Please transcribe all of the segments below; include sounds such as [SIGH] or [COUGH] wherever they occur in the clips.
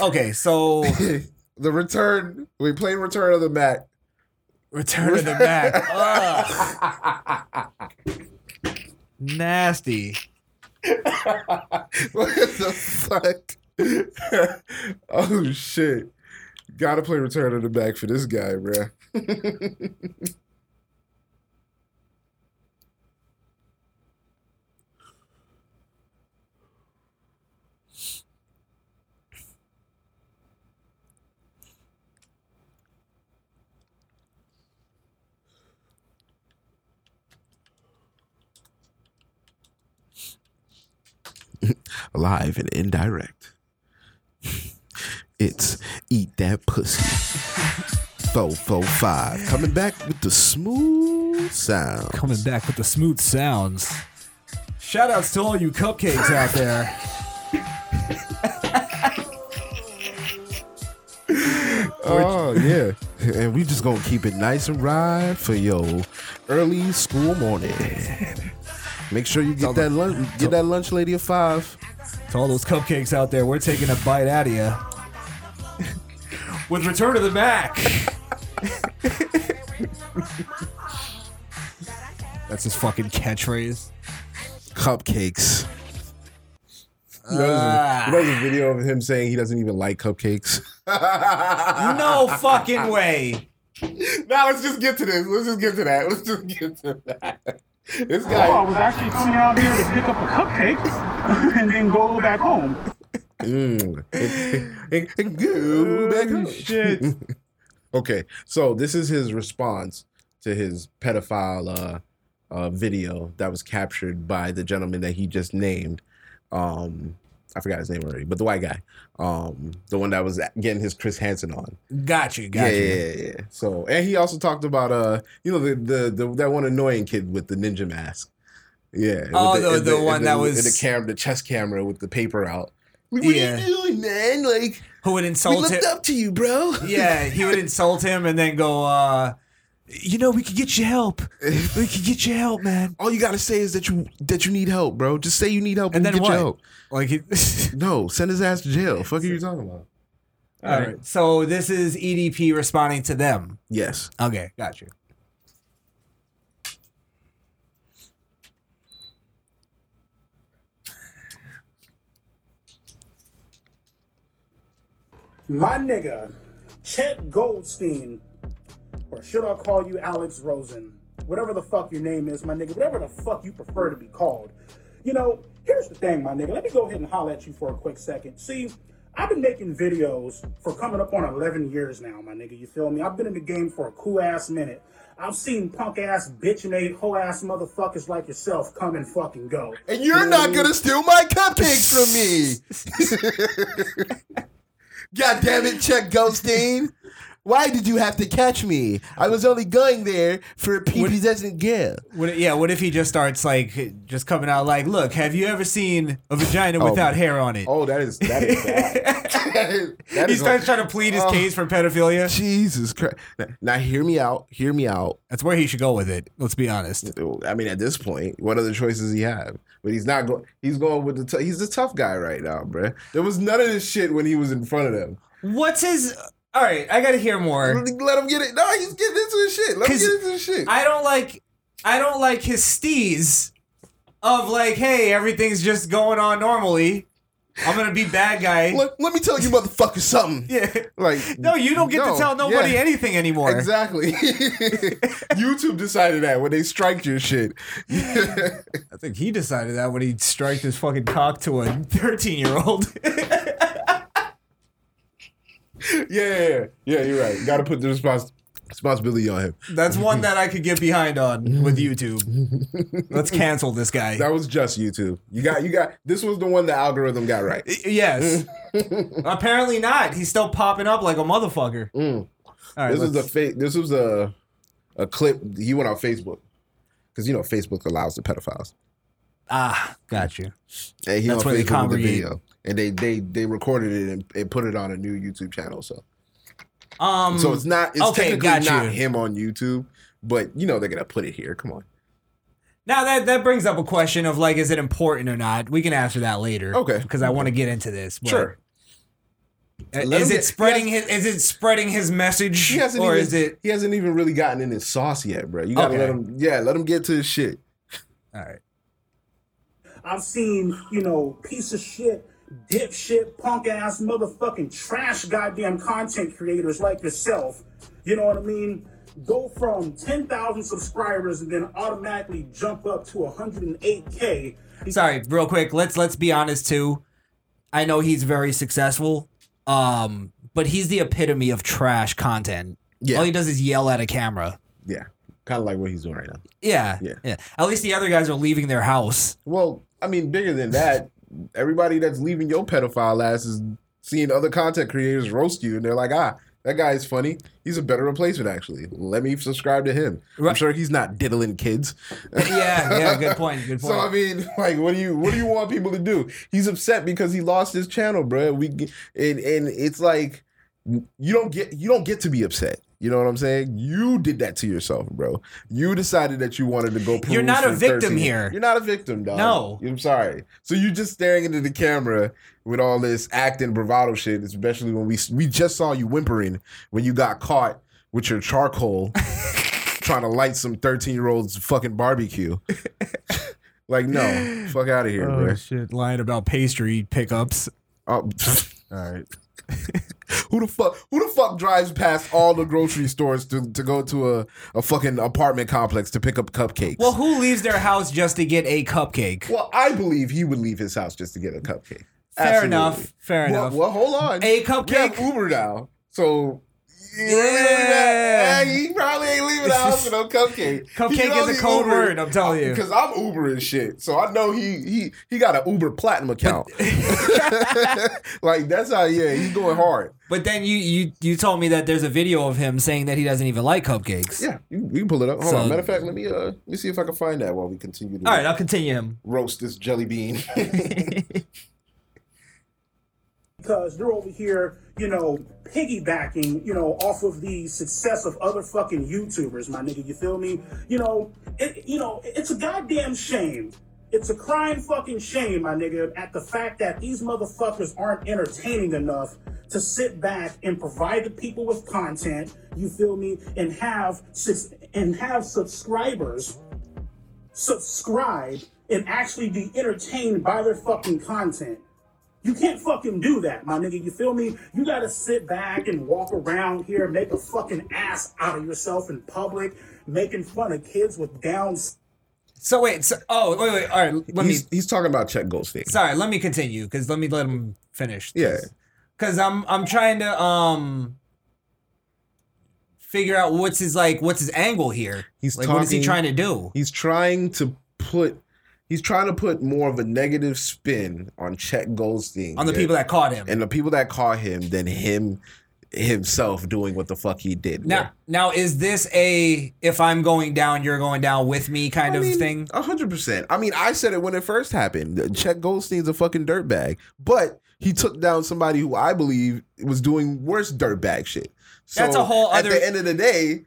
Okay, so [LAUGHS] the return. We played Return of the Mac. Return of the Mac. Ugh, nasty. [LAUGHS] what the fuck? [LAUGHS] oh shit! Gotta play Return of the Mac for this guy, bruh. [LAUGHS] live and indirect. It's Eat That [LAUGHS] Pussy. 445. Coming back with the smooth sound. Coming back with the smooth sounds. Shout outs to all you cupcakes out there. Oh, yeah. [LAUGHS] And we just gonna keep it nice and right for your early school morning. Make sure you get that lunch get that lunch lady a five. To all those cupcakes out there, we're taking a bite out of you. With Return of the Mac. That's his fucking catchphrase. Cupcakes. You know, there's, a, you know, there's a video of him saying he doesn't even like cupcakes. No fucking way. [LAUGHS] Now let's just get to this. Let's just get to that. Let's just get to that. This Oh, I guy. was actually coming out here to pick up a cupcake [LAUGHS] and then go back home. [LAUGHS] Mm. Go back home. okay, so this is his response to his pedophile uh, uh, video that was captured by the gentleman that he just named. Um, I forgot his name already, but the white guy, um, the one that was getting his Chris Hansen on. Got you, got you. Yeah, yeah, yeah, yeah. So, and he also talked about uh, you know, the the, the that one annoying kid with the ninja mask. Yeah. with Oh, the- and the and one that was- and the camera, the chest camera with the paper out. Like, what Yeah. are you doing, man? Like Who would we insult him? looked up to you, bro. [LAUGHS] Yeah, he would insult him and then go, uh, you know, we could get you [LAUGHS] help. We could get you help, man. All you gotta say is that you that you need help, bro. Just say you need help And and, get then what? your help. Like, he- [LAUGHS] [LAUGHS] No, send his ass to jail. Fuck What are you. you talking about? all right. So this is EDP responding to them. Yes. [LAUGHS] Okay, got you. My nigga, Chet Goldstein, or should I call you Alex Rosen? Whatever the fuck your name is, my nigga, whatever the fuck you prefer to be called. You know, here's the thing, my nigga. Let me go ahead and holler at you for a quick second. See, I've been making videos for coming up on 11 years now, my nigga. You feel me? I've been in the game for a cool ass minute. I've seen punk ass, bitch and eight, hoe ass motherfuckers like yourself come and fucking go. And you're not gonna steal my cupcakes from [LAUGHS] me. God damn it, Chuck Goldstein. Why did you have to catch me? I was only going there for a pee doesn't give. What, yeah, what if he just starts like just coming out like, look, have you ever seen a vagina without hair on it? Oh, that is that is bad. that is, [LAUGHS] that he is starts trying to plead his Oh. case for pedophilia. Jesus Christ. Now, now hear me out. Hear me out. That's where he should go with it. Let's be honest. I mean, at this point, what other choices he have? But he's not going. He's going with the. T- he's a tough guy right now, bruh. There was none of this shit when he was in front of them. What's his? All right, I gotta hear more. Let him get it. No, he's getting into his shit. Let him 'Cause get into his shit. I don't like, I don't like his steez of like, hey, everything's just going on normally. I'm gonna be bad [LAUGHS] guy. Let, let me tell you motherfuckers something. yeah. like, [LAUGHS] No, you don't get no, to tell nobody yeah. anything anymore. Exactly. [LAUGHS] YouTube decided that when they striked your shit. [LAUGHS] I think he decided that when he striked his fucking cock to a 13 year old. yeah, yeah, yeah, yeah. You're right. Got to put the respons- responsibility on him. [LAUGHS] That's one [LAUGHS] that I could get behind on with YouTube. [LAUGHS] Let's cancel this guy. That was just YouTube. You got, you got. This was the one the algorithm got right. [LAUGHS] Y- Yes. Apparently not. He's still popping up like a motherfucker. All right, Mm. this was a let's- fa- This was a a clip. He went on Facebook because you know Facebook allows the pedophiles. ah, got you. And he That's on where they Facebook with the congregate. video, and they they they recorded it and, and put it on a new YouTube channel. So Um, so it's not. It's okay, technically got not you. him on YouTube, but you know they're gonna put it here. Come on. now that that brings up a question of like, is it important or not? We can answer that later. Okay. Because I want to get into this. but- Sure. Let Uh, is him it get- spreading his? Is it spreading his message, He hasn't or even, is it? He hasn't even really gotten in his sauce yet, bro. You gotta Okay. let him. Yeah, let him get to his shit. All right. I've seen, you know, piece of shit, dipshit, punk ass, motherfucking trash goddamn content creators like yourself, you know what I mean? Go from 10,000 subscribers and then automatically jump up to 108K. Sorry, real quick. Let's let's be honest too. I know he's very successful, um, but he's the epitome of trash content. Yeah. All he does is yell at a camera. Yeah, kind of like what he's doing right now. Yeah, Yeah. At least the other guys are leaving their house. Well, I mean, bigger than that, everybody that's leaving your pedophile ass is seeing other content creators roast you, and they're like, ah, that guy's funny. He's a better replacement, actually. Let me subscribe to him. I'm Right. sure he's not diddling kids. yeah, yeah. Good point. Good point. So I mean, [LAUGHS] like, what do you what do you want people to do? He's upset because he lost his channel, bruh. We and and it's like you don't get you don't get to be upset. You know what I'm saying? You did that to yourself, bro. You decided that you wanted to go. You're peruse not a for victim 13 here. You're not a victim, dog. No. I'm sorry. So you're just staring into the camera with all this acting bravado shit, especially when we we just saw you whimpering when you got caught with your [LAUGHS] charcoal trying to light some 13 year old's fucking barbecue. [GASPS] like, no, fuck out of here, bro. Oh, shit! Lying about pastry pickups. Oh, All right. Oh. who the fuck? Who the fuck drives past all the grocery stores to, to go to a, a fucking apartment complex to pick up cupcakes? Well, who leaves their house just to get a cupcake? Well, I believe he would leave his house just to get a cupcake. fair Absolutely. enough. Fair Well, enough. well, hold on. A We have cupcake. Uber now, so. Yeah. Yeah. he probably ain't leaving the house with no cupcake. He can [LAUGHS] Cupcake only is a code Uber- word. I'm telling you. Because I'm Uber and shit, so I know he he he got an Uber [LAUGHS] Platinum account. [LAUGHS] like that's how yeah, he's going hard. But then you you you told me that there's a video of him saying that he doesn't even like cupcakes. Yeah, you, we can pull it up. Hold So- on. Matter of fact, let me uh let me see if I can find that while we continue to All right, I'll continue him. roast this jelly bean. [LAUGHS] because they're over here, you know, piggybacking, you know, off of the success of other fucking YouTubers, my nigga. You feel me? You know, it, you know, it's a goddamn shame. It's a crying fucking shame, my nigga, at the fact that these motherfuckers aren't entertaining enough to sit back and provide the people with content. You feel me? And have sus- and have subscribers subscribe and actually be entertained by their fucking content. You can't fucking do that, my nigga. You feel me? You gotta sit back and walk around here, make a fucking ass out of yourself in public, making fun of kids with Down So wait, so, oh wait, wait, all right. Let me he's, he's talking about Chet Goldstein. sorry, let me continue because let me let him finish. Yeah. because I'm I'm trying to um figure out what's his like what's his angle here. He's like what is he talking- trying to do? He's trying to put he's trying to put more of a negative spin on Chet Goldstein On the yeah, people that caught him. and the people that caught him than him himself doing what the fuck he did. now now is this a if I'm going down, you're going down with me kind of thing? A hundred percent. I mean, I said it when it first happened. Chet Goldstein's a fucking dirtbag, but he took down somebody who I believe was doing worse dirtbag shit. So That's a whole At other- the end of the day,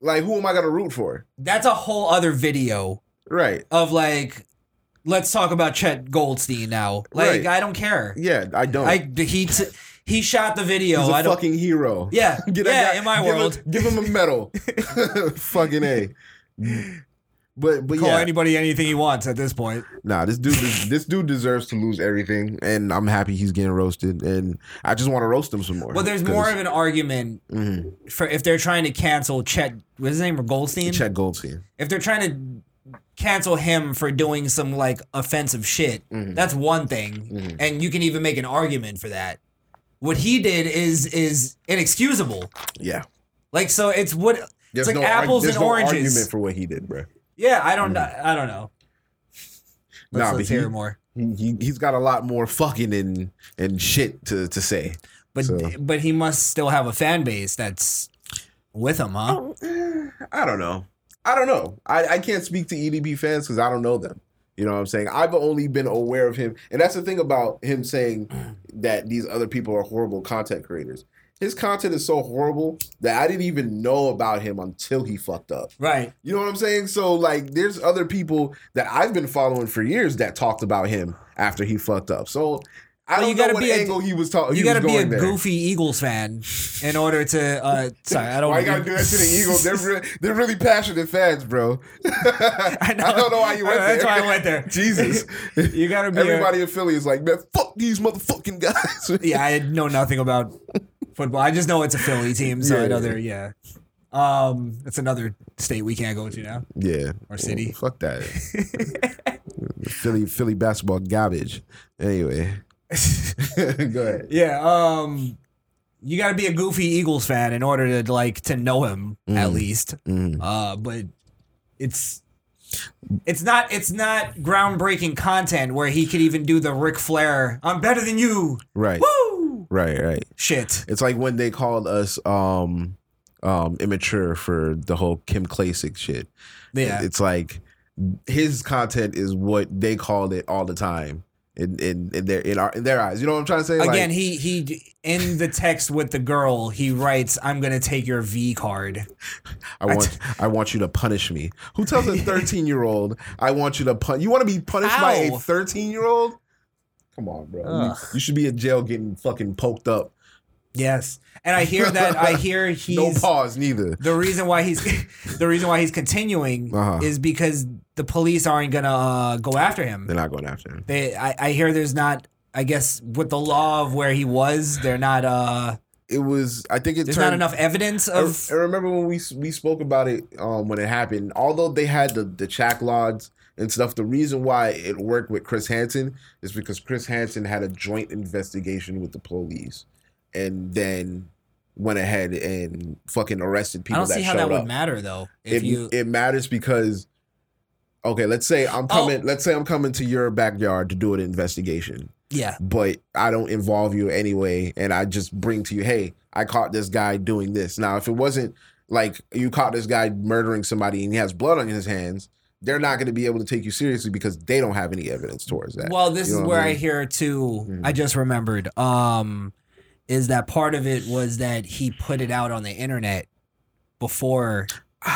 like, who am I gonna root for? That's a whole other video Right. of like let's talk about Chet Goldstein now. Like Right. I don't care. Yeah, I don't. I he t- he shot the video. He's a I don't fucking hero. Yeah. [LAUGHS] Get that yeah, guy- in my give him- world. give him a medal. [LAUGHS] [LAUGHS] fucking a. But but Call yeah, anybody anything he wants at this point. nah. This dude, this, this dude deserves to lose everything, and I'm happy he's getting roasted, and I just want to roast him some more. Well, there's more of an argument Mhm. for if they're trying to cancel Chet what's his name Goldstein? Chet Goldstein. If they're trying to cancel him for doing some like offensive shit, Mm-hmm. that's one thing. And you can even make an argument for that. What he did is is inexcusable. Yeah, Like so it's what There's it's like no arg- apples there's and no oranges. Argument for what he did, bro. yeah, I Hmm. don't I don't know. Let's, Nah, but let's he- hear more. He, he he's got a lot more fucking and and shit to to say. But So- but he must still have a fan base that's with him, huh? Oh, I don't know. I don't know. I, I can't speak to EDB fans because I don't know them. You know what I'm saying? I've only been aware of him. And that's the thing about him saying that these other people are horrible content creators. His content is so horrible that I didn't even know about him until he fucked up. Right. You know what I'm saying? So like there's other people that I've been following for years that talked about him after he fucked up. So I I Well, don't you know gotta what be a- angle Oh, he was talking. You got to be a there. goofy Eagles fan in order to. [LAUGHS] Uh, sorry, I don't. Why you wanna gotta do that to the [LAUGHS] Eagles? They're really, they're really passionate fans, bro. [LAUGHS] I, know. don't know why you [LAUGHS] I went know, there. that's why I went there. [LAUGHS] [LAUGHS] Jesus, You gotta be a- Everybody in Philly is like, man, fuck these motherfucking guys. [LAUGHS] yeah, I know nothing about football. I just know it's a Philly team, so Yeah, I know yeah. they're yeah. Um, it's another state we can't go to now. yeah. Our city. Fuck that. [LAUGHS] [LAUGHS] Philly Philly basketball garbage. Anyway, Go ahead. Yeah, um, you got to be a goofy Eagles fan in order to like to know him Mm. at least. Uh, but it's it's not it's not groundbreaking content where he could even do the Ric Flair "I'm better than you" right, woo right, right. shit. It's like when they called us um um immature for the whole Kim Klasick shit. Yeah, It's like his content is what they called it all the time. In in, in their in our in their eyes. You know what I'm trying to say? again, he he in the text with the girl, he writes, "I'm gonna take your V card." I want I want you to punish me. Who tells [LAUGHS] a 13 year old I want you to pun? You want to be punished by a Ow. 13 year old? Come on, bro. You, Ugh. you should be in jail getting fucking poked up. Yes, and I hear that. I hear he's [LAUGHS] no pause neither. the reason why he's [LAUGHS] the reason why he's continuing Uh-huh. is because the police aren't gonna uh, go after him. They're not going after him. They, I, I hear there's not. I guess with the law of where he was, they're not. Uh, It was I think it there's turned not enough evidence I- of. I, remember when we we spoke about it um, when it happened. Although they had the the chack logs and stuff, the reason why it worked with Chris Hansen is because Chris Hansen had a joint investigation with the police, and then went ahead and fucking arrested I people don't that see how showed that would up. matter though. If It, you, Oh. it matters because okay, let's say I'm coming. Let's say I'm coming to your backyard to do an investigation yeah, [LAUGHS] but I don't involve you anyway. And I just bring to you, hey, I caught this guy doing this. Now, if it wasn't like you caught this guy murdering somebody and he has blood on his hands, they're not going to be able to take you seriously because they don't have any evidence towards that. Well, this You know is what where I I, mean? Mm-hmm. hear too. I just remembered. Um, is that part of it was that he put it out on the internet before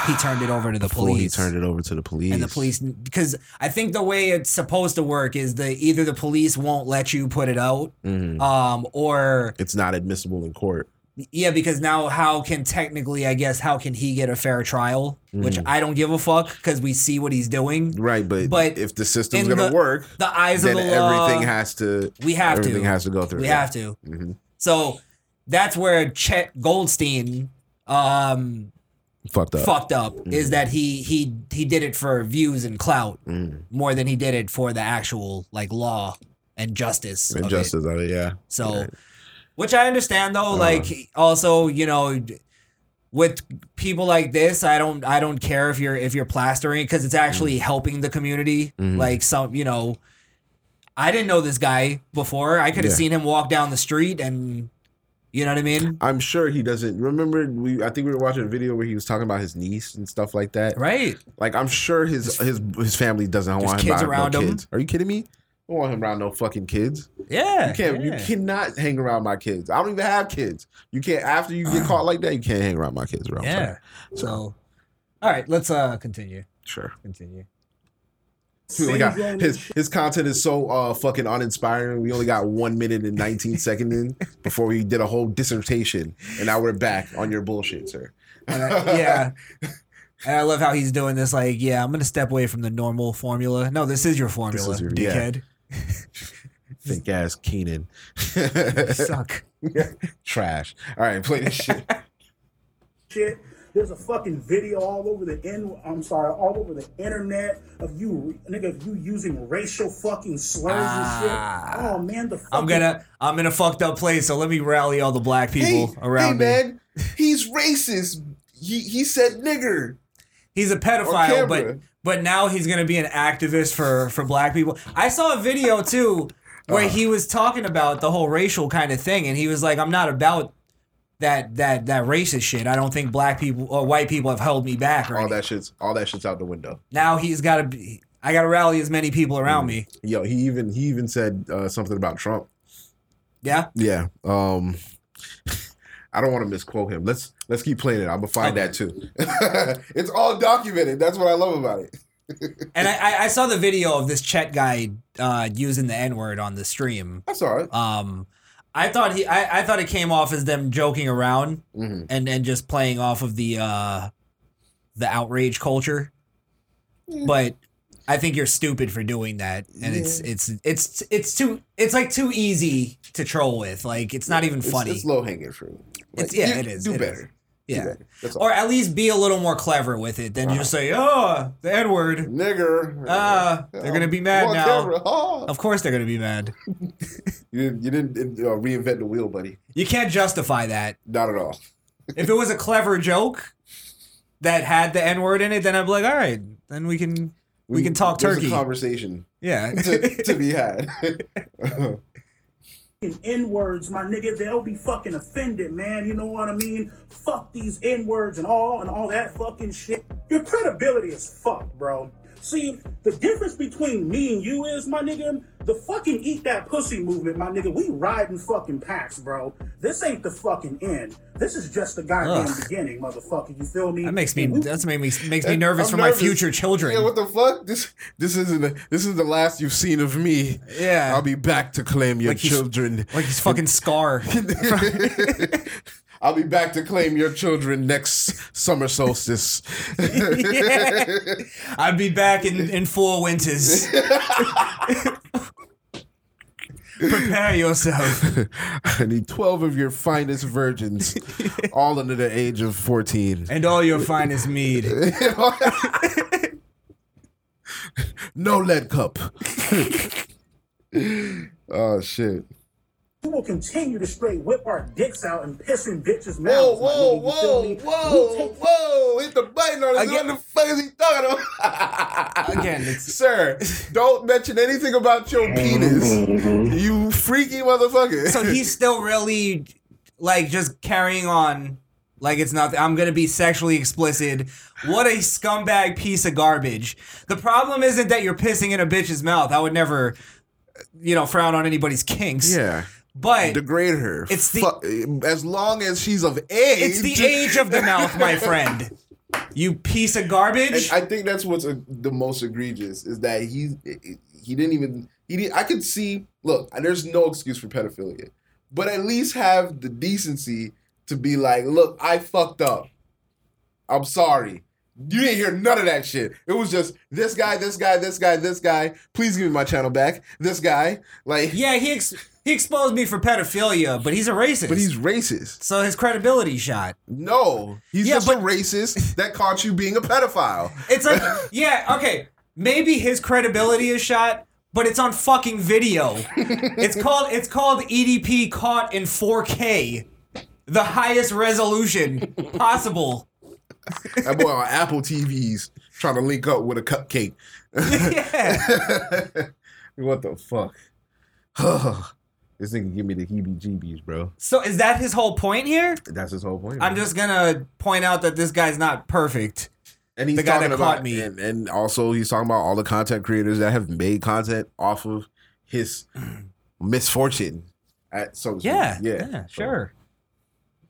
he turned it over to the Before police. he turned it over to the police. and the police because I think the way it's supposed to work is that either the police won't let you put it out, Mhm. um, or It's not admissible in court. yeah, because now how can technically I guess how can he get a fair trial? Which I don't give a fuck because we see what he's doing. Mm-hmm. Right. But, But if the system's in going to the- work, The eyes then of the law. everything has to. we have everything to. has to go through. we have to. hmm So that's where Chet Goldstein um, Fucked up. Mm-hmm. fucked up is that he he he did it for views and clout Mm. more than he did it for the actual like law and justice. of it. Injustice of it. Yeah. So, Right. Um, which I understand though. Like also, you know, d- with people like this, I don't I don't care if you're if you're plastering because it's actually Mm. helping the community. Mhm. Like some, you know, I didn't know this guy before. I could have Yeah. seen him walk down the street and. You know what I mean? I'm sure he doesn't remember. We I think we were watching a video where he was talking about his niece and stuff like that. Right. Like I'm sure his his his family doesn't want him kids around, around no him. kids. Are you kidding me? I don't want him around no fucking kids. Yeah. You can't. yeah. You cannot hang around my kids. I don't even have kids. You can't. After you [SIGHS] get caught like that, you can't hang around my kids. Bro. I'm sorry. Yeah. So, all right, let's uh continue. Sure. Continue. We only got, Syndrome his his content is so uh fucking uninspiring. We only got one minute and 19 [LAUGHS] seconds in before we did a whole dissertation, and now we're back on your bullshit, sir. And I, [LAUGHS] yeah. And I love how he's doing this. Like, yeah, I'm gonna step away from the normal formula. No, this is your formula, is your- yeah. dickhead. [LAUGHS] Thick ass Keenan. You suck. [LAUGHS] Trash. All right, play this shit. shit. There's a fucking video all over the in, I'm sorry, all over the internet of you, nigga, of you using racial fucking slurs and shit. Ah. Oh man, the fucking, I'm gonna. I'm in a fucked up place. So let me rally all the black [LAUGHS] people around me. man, he's racist. He he said nigger. He's a camera. pedophile, but but now he's gonna be an activist for for black people. I saw a video [LAUGHS] too where Uh. he was talking about the whole racial kind of thing, and he was like, "I'm not about that that that racist shit. I don't think black people or white people have held me back." Right All that shit's all that shit's out the window. now he's got to be. I got to rally as many people around Mm. me. Yo, he even he even said uh, something about Trump. Yeah. Yeah. Um [LAUGHS] I don't want to misquote him. [LAUGHS] Let's let's keep playing it. I'm gonna find Okay. that too. it's all documented. That's what I love about it. And I, I, I saw the video of this Chet guy uh, using the N word on the stream. That's all right. Um, I thought he, I, I thought it came off as them joking around hmm and and just playing off of the uh, the outrage culture. Mm. But I think you're stupid for doing that, and it's it's it's it's too it's like too easy to troll with. Like it's not even It's, funny. it's low hanging fruit. It's- yeah, do- it is, Do it better. yeah. Do better. That's all. Or at least be a little more clever with it than just say, "Oh, the N word." Nigger. Ah, they're gonna be mad on now. camera. Ah. Of course, they're gonna be mad. [LAUGHS] You didn't, you didn't uh, reinvent the wheel, buddy. You can't justify that. Not at all. If it was a clever joke that had the N word in it, then I'd be like, "All right, then we can we, can talk there's turkey." A conversation [LAUGHS] yeah. to, to be had. N words, my nigga, they'll be fucking offended, man. You know what I mean? Fuck these N words and all and all that fucking shit. Your credibility is fucked, bro. See, the difference between me and you is, my nigga, the fucking eat that pussy movement, my nigga. We riding fucking packs, bro. This ain't the fucking end. This is just the goddamn Ugh. beginning, motherfucker. You feel [LAUGHS] me? that makes me And we- that's made me makes me nervous I'm for my future children. Yeah, what the fuck? This this isn't the, this is the last you've seen of me. Yeah. I'll be back to claim your Like he's- children. like he's fucking Scar. [LAUGHS] I'll be back to claim your children next summer solstice. [LAUGHS] [LAUGHS] Yeah. I'd be back in, in four winters. Prepare yourself. [LAUGHS] I need 12 of your [LAUGHS] finest virgins, all under the age of 14. And all your [LAUGHS] finest mead. No [LAUGHS] lead cup. oh, shit. We will continue to straight whip our dicks out and piss in bitches' Whoa, mouths. my whoa, nigga, you feel whoa, me? We whoa, take- whoa. Hit the button on it. Again- What the fuck is he talking about? Again, it's [LAUGHS] Sir, don't mention anything about your penis. You freaky motherfucker. so [LAUGHS] he's still really like just carrying on like it's nothing. I'm gonna be sexually explicit. What a scumbag piece of garbage. The problem isn't that you're pissing in a bitch's mouth. I would never, you know, frown on anybody's kinks. yeah. But Degrade her. It's the- Fu- as long as she's of age. It's the age of the mouth, [LAUGHS] my friend. You piece of garbage. And I think that's what's uh the most egregious is that he he didn't even he did, I could see look there's no excuse for pedophilia, but at least have the decency to be like look I fucked up, I'm sorry. You didn't hear none of that shit. It was just this guy, this guy, this guy, this guy. Please give me my channel back. This guy, like, yeah, he ex- he exposed me for pedophilia, but he's a racist. but he's racist. so his credibility shot. No, he's Yeah, just but- [LAUGHS] a racist that caught you being a pedophile. It's [LAUGHS] like, yeah, okay, maybe his credibility is shot, but it's on fucking video. [LAUGHS] it's called it's called EDP caught in 4K, the highest resolution possible. That boy on Apple TVs trying to link up with [LAUGHS] a cupcake. [LAUGHS] yeah. what the fuck? [SIGHS] this nigga give me the heebie jeebies, bro. So is that his whole point here? That's his whole point. I'm man. just gonna point out that this guy's not perfect. and he's the guy talking that about, caught me. And, and also he's talking about all the content creators that have made content off of [CLEARS THROAT] his misfortune. At so Yeah, yeah, yeah, So- sure.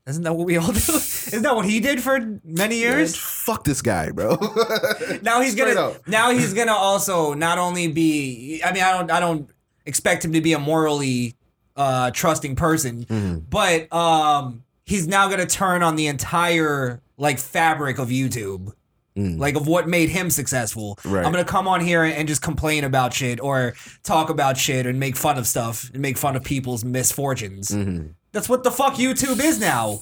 Isn't that what we all [LAUGHS] do? Isn't that what he did for many Man, years? fuck this guy, bro. [LAUGHS] Now he's Straight gonna. up. Now he's gonna also not only be. I mean, I don't. I don't expect him to be a morally uh, trusting person, but um, he's now gonna turn on the entire like fabric of YouTube. Like of what made him successful. Mm. Right. I'm gonna come on here and just complain about shit or talk about shit and make fun of stuff and make fun of people's misfortunes. [LAUGHS] That's what the fuck YouTube is now.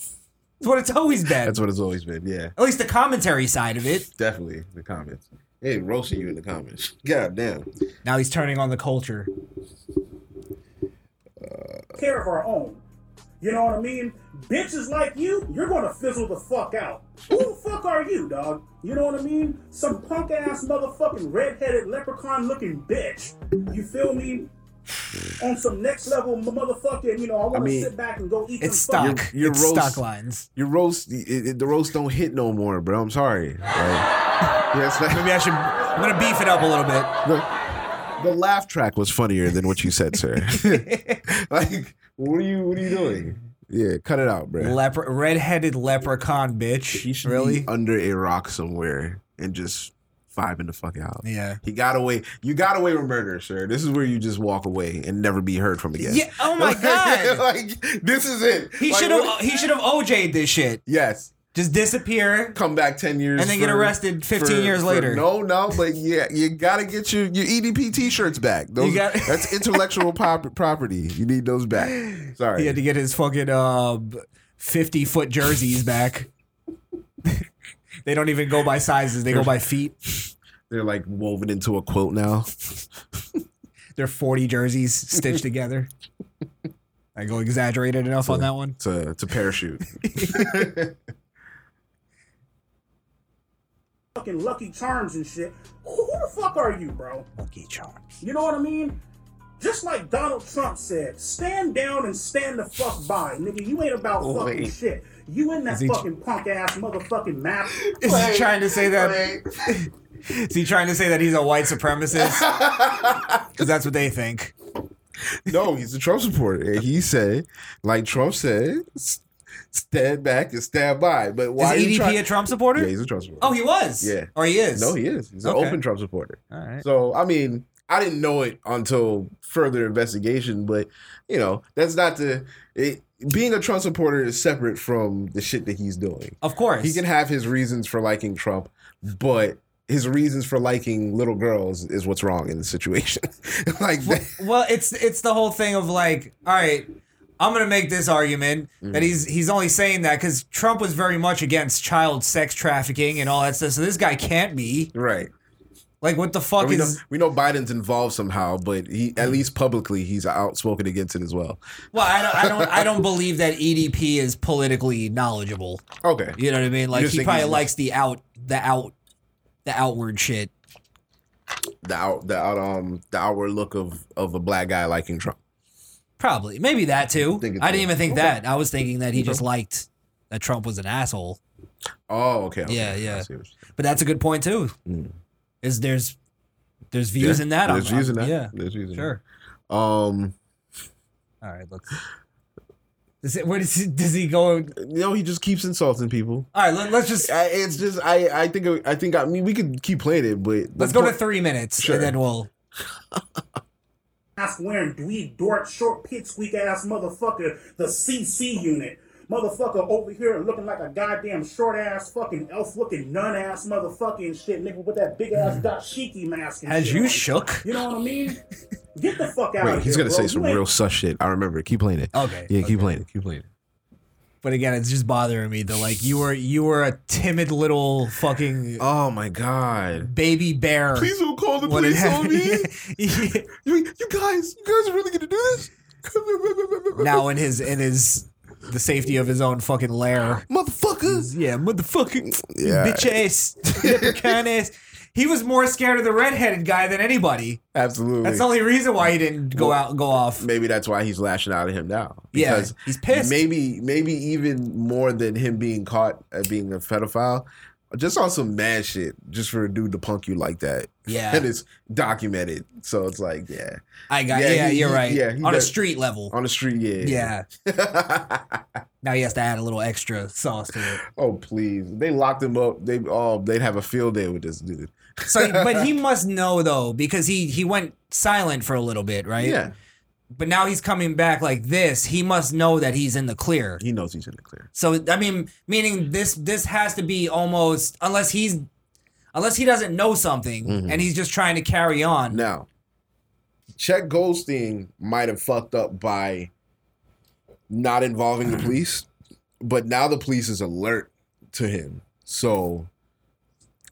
That's what it's always been. That's what it's always been. Yeah, At least the commentary side of it. definitely the comments. Hey, roasting you in the comments. God damn. Now he's turning on the culture. care of our own. You know what I mean? Bitches like you, you're gonna fizzle the fuck out. Who the fuck are you, dog? You know what I mean? Some punk ass motherfucking redheaded leprechaun looking bitch. You feel me? On some next level m- motherfucking, you know, I wanna mean, sit back and go eat It's some fucking- stock. Your- your it's roast- stock lines. Your roast, it, it- the roast don't hit no more, bro. I'm sorry. Like, [GASPS] yeah, [LAUGHS] it's like- Maybe I should. I'm gonna beef it up a little bit. the laugh track was funnier than what you said, sir. [LAUGHS] like, what are you, what are you doing? Yeah, cut it out, bro. Lepre- redheaded leprechaun You bitch. should Really? be under a rock somewhere and just five in the fucking house. Yeah. He got away. You got away with murder, sir. This is where you just walk away and never be heard from again. Yeah. [LAUGHS] Oh my Like- god. like this is it. He Like, should have. what- He should have OJ'd this shit. Yes. Just disappear. Come back ten years And then get arrested 15 years later. No, no, but yeah, you gotta get your your EDP T-shirts back. Those, got- that's intellectual pop- property. You need those [GASPS] back. Sorry. He had to get his fucking uh, fifty foot jerseys back. [LAUGHS] they don't even go by sizes. They go by feet. [LAUGHS] They're like woven into a quilt now. They're forty jerseys stitched together. I go exaggerated enough on that one. to to parachute. fucking Lucky Charms and shit. Who, who the fuck are you, bro? Lucky charms. You know what I mean? Just like Donald Trump said, stand down and stand the fuck by, nigga. You ain't about fucking wait. shit. You in that he- fucking punk ass motherfucking map. Is he trying to say that? [LAUGHS] Is he trying to say that he's a white [LAUGHS] supremacist? Because that's what they think. No, he's a Trump supporter. And he said, like Trump said, s- stand back and stand by. Is But why are EDP you trying- a Trump supporter? Yeah, he's a Trump supporter. oh, he was. Yeah. Or he is. no, he is. He's Okay. an open Trump supporter. All right. So I mean, I didn't know it until further investigation, but you know, that's not the it, being a Trump supporter is separate from the shit that he's doing. Of course. He can have his reasons for liking Trump, but his reasons for liking little girls is what's wrong in the situation. [LAUGHS] like that. [LAUGHS] well, it's it's the whole thing of like, all right, I'm gonna make this argument Mm. that he's he's only saying that because Trump was very much against child sex trafficking and all that stuff. So this guy can't be Right. like, what the fuck We know, is? Mm. we know Biden's involved somehow, but he at least publicly he's outspoken against it as well. Well, I don't, [LAUGHS] I don't I don't believe that E EDP is politically knowledgeable. Okay. You know what I mean? Like just he think probably he's- likes the out the out the outward shit. [LAUGHS] The out the out um the outward look of of a black guy liking Trump. Probably, maybe that too. Think it's I didn't even think okay. that. I was thinking that he just liked that Trump was an asshole. Oh, okay. okay. Yeah, yeah. I see what you're saying. But that's a good point too. Mm. Is there's there's views Yeah, in that. There's I'm- views in I'm- that. Yeah, There's views in sure. that. Um, All right, let's. Does it, where does he, [LAUGHS] does he go? All you know, he just keeps insulting people. right, let, us just I, it's just I I think I think I mean we could keep playing it, but let's go to three minutes Sure. and then we'll. ass wearing dweeb dort short pig squeak ass motherfucker the cc unit motherfucker over here looking like a goddamn short ass fucking elf looking nun ass motherfucker and shit nigga with that big ass dashiki mask and As shit you on. shook. you know what i mean get the fuck out of Wait, he's here, gonna bro. say some You ain't- real sus shit. I remember. it. Keep playing it. Okay. Yeah, okay. keep playing it. Keep playing it. But again, it's just bothering me that like you were you were a timid little fucking Oh my god. baby bear. Please don't call the when it police [LAUGHS] on me. happened. You, you guys, you guys are really gonna do this? now in his in his the safety of his own fucking lair. motherfuckers. Yeah, motherfucking Yeah. bitch ass, leprechaun ass. He was more scared of the redheaded guy than anybody. [LAUGHS] Absolutely. That's the only reason why he didn't go out and go off. maybe that's why he's lashing out at him now. Yeah, Because he's pissed. maybe, maybe even more than him being caught at being a pedophile, just on some mad shit, just for a dude to punk you like that. [LAUGHS] And Yeah, it's documented, so it's like, yeah, I got. Yeah, Yeah, he- you're he- right. yeah, he on a bet- street level. on the street, yeah. Yeah. Yeah. Now he has to add a little extra sauce to it. oh please, they locked him up. They oh, they'd have a field day with this dude. So, [LAUGHS] but he must know though because he he went silent for a little bit, right? Yeah, But now he's coming back like this. He must know that he's in the clear. he knows he's in the clear. So I mean, meaning this this has to be almost unless he's unless he doesn't know something Mm-hmm. and he's just trying to carry on. Now, Chet Goldstein might have fucked up by not involving the police, but now the police is alert to him. So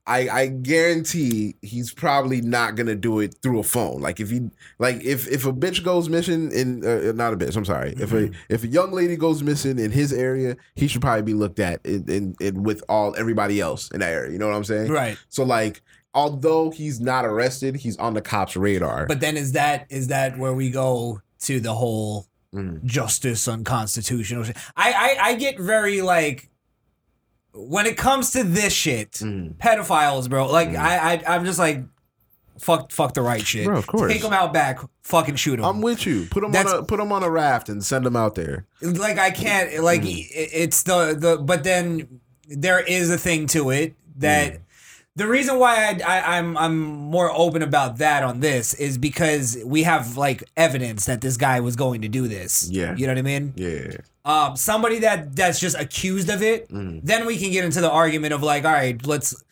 I I guarantee he's probably not gonna do it through a phone. Like if he like if if a bitch goes missing in uh, not a bitch, I'm sorry. If Mm-hmm. a if a young lady goes missing in his area, he should probably be looked at in, in, in with all everybody else in that area. You know what I'm saying? Right. So like, although he's not arrested, he's on the cops' radar. But then is that is that where we go to the whole Mm. justice unconstitutional shit? I, I I get very like when it comes to this shit, Mm. pedophiles, bro. Like I, I I'm just like fuck fuck the right shit. Bro, of course. Take them out back, fucking shoot them. I'm with you. Put him That's- on a put him on a raft and send him out there. like I can't Mm. Mm. like i it's the the but then there is a thing to it that the reason why I, I I'm I'm more open about that on this is because we have like evidence that this guy was going to do this. Yeah. you know what I mean. Yeah. Um, somebody that that's just accused of it, then we can get into the argument of like, all right, let's.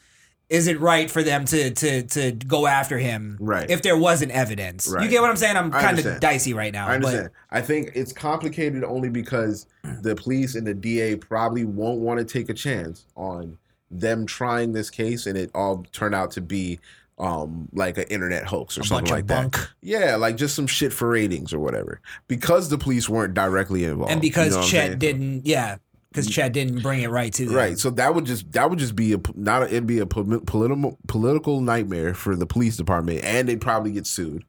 Is it right for them to to to go after him? Right. If there wasn't evidence, you Right. get what I'm saying. I'm I kind of understand. dicey right now. I understand. I think it's complicated only because Mm. the police and the DA probably won't want to take a chance on them trying this case and it all turn out to be um like an internet hoax or But a bunch something like of that. bunk. Yeah, like just some shit for ratings or whatever. Because the police weren't directly involved. and you because know what I'm Chet saying? didn't, yeah, because Mm. Chet didn't bring it right to them. Right, so that would just that would just be a p- not a, it'd be a political political nightmare for the police department, and they'd probably get sued.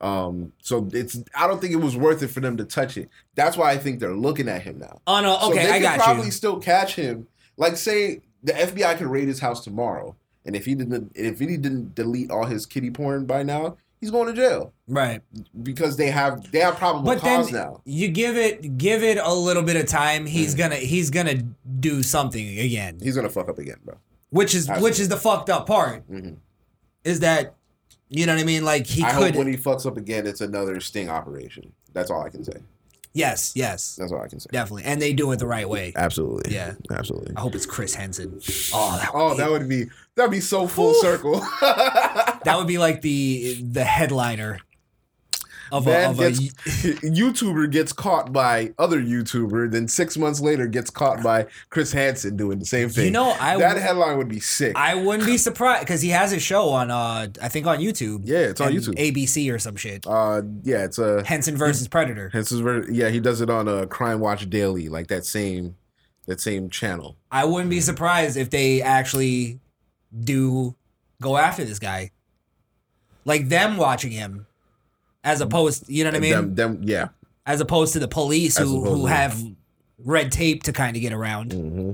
Um, so it's I don't think it was worth it for them to touch it. That's why I think they're looking at him now. Oh no, So okay, they I could got probably you. still catch him. Like say the FBI could raid his house tomorrow, and if he didn't if he didn't delete all his kitty porn by now, he's going to jail Right, because they have they have probable but then cause now. Mm. you give it give it a little bit of time. He's gonna he's gonna do something again, He's gonna fuck up again, bro. which is I which is the fucked up part. Mhm. Is that you know what I mean? Like he I could hope when he fucks up again, it's another sting operation. That's all I can say. yes yes That's all I can say. definitely, and they do it the right way. Absolutely. Yeah. Absolutely. I hope it's Chris Henson. Oh, that, Oh, that would be that'd be so full circle. [LAUGHS] that would be like the the headliner of a, Man of a gets [LAUGHS] YouTuber gets caught by other YouTuber, then six months later gets caught by Chris Hansen doing the same thing. you know I that would- headline would be sick. I wouldn't be surprised because he has a show on, uh, I think on YouTube. yeah, it's on And YouTube. ABC or some shit. uh, yeah, it's a Henson versus Predator. Hansen's ver- yeah, he does it on uh, Crime Watch Daily, like that same that same channel. I wouldn't be surprised if they actually do go after this guy, like them watching him, as opposed, you know what I mean, Mm. them, them, yeah. as opposed to the police As who opposed who to- have red tape to kind of get around. Mm-hmm.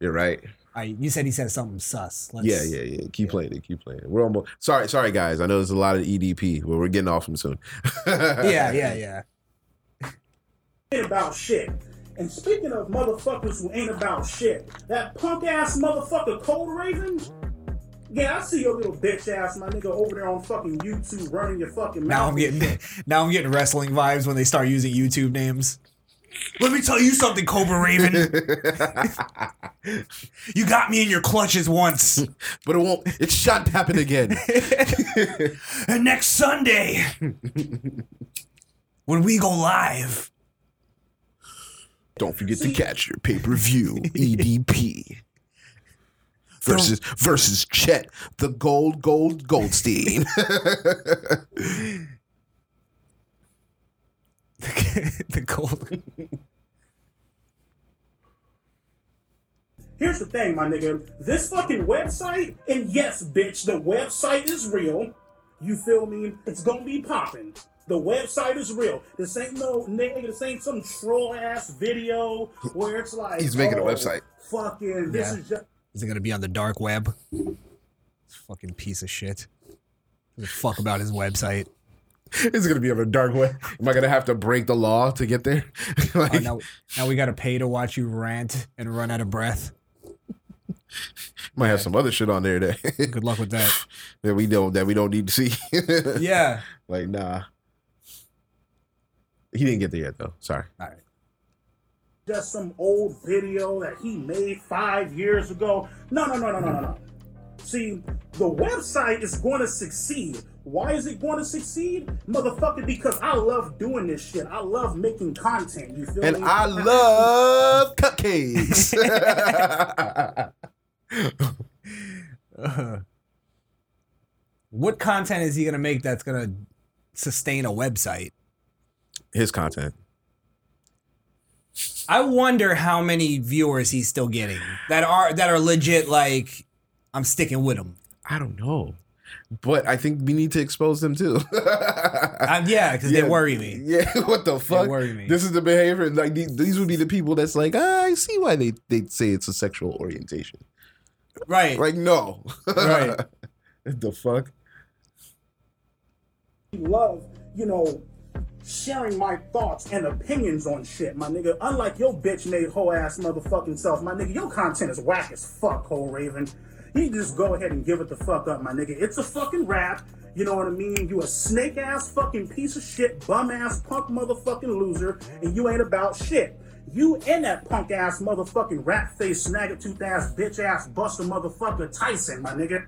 You're right. All right, you said he said something sus. Let's, Yeah, yeah, yeah. Keep playing it. Keep playing it. We're almost sorry, sorry guys. I know there's a lot of EDP, but we're getting off them soon. [LAUGHS] yeah, yeah, yeah. about shit. And speaking of motherfuckers who ain't about shit, that punk ass motherfucker Cold Raven. Yeah, I see your little bitch ass, my nigga, over there on fucking YouTube running your fucking mouth. Now I'm getting [LAUGHS] now I'm getting wrestling vibes when they start using YouTube names. Let me tell you something, Cobra Raven. [LAUGHS] You got me in your clutches [LAUGHS] once. but it won't. It shot happen again. [LAUGHS] and [LAUGHS] next Sunday, when we go live, Don't forget to catch your pay per [LAUGHS] view EDP versus versus Chet the Gold [LAUGHS] Gold Goldstein. the cold. Here's the thing, my nigga. This fucking website, and yes, bitch, the website is real. You feel me? It's gonna be popping. The website is real. This ain't no nigga. This ain't some troll ass video where it's like oh, He's making a website. Fucking this Yeah. is just Is it gonna be on the dark web? This fucking piece of shit. The fuck about his website. it's gonna be on a [LAUGHS] dark way. Am I gonna have to break the law to get there? [LAUGHS] Oh, Like, now, now we gotta pay to watch you rant and run out of breath. Might have some other shit on there that, [LAUGHS] Good luck with that. [LAUGHS] that we don't that we don't need to see. [LAUGHS] Yeah. Like, nah. He didn't get there yet, though. Sorry. All right. just some old video that he made five years ago. No, no, no, no, no, no, no. See, the website is going to succeed. Why is it going to succeed? Motherfucker, because I love doing this shit. I love making content. You feel And me? I [LAUGHS] love cupcakes. [LAUGHS] [LAUGHS] What content is he gonna make that's gonna sustain a website? His content. I wonder how many viewers he's still getting that are that are legit. Like, I'm sticking with him. I don't know. But I think we need to expose them too. I, yeah, because [LAUGHS] Yeah. they worry me. Yeah, [LAUGHS] what the fuck? worry me. This is the behavior. Like the- these would be the people that's like, ah, I see why they they say it's a sexual orientation. Right. Like no, [LAUGHS] Right. the fuck? love, you know, sharing my thoughts and opinions on shit, my nigga. Unlike your bitch made hoe ass motherfucking self, my nigga, your content is whack as fuck, Cole Raven. You can just go ahead and give it the fuck up, my nigga. It's a fucking rap. You know what I mean? You a snake ass fucking piece of shit, bum ass punk motherfucking loser, and you ain't about shit. You and that punk ass motherfucking rat face, snaggletooth ass, bitch ass, buster motherfucker Tyson, my nigga.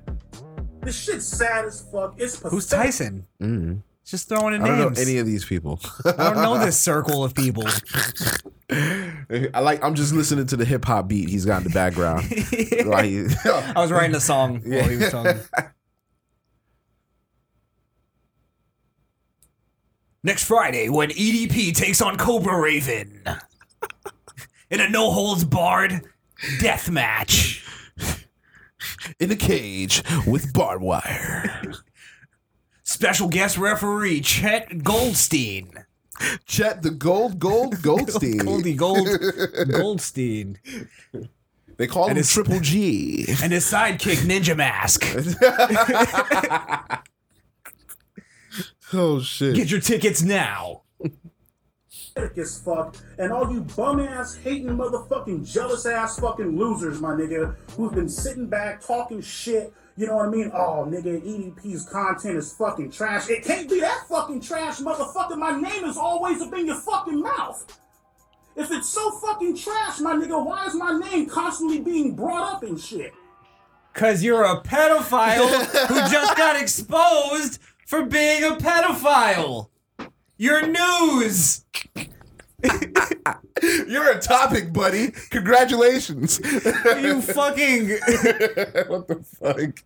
This shit's sad as fuck. It's pathetic. Who's Tyson? Just throwing in Mm. I don't names. know any of these people. I don't know [LAUGHS] this circle of people. I like. I'm just listening to the hip hop beat he's got in [LAUGHS] the background. like, I was writing a song [LAUGHS] while he was talking. Next Friday, when EDP takes on Cobra Raven in a no holds barred death match. in a cage with barbed wire. Special guest referee Chet Goldstein. Chet the Gold [LAUGHS] Gold Goldstein. Goldie [LAUGHS] Gold Goldstein They call him it's- [LAUGHS] Triple G. and his sidekick Ninja [LAUGHS] Mask. Oh shit! Get your tickets now. pathetic as fuck, and all you bum ass, hating, motherfucking, jealous ass fucking losers, my nigga, who've been sitting back talking shit. You know what I mean? Oh, nigga, EDP's content is fucking trash. It can't be that fucking trash, motherfucker. My name is always up in your fucking mouth. If it's so fucking trash, my nigga, why is my name constantly being brought up and shit? Cause you're a pedophile [LAUGHS] who just got exposed for being a pedophile. Your news. [LAUGHS] You're a topic, buddy. Congratulations. You fucking what the fuck?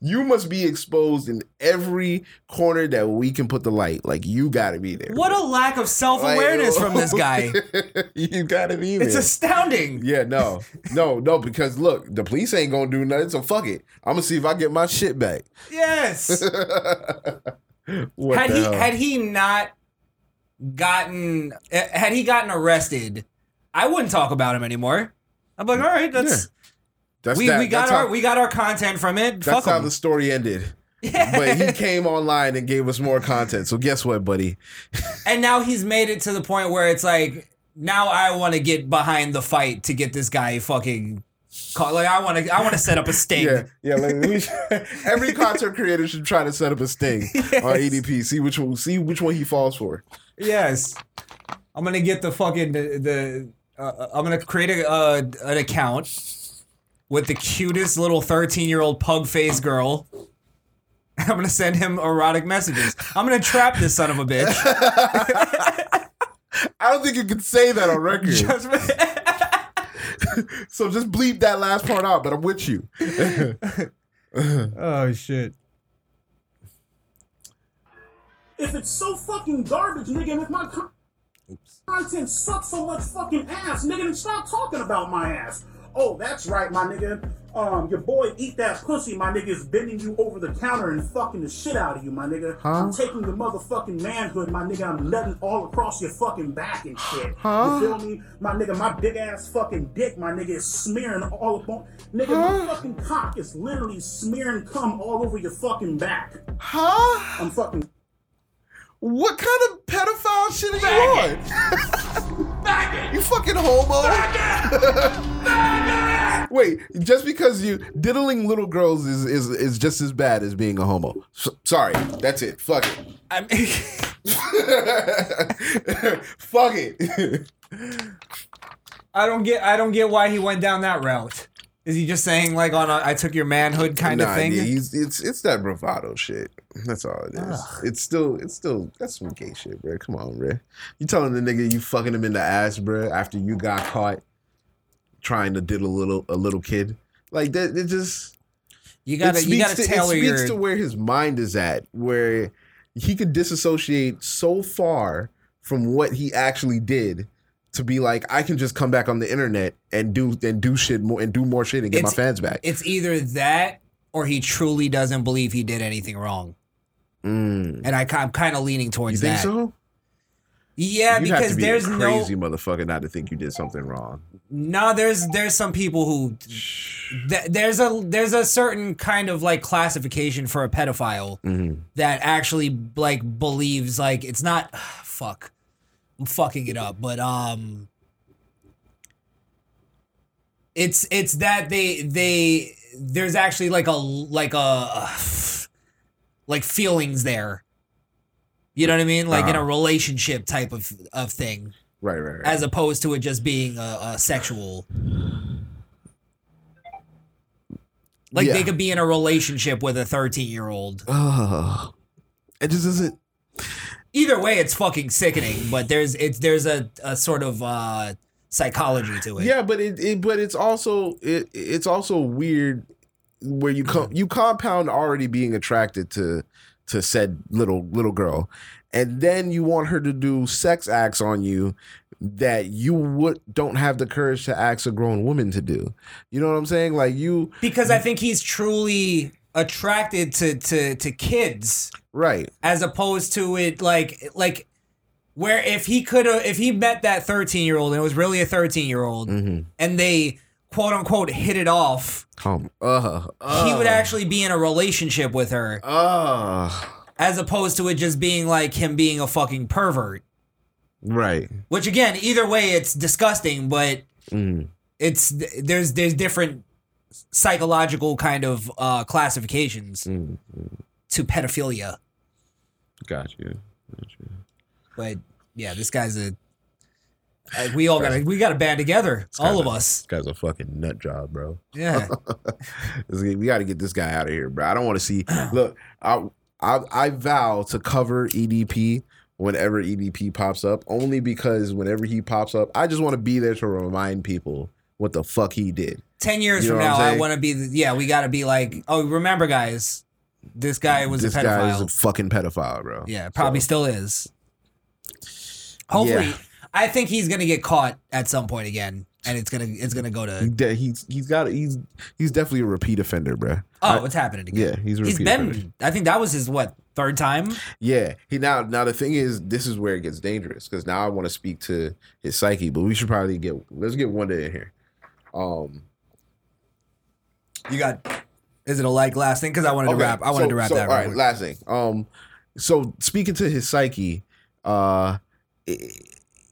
You must be exposed in every corner that we can put the light. Like you got to be there. what a lack of self Like, awareness from this guy. [LAUGHS] you got to be there. It's astounding. yeah, no, no, no. Because look, the police ain't gonna do nothing. So fuck it. I'm gonna see if I get my shit back. Yes. [LAUGHS] What had the he hell? had he not gotten eh, had he gotten arrested, I wouldn't talk about him anymore. I'm like, all right, that's that's we, that- we got that's our how- we got our content from it. Fuck That's how him. the story ended. But he came online and gave us more content. So guess what, buddy? and now he's made it to the point where it's like now I want to get behind the fight to get this guy fucking caught. Like I want to I want to set up a sting. Yeah, yeah. Like we [LAUGHS] should- every content creator should try to set up a sting on EDP. See which one, see which one he falls for. Yes, I'm gonna get the fucking the. the uh, I'm gonna create a uh, an account with the cutest little 13 year old pug face girl. [LAUGHS] I'm gonna send him erotic messages. I'm gonna trap this son of a bitch. [LAUGHS] I don't think you can say that on [LAUGHS] record. [LAUGHS] [LAUGHS] Just- so just bleep that last part out. But I'm with you. [LAUGHS] oh shit. If it's so fucking garbage, nigga, and if my con- content sucks so much fucking ass, nigga, then stop talking about my ass. Oh, that's right, my nigga. Um, your boy Eat That Pussy, my nigga, is bending you over the counter and fucking the shit out of you, my nigga. I'm taking your motherfucking manhood, my nigga. I'm letting all across your fucking back and shit. You feel me? My nigga, my big ass fucking dick, my nigga, is smearing all up on. Nigga, my fucking cock is literally smearing cum all over your fucking back. Huh? I'm fucking What kind of pedophile shit are you on? You fucking homo. [LAUGHS] Wait, just because you diddling little girls is, is is just as bad as being a homo. S- sorry, that's it. Fuck it. I'm Fuck it. [LAUGHS] I don't get I don't get why he went down that route. Is he just saying like on a I took your manhood kind Nah, of thing? yeah, he's- it's it's that bravado shit. That's all it is. It's still it's still that's some gay shit, bro. Come on, bro. You telling the nigga you fucking him in the ass, bro, after you got caught trying to diddle a little a little kid. Like that, it just You gotta you gotta to, tailor it speaks your to where his mind is at, where he could disassociate so far from what he actually did to be like, I can just come back on the internet and do and do shit more and do more shit and get It's- my fans back. it's either that or he truly doesn't believe he did anything wrong. Mm. And I, am kind of leaning towards You think that. so? Yeah, You'd have because to be there's a no crazy motherfucker not to think you did something wrong. no there's there's some people who th- there's a there's a certain kind of like classification for a pedophile Mm-hmm. that actually like believes like it's not [SIGHS] fuck I'm fucking it up but um it's it's that they they there's actually like a like a [SIGHS] like feelings there. You know what I mean? Like in a relationship type of of thing, Uh-huh. Right, right, right. as opposed to it just being a, a sexual. Like Yeah. they could be in a relationship with a 13 year old. Ugh. [SIGHS] it just isn't. Either way, it's fucking sickening. But there's it's there's a, a sort of uh, psychology to it. Yeah, but it, it but it's also it it's also weird where you come you compound already being attracted to to said little little girl, and then you want her to do sex acts on you that you would don't have the courage to ask a grown woman to do. You know what I'm saying? Like you because I think he's truly attracted to to to kids right. as opposed to it like like where if he could have if he met that 13 year old and it was really a 13 year old Mm-hmm. and they quote unquote hit it off Come. Uh, uh, he would actually be in a relationship with her uh as opposed to it just being like him being a fucking pervert right. which again either way it's disgusting but Mm. it's there's there's different psychological kind of uh classifications Mm. to pedophilia Got you. Got you. But yeah, this guy's a. uh, we all gotta we gotta band together, all of kinda- us. This guy's a fucking nut job, bro. [LAUGHS] Yeah, This is- we got to get this guy out of here, bro. I don't want to [CLEARS THROAT] see. Look, I, I I vow to cover EDP whenever EDP pops up, only because whenever he pops up, I just want to be there to remind people what the fuck he did. ten years You know from what I'm now, I saying? want to be. the- Yeah, we gotta be like, oh, remember, guys, this guy was this a guy is pedophile. a fucking pedophile, bro. yeah, probably still is. Hopefully, Yeah. I think he's gonna get caught at some point again, and it's gonna it's gonna go He to de- he's he's got he's he's definitely a repeat offender, bro. oh, it's happening again. Yeah, he's a repeat he's been. offender. I think that was his what third time. Yeah, he now now the thing is, this is where it gets dangerous because now I want to speak to his psyche, but we should probably get let's get one day in here. Um, You got. Is it a like last thing? Because I wanted to Okay, wrap. I wanted so- to wrap so, that. All real right, quick. last thing. Um, so speaking to his psyche, uh, i-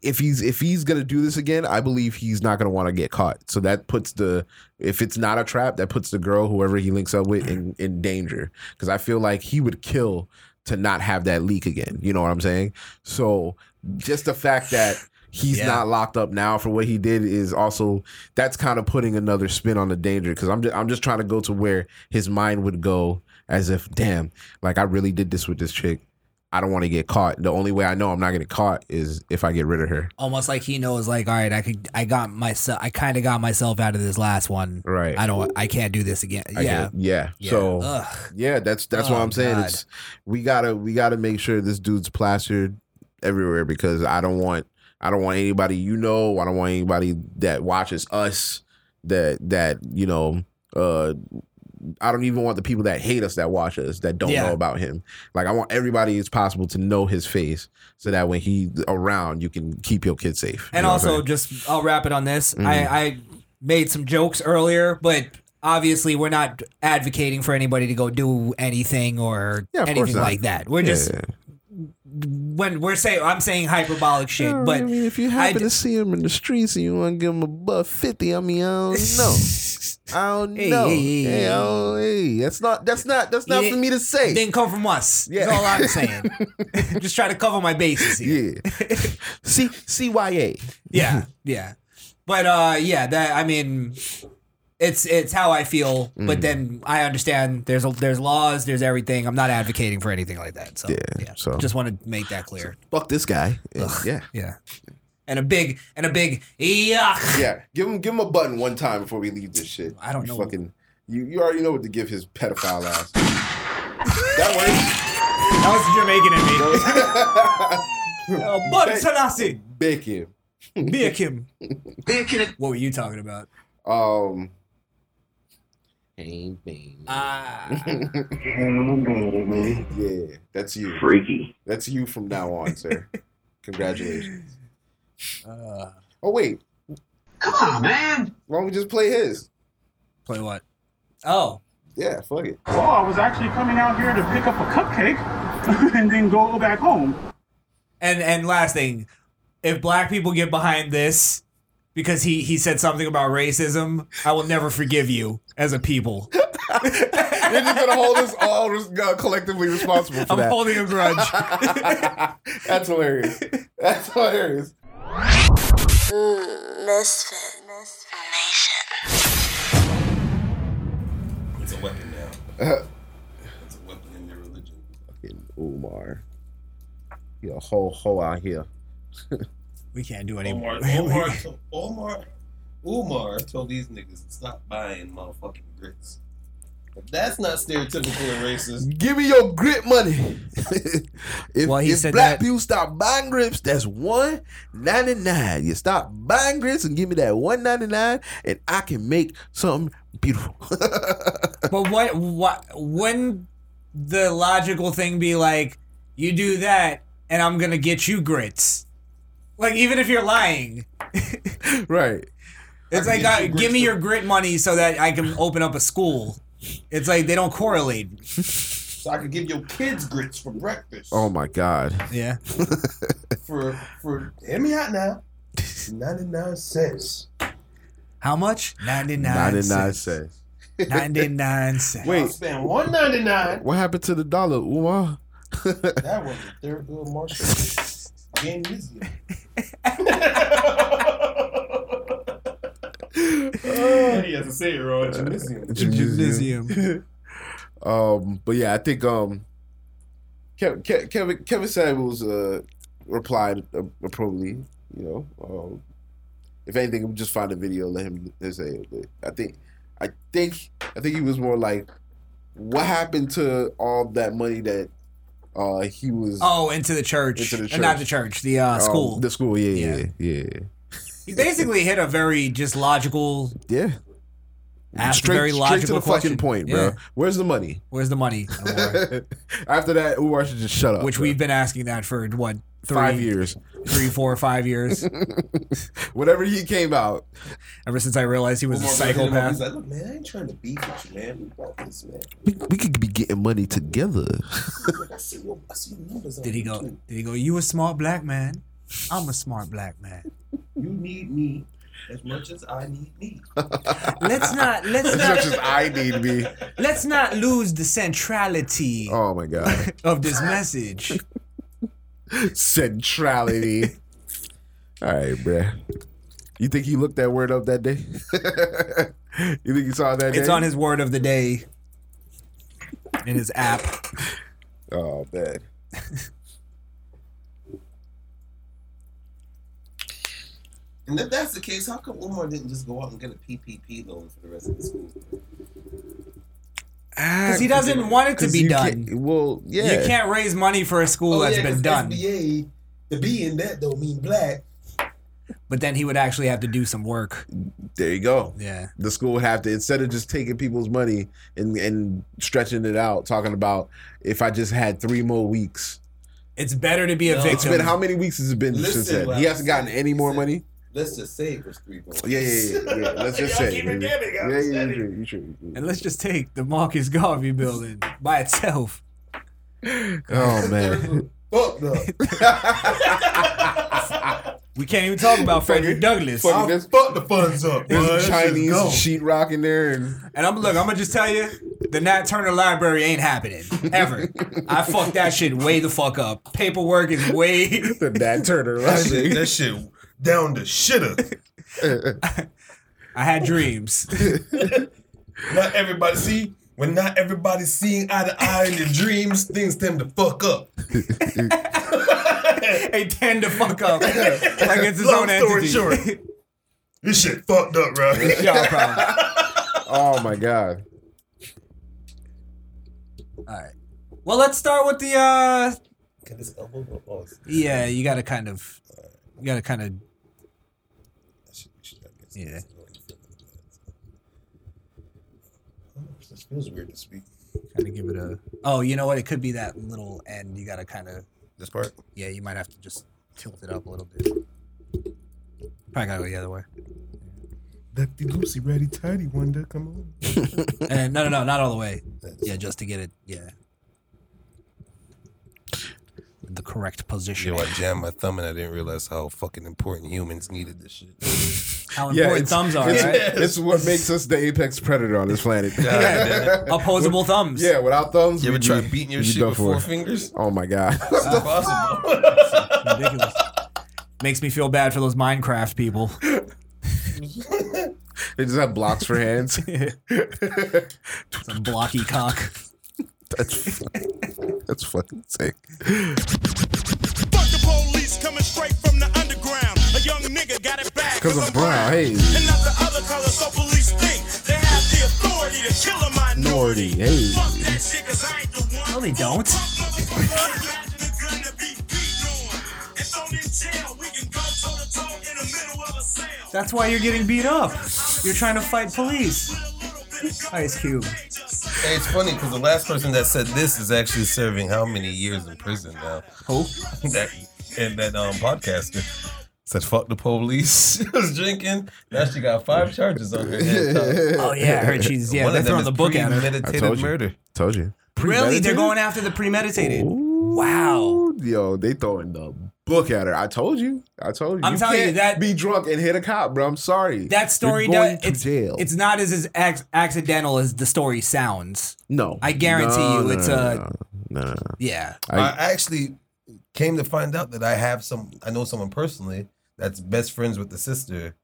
if he's if he's gonna do this again, I believe he's not gonna want to get caught. So that puts the if it's not a trap, that puts the girl whoever he links up with in in danger. Because I feel like he would kill to not have that leak again. You know what I'm saying? So just the fact that. He's Yeah. not locked up now for what he did is also that's kind of putting another spin on the danger because I'm just, I'm just trying to go to where his mind would go as if damn like I really did this with this chick I don't want to get caught the only way I know I'm not getting caught is if I get rid of her almost like he knows like all right i could i got myself i kind of got myself out of this last one right i don't i can't do this again I yeah, get- yeah yeah so Ugh. yeah that's that's what Oh, I'm saying God. it's we gotta we gotta make sure this dude's plastered everywhere because I don't want I don't want anybody you know I don't want anybody that watches us that that you know uh I don't even want the people that hate us that watch us that don't Yeah. know about him. Like I want everybody as possible to know his face so that when he's around, you can keep your kids safe. You and know what also I'm saying? just i'll wrap it on this Mhm. i i made some jokes earlier but obviously we're not advocating for anybody to go do anything or Yeah, of course anything not. like that we're Yeah, just yeah. when we're saying i'm saying hyperbolic shit Yeah, but I mean, if you I happen d- to see him in the streets and you want to give him a buck fifty, I mean, [LAUGHS] I don't know. I don't Hey, know. hey, hey, Hey, hey. I don't- hey, that's not that's not that's not Yeah. for me to say. didn't come from us yeah. Yeah. that's all i'm [LAUGHS] saying [LAUGHS] just try to cover my bases here yeah. C C Y A. [LAUGHS] yeah yeah but uh yeah that i mean it's it's how i feel Mm. but then i understand there's a, there's laws there's everything i'm not advocating for anything like that so yeah, so- just want to make that clear Fuck this guy. Yeah. yeah and a big and a big yuck Yeah, give him give him a button one time before we leave this shit. I don't You know. Fucking, you you already know what to give his pedophile ass. that that was jamaican in me [LAUGHS] uh, but Hey. tanasi works. Bacon. be a kim what were you talking about Um. Bang, bang. [LAUGHS] ah yeah, that's you. Freaky. That's you from now on, [LAUGHS] sir. Congratulations. uh, Oh wait, Come on, man. why don't we just play his? play what oh Yeah, fuck [LAUGHS] it. Oh, I was actually coming out here to pick up a cupcake [LAUGHS] and then go back home. And and last thing, if black people get behind this because he he said something about racism, I will never forgive you. as a people. You're just gonna hold us all res- uh, collectively responsible for I'm that. holding a grudge. [LAUGHS] That's hilarious. That's hilarious. Misfit. Nation. It's a weapon now. it's a weapon in their religion. Fucking Umar, you a whole hoe out here. [LAUGHS] We can't do any Omar, more. [LAUGHS] Omar, told- Omar, Omar told these niggas to stop buying motherfucking grits. If that's not stereotypical and [LAUGHS] racist, Give me your grip [LAUGHS] money. if Well, he if said black that- people stop buying grips, that's one ninety nine. You stop buying grips and give me that one ninety nine, and I can make something beautiful. But what, what, wouldn't the logical thing be like, you do that and I'm going to get you grits? Like, even if you're lying, [LAUGHS] right. it's I like, can uh, get you give me grits, your grit money so that I can open up a school. It's like they don't correlate. so I could give your kids grits for breakfast. Oh my God. [LAUGHS] Yeah. For for hear me out now. Ninety nine cents. How much? 99 Ninety nine cents. [LAUGHS] cents. 99 cents. I Wait, spent one ninety nine. what happened to the dollar, Umar? That was the third [LAUGHS] Bill Marshall. Game this year. he has to say it, Uh, Ron. Gymnasium. Gymnasium. [LAUGHS] Um, but yeah, I think um, Kevin Kevin Kevin Samuels uh replied uh, appropriately. You know, um, if anything, just find a video, let him say it. But I think, I think, I think he was more like, what happened to all that money that uh he was Oh, into the church. Into the Uh, Not church. the church, the uh, um, school. the school, yeah, yeah, yeah, he basically hit a very just logical, yeah. asked a Straight, very straight to logical the question. fucking point, bro. Yeah. Where's the money? Where's the [LAUGHS] money? Omar? After that, Umar should just shut up. Which bro. we've been asking that for what three, five years. three, four, five [LAUGHS] years. Whenever he came out, Ever since I realized he was a Omar looked at him and He's psychopath. like, look, man, I ain't trying to beef with you, man. We bought this, [LAUGHS] man. we, we could be getting money together. [LAUGHS] Look, I see your, I see your numbers. on Did he go? YouTube. Did he go? You a smart black man. I'm a smart black man. You need me as much as I need me. [LAUGHS] Let's [LAUGHS] not. Let's as much not. as [LAUGHS] I need be. Let's not lose the centrality Oh my god, [LAUGHS] of this message. centrality. All right, bruh. You think he looked that word up that day? [LAUGHS] you think he saw it that day? It's on his word of the day. In his app. Oh man. And if that's the case, how come Omar didn't just go out and get a PPP loan for the rest of the school? Because Ah, he doesn't want it to 'Cause be you done. can't- Well, yeah. You can't raise money for a Oh, school that's been done. SBA, the B in that though mean black. But then he would actually have to do some work. There you go. Yeah. the school would have to instead of just taking people's money and and stretching it out, talking about if I just had three more weeks. It's better to be a No. victim. It's been how many weeks has it been Listen, since then? what He I hasn't gotten said. any more Listen. money. Let's just say it was three points. Yeah, yeah, yeah. yeah, yeah. [LAUGHS] Let's just say. it, baby. Yeah, yeah, yeah, you true, you true, you true. And let's just take the Marcus Garvey building by itself. Oh [LAUGHS] man, Fuck no. [LAUGHS] We can't even talk about Frederick Douglass. Fucking this- Fuck the funds up. boy. Let's There's just Chinese go. sheetrock in there, and And I'm look, I'm gonna just tell you, the Nat Turner Library ain't happening ever. I fucked that shit way the fuck up. Paperwork is way. [LAUGHS] the [LAUGHS] Nat Turner. That right? shit, that shit down to shitter. [LAUGHS] I had dreams. [LAUGHS] Not everybody see. When not everybody seeing eye to eye in their dreams, things tend to fuck up. [LAUGHS] they tend to fuck up like [LAUGHS] it's its Long own story entity. short, this shit fucked up, bro. [LAUGHS] Y'all problem. Oh [LAUGHS] my god. All right. Well, let's start with the. uh This elbow go off. Yeah, you gotta kind of, you gotta kind of. That shit- we should not get some- Yeah. This feels weird to speak. kind of give it a. Oh, you know what? It could be that little end. You gotta kind of. This part? Yeah, you might have to just tilt it up a little bit. Probably gotta go the other way. Lefty loosey, ready tidy, wonder, come on. And no, no, no, not all the way. Yeah, just to get it. Yeah. The correct position. Yo, I jammed my thumb and I didn't realize how fucking important humans needed this shit. How important it's- thumbs are, It's, right? [LAUGHS] it's what makes us the apex predator on this planet. [LAUGHS] God, Opposable thumbs. yeah, without thumbs, you ever we'd try be- beating your we'd be shit done with for. [LAUGHS] four fingers? Oh [LAUGHS] my god. It's [LAUGHS] impossible. Ridiculous. Makes me feel bad for those Minecraft people. they just have blocks [LAUGHS] for hands. Some blocky cock. that's that's fucking sick. Fuck the police coming straight from the underground. A young nigga got it back. Cause I'm brown. Hey, And not the other color, so police think they have the authority to kill a minority. Minority, hey. Fuck that shit, cause I ain't the one. No, they don't. Punk motherfucker, imagine a gun to be beat on. It's on in jail, we can go toe to toe in the middle of a sale. That's why you're getting beat up. You're trying to fight police. Ice Cube. Hey, it's funny because the last person that said this is actually serving how many years in prison now? Who? [LAUGHS] that and that um podcaster said fuck the police. [LAUGHS] she [LAUGHS] was drinking. Now she got five charges on her head. Oh yeah, I heard she's yeah. uh, One They're of them throwing the book is at her. I told Premeditated you. murder. told you. Really, they're Premeditated? going after the premeditated. Wow. Ooh, Yo, they throwing the book at her. I told you. I told you. I'm telling you, can't that- be drunk and hit a cop, bro. I'm sorry. That story You're going does. to It's jail. it's not as, as ac- accidental as the story sounds. no. I guarantee No, you no, it's no, a- no, no, no, no. Yeah. I, I- actually came to find out that I have some. I know someone personally that's best friends with the sister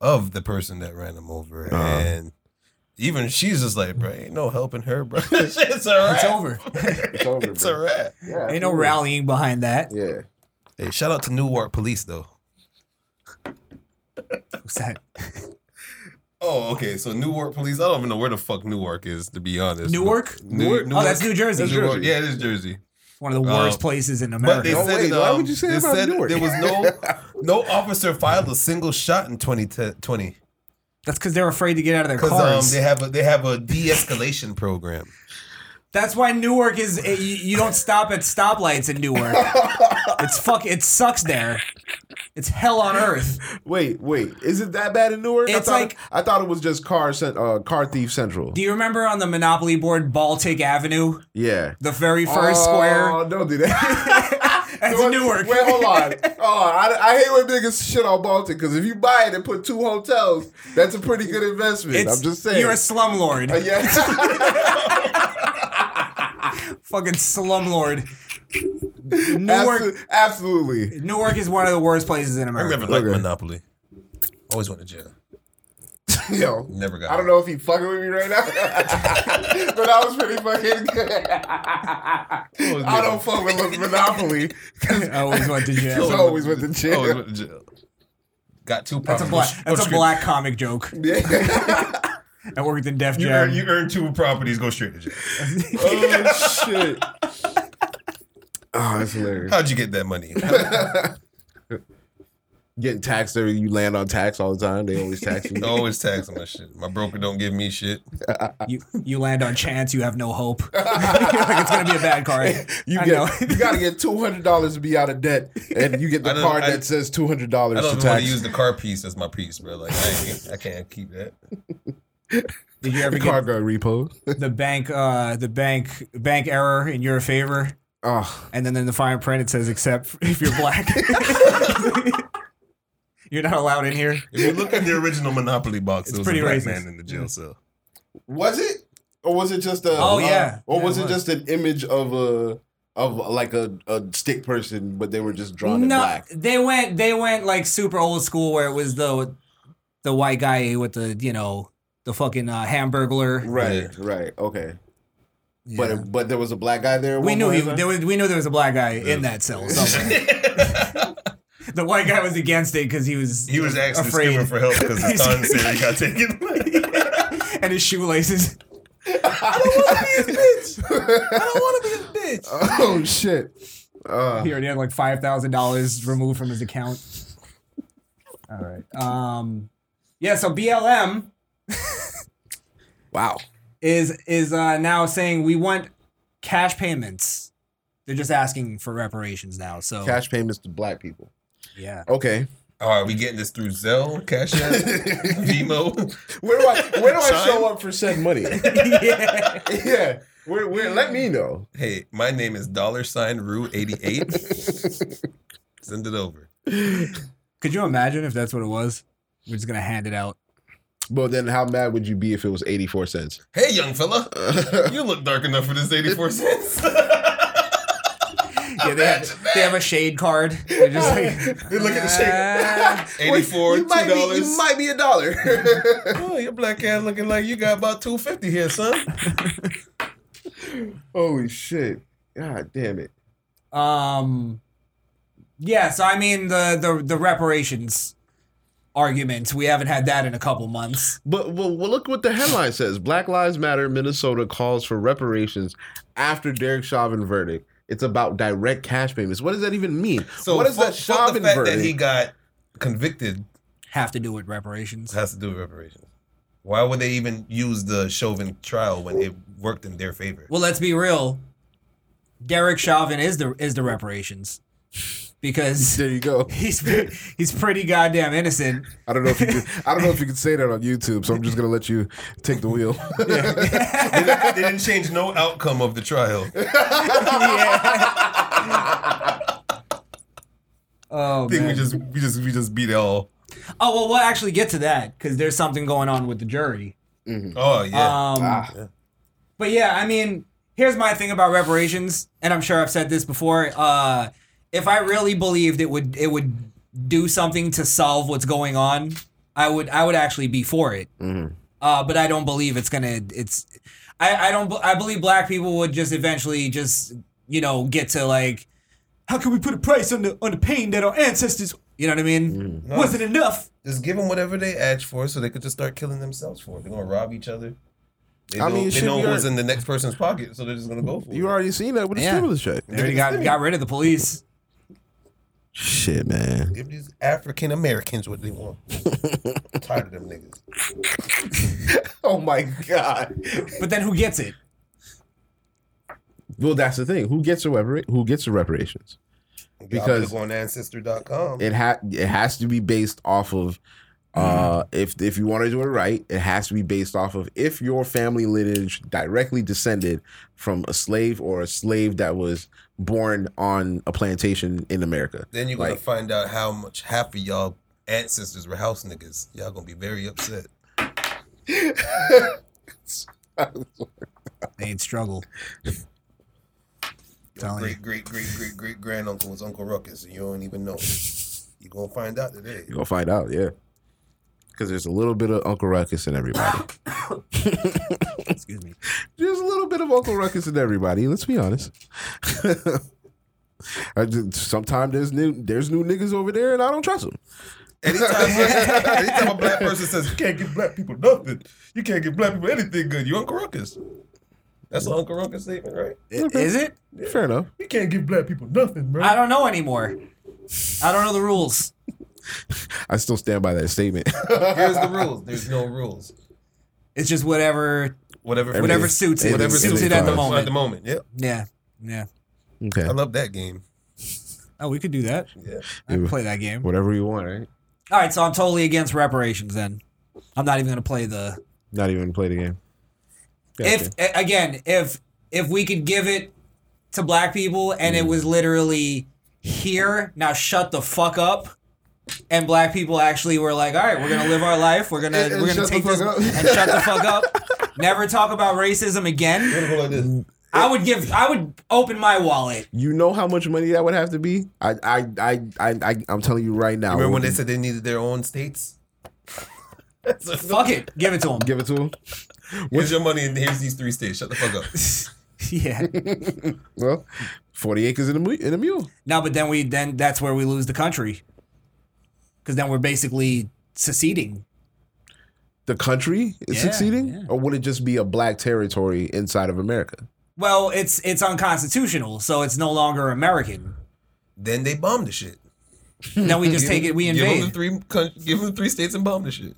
of the person that ran him over, Uh-huh. and even she's just like, bro, ain't no helping her, bro. it's a wrap. It's [LAUGHS] over. it's over, it's bro. a wrap. Yeah, Ain't no rallying behind that. Yeah. Hey, shout out to Newark Police though. What's that? [LAUGHS] Oh, okay. So Newark police. I don't even know where the fuck Newark is, to be honest. Newark? New- Oh, that's New Jersey. That's Newark. Jersey. Yeah, it is Jersey. One of the worst Uh, places in But America. they No, said wait, um, why would you say they that about said Newark? There was no [LAUGHS] no officer filed a single shot in 2020 That's because they're afraid to get out of their because um, cars. they have a they have a de-escalation program. That's why Newark is. eh, You you don't stop at stoplights in [LAUGHS] Newark. it's fuck. It sucks there. It's hell on earth. Wait, wait. Is it that bad in Newark? I It's thought like- it, I thought it was just car cen- uh, car thief central. Do you remember on the Monopoly board, Baltic Avenue, yeah. the very first oh, square? don't do that. [LAUGHS] That's Wait, Newark. Wait, hold on. Hold on. I, I hate when niggas shit on Baltic because if you buy it and put two hotels, that's a pretty good investment. It's- I'm just saying. You're a slumlord. Uh, yeah. Fucking slumlord. Newark. Absol- absolutely. Newark is one of the worst places in I America. never liked Okay. Monopoly. Always went to [LAUGHS] jail. Yo. Never got. I don't know if he fucking with me right now, [LAUGHS] but I was pretty fucking good. I don't fuck with [LAUGHS] Monopoly. I [LAUGHS] always went to It's jail. always with the it. Always jail. went to jail. Got two. That's a properties. black. Go That's a straight- black comic joke. Yeah. [LAUGHS] I worked in Def You Jam. earn, you earn two properties. Go straight to jail. [LAUGHS] oh shit. [LAUGHS] Oh, that's hilarious. How'd you get that [LAUGHS] money? Getting taxed every you land on tax all the time. [LAUGHS] They always tax you. Always taxing my shit. My broker don't give me shit. you you land on chance, you have no hope. You're like, it's gonna be a bad card. You I get know. you gotta get two hundred dollars to be out of debt, and you get I the don't- card I- that says two hundred I dollars don't to even want to tax. use the car piece as my piece, bro. Like I, ain't- I can't keep that. Did you ever The get card got repo. the bank uh the bank bank error in your favor? Oh, And then in the fine print it says except if you're black. [LAUGHS] you're not allowed in here. If you look in the original Monopoly box, It's it was pretty a black racist. man in the jail cell. was it? Or was it just a? Oh, yeah. Or Yeah, was it it was. just an image of a of like a, a stick person, but they were just drawn in black? they went they went like super old school where it was the the white guy with the you know the fucking uh, Hamburglar. Right, Yeah. right, okay. Yeah. But but there was a black guy there. at we one knew point he, in time? there was we knew there was a black guy in that cell somewhere. the white guy was against it because he was He was actually afraid. screaming for [LAUGHS] help because his son said he got taken. and his shoelaces. Oh shit! Uh, He already had like five thousand dollars removed from his account. All right. Um, yeah. So BLM wow. is is uh, now saying we want cash payments. They're just asking for reparations now. So Cash payments to black people. yeah. Okay. All right, we getting this through Zelle, Cash [LAUGHS] App, Vimo. Where do I where do I Chime? show up for said money? [LAUGHS] yeah. yeah. Where where let me know. Hey, my name is Dollar Sign Rue eighty eight. Send it over. Could you imagine if that's what it was? We're just gonna hand it out. But then, how mad would you be if it was eighty four cents? Hey, young fella, you look dark [LAUGHS] enough for this 84 cents. Yeah, they have, they have a shade card. They're just [LAUGHS] like [LAUGHS] They look at the shake. "Ah." 84, you might $2. Be, you might be a dollar. [LAUGHS] oh, your black ass looking like you got about 250 here, son. Holy shit! God damn it! Um, yeah, so I mean the the the reparations argument. We haven't had that in a couple months. But well, well, look what the headline says: Black Lives Matter Minnesota calls for reparations after Derek Chauvin verdict. It's about direct cash payments. What does that even mean? So what is fuck- that fuck Chauvin the fact verdict? that he got convicted Have to do with reparations. has to do with reparations. Why would they even use the Chauvin trial when it worked in their favor? Well, let's be real. Derek Chauvin is the is the reparations because there you go. [LAUGHS] he's pre- he's pretty goddamn innocent. I don't know if you can, I don't know if you can say that on YouTube, so I'm just gonna let you take [LAUGHS] the wheel. they, didn't, they didn't change no outcome of the trial. Oh, I think we man. just we just we just beat it all. oh well, we'll actually get to that because there's something going on with the jury. Oh yeah. Um, Ah. But yeah, I mean, here's my thing about reparations, and I'm sure I've said this before. Uh, if I really believed it would it would do something to solve what's going on, I would I would actually be for it. Mm-hmm. Uh, but I don't believe it's gonna. It's I I don't be- I believe black people would just eventually just you know get to like, how can we put a price on the on the pain that our ancestors you know what I Mm. mean wasn't enough. just give them whatever they asked for, so they could just start killing themselves for it. They're gonna rob each other. They I know, mean, they shit, know we what's are- in the next person's pocket, so they're just gonna go for you it. already seen that with the Yeah. stimulus check. They already got got rid of the police. Shit, man. Give these African Americans what they [LAUGHS] want. I'm tired of them niggas. [LAUGHS] Oh my god. But then who gets it? Well, that's the thing. Who gets the repar- Who gets the reparations? Because- Y'all go on ancestor.com. It ha- it has to be based off of. Uh, if if you want to do it right, it has to be based off of if your family lineage directly descended from a slave or a slave that was born on a plantation in America. Then you're gonna Like- find out how much half of y'all ancestors were house niggas. Y'all gonna be very [LAUGHS] upset. They'd [LAUGHS] struggle. Your Telling you. great, great, great, great, great granduncle was Uncle Ruckus, and you don't even know. You're gonna find [LAUGHS] out today. [LAUGHS] You're gonna find out, yeah. Because there's a little bit of Uncle Ruckus in [COUGHS] everybody. Excuse me. There's a little bit of Uncle Ruckus in everybody. Let's be honest. [LAUGHS] I just, sometimes there's new there's new niggas over there, and I don't trust them. Anytime, anytime a black person says you can't give black people nothing, you can't give black people anything good, you Uncle Ruckus. That's an Uncle Ruckus statement, right? Is it? [LAUGHS] Fair enough. You can't give black people nothing, bro. I don't know anymore. I don't know the rules. I still stand by that statement. [LAUGHS] Here's the rules. There's no rules. It's just whatever. Whatever, Whatever suits it. whatever Suits suits it at the us moment. At the moment, yep. Yeah, yeah. okay, I love that game. Oh, we could do that. Yeah. I could play that game. whatever you want, right? All right, so I'm totally against reparations. Then I'm not even gonna play the. Not even gonna play the game. If a- again, if if we could give it to black people and Mm. it was literally here, now shut the fuck up. And black people actually were like, all right, we're gonna live our life. We're gonna And- and we're gonna shut the take this fuck up. and shut the fuck [LAUGHS] up. Never talk about racism again. Go like this. I would give. I would open my wallet. you know how much money that would have to be. I I I I, I I'm telling you right now. Remember when they said they needed their own states? That's a- Fuck [LAUGHS] it. Give it to him. give it to him? Here's your money and here's these three states. Shut the [LAUGHS] fuck up. yeah. Well, forty acres in a mu- in a mule. No, but then we then that's where we lose the country. Because then we're basically seceding. The country is Yeah, succeeding, yeah. or would it just be a black territory inside of America? Well, it's it's unconstitutional, so it's no longer American. Then they bomb the shit. Then we just Give take them- it. We give them the invade. three. coun- Give them the three states and bomb the shit.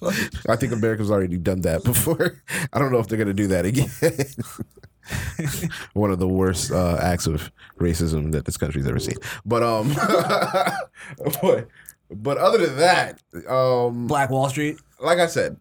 Fuck it. I think America's already done that [LAUGHS] before. I don't know if they're going to do that again. [LAUGHS] One of the worst uh, acts of racism that this country's ever seen. But um, [LAUGHS] but, but other than that, um, Black Wall Street. like I said,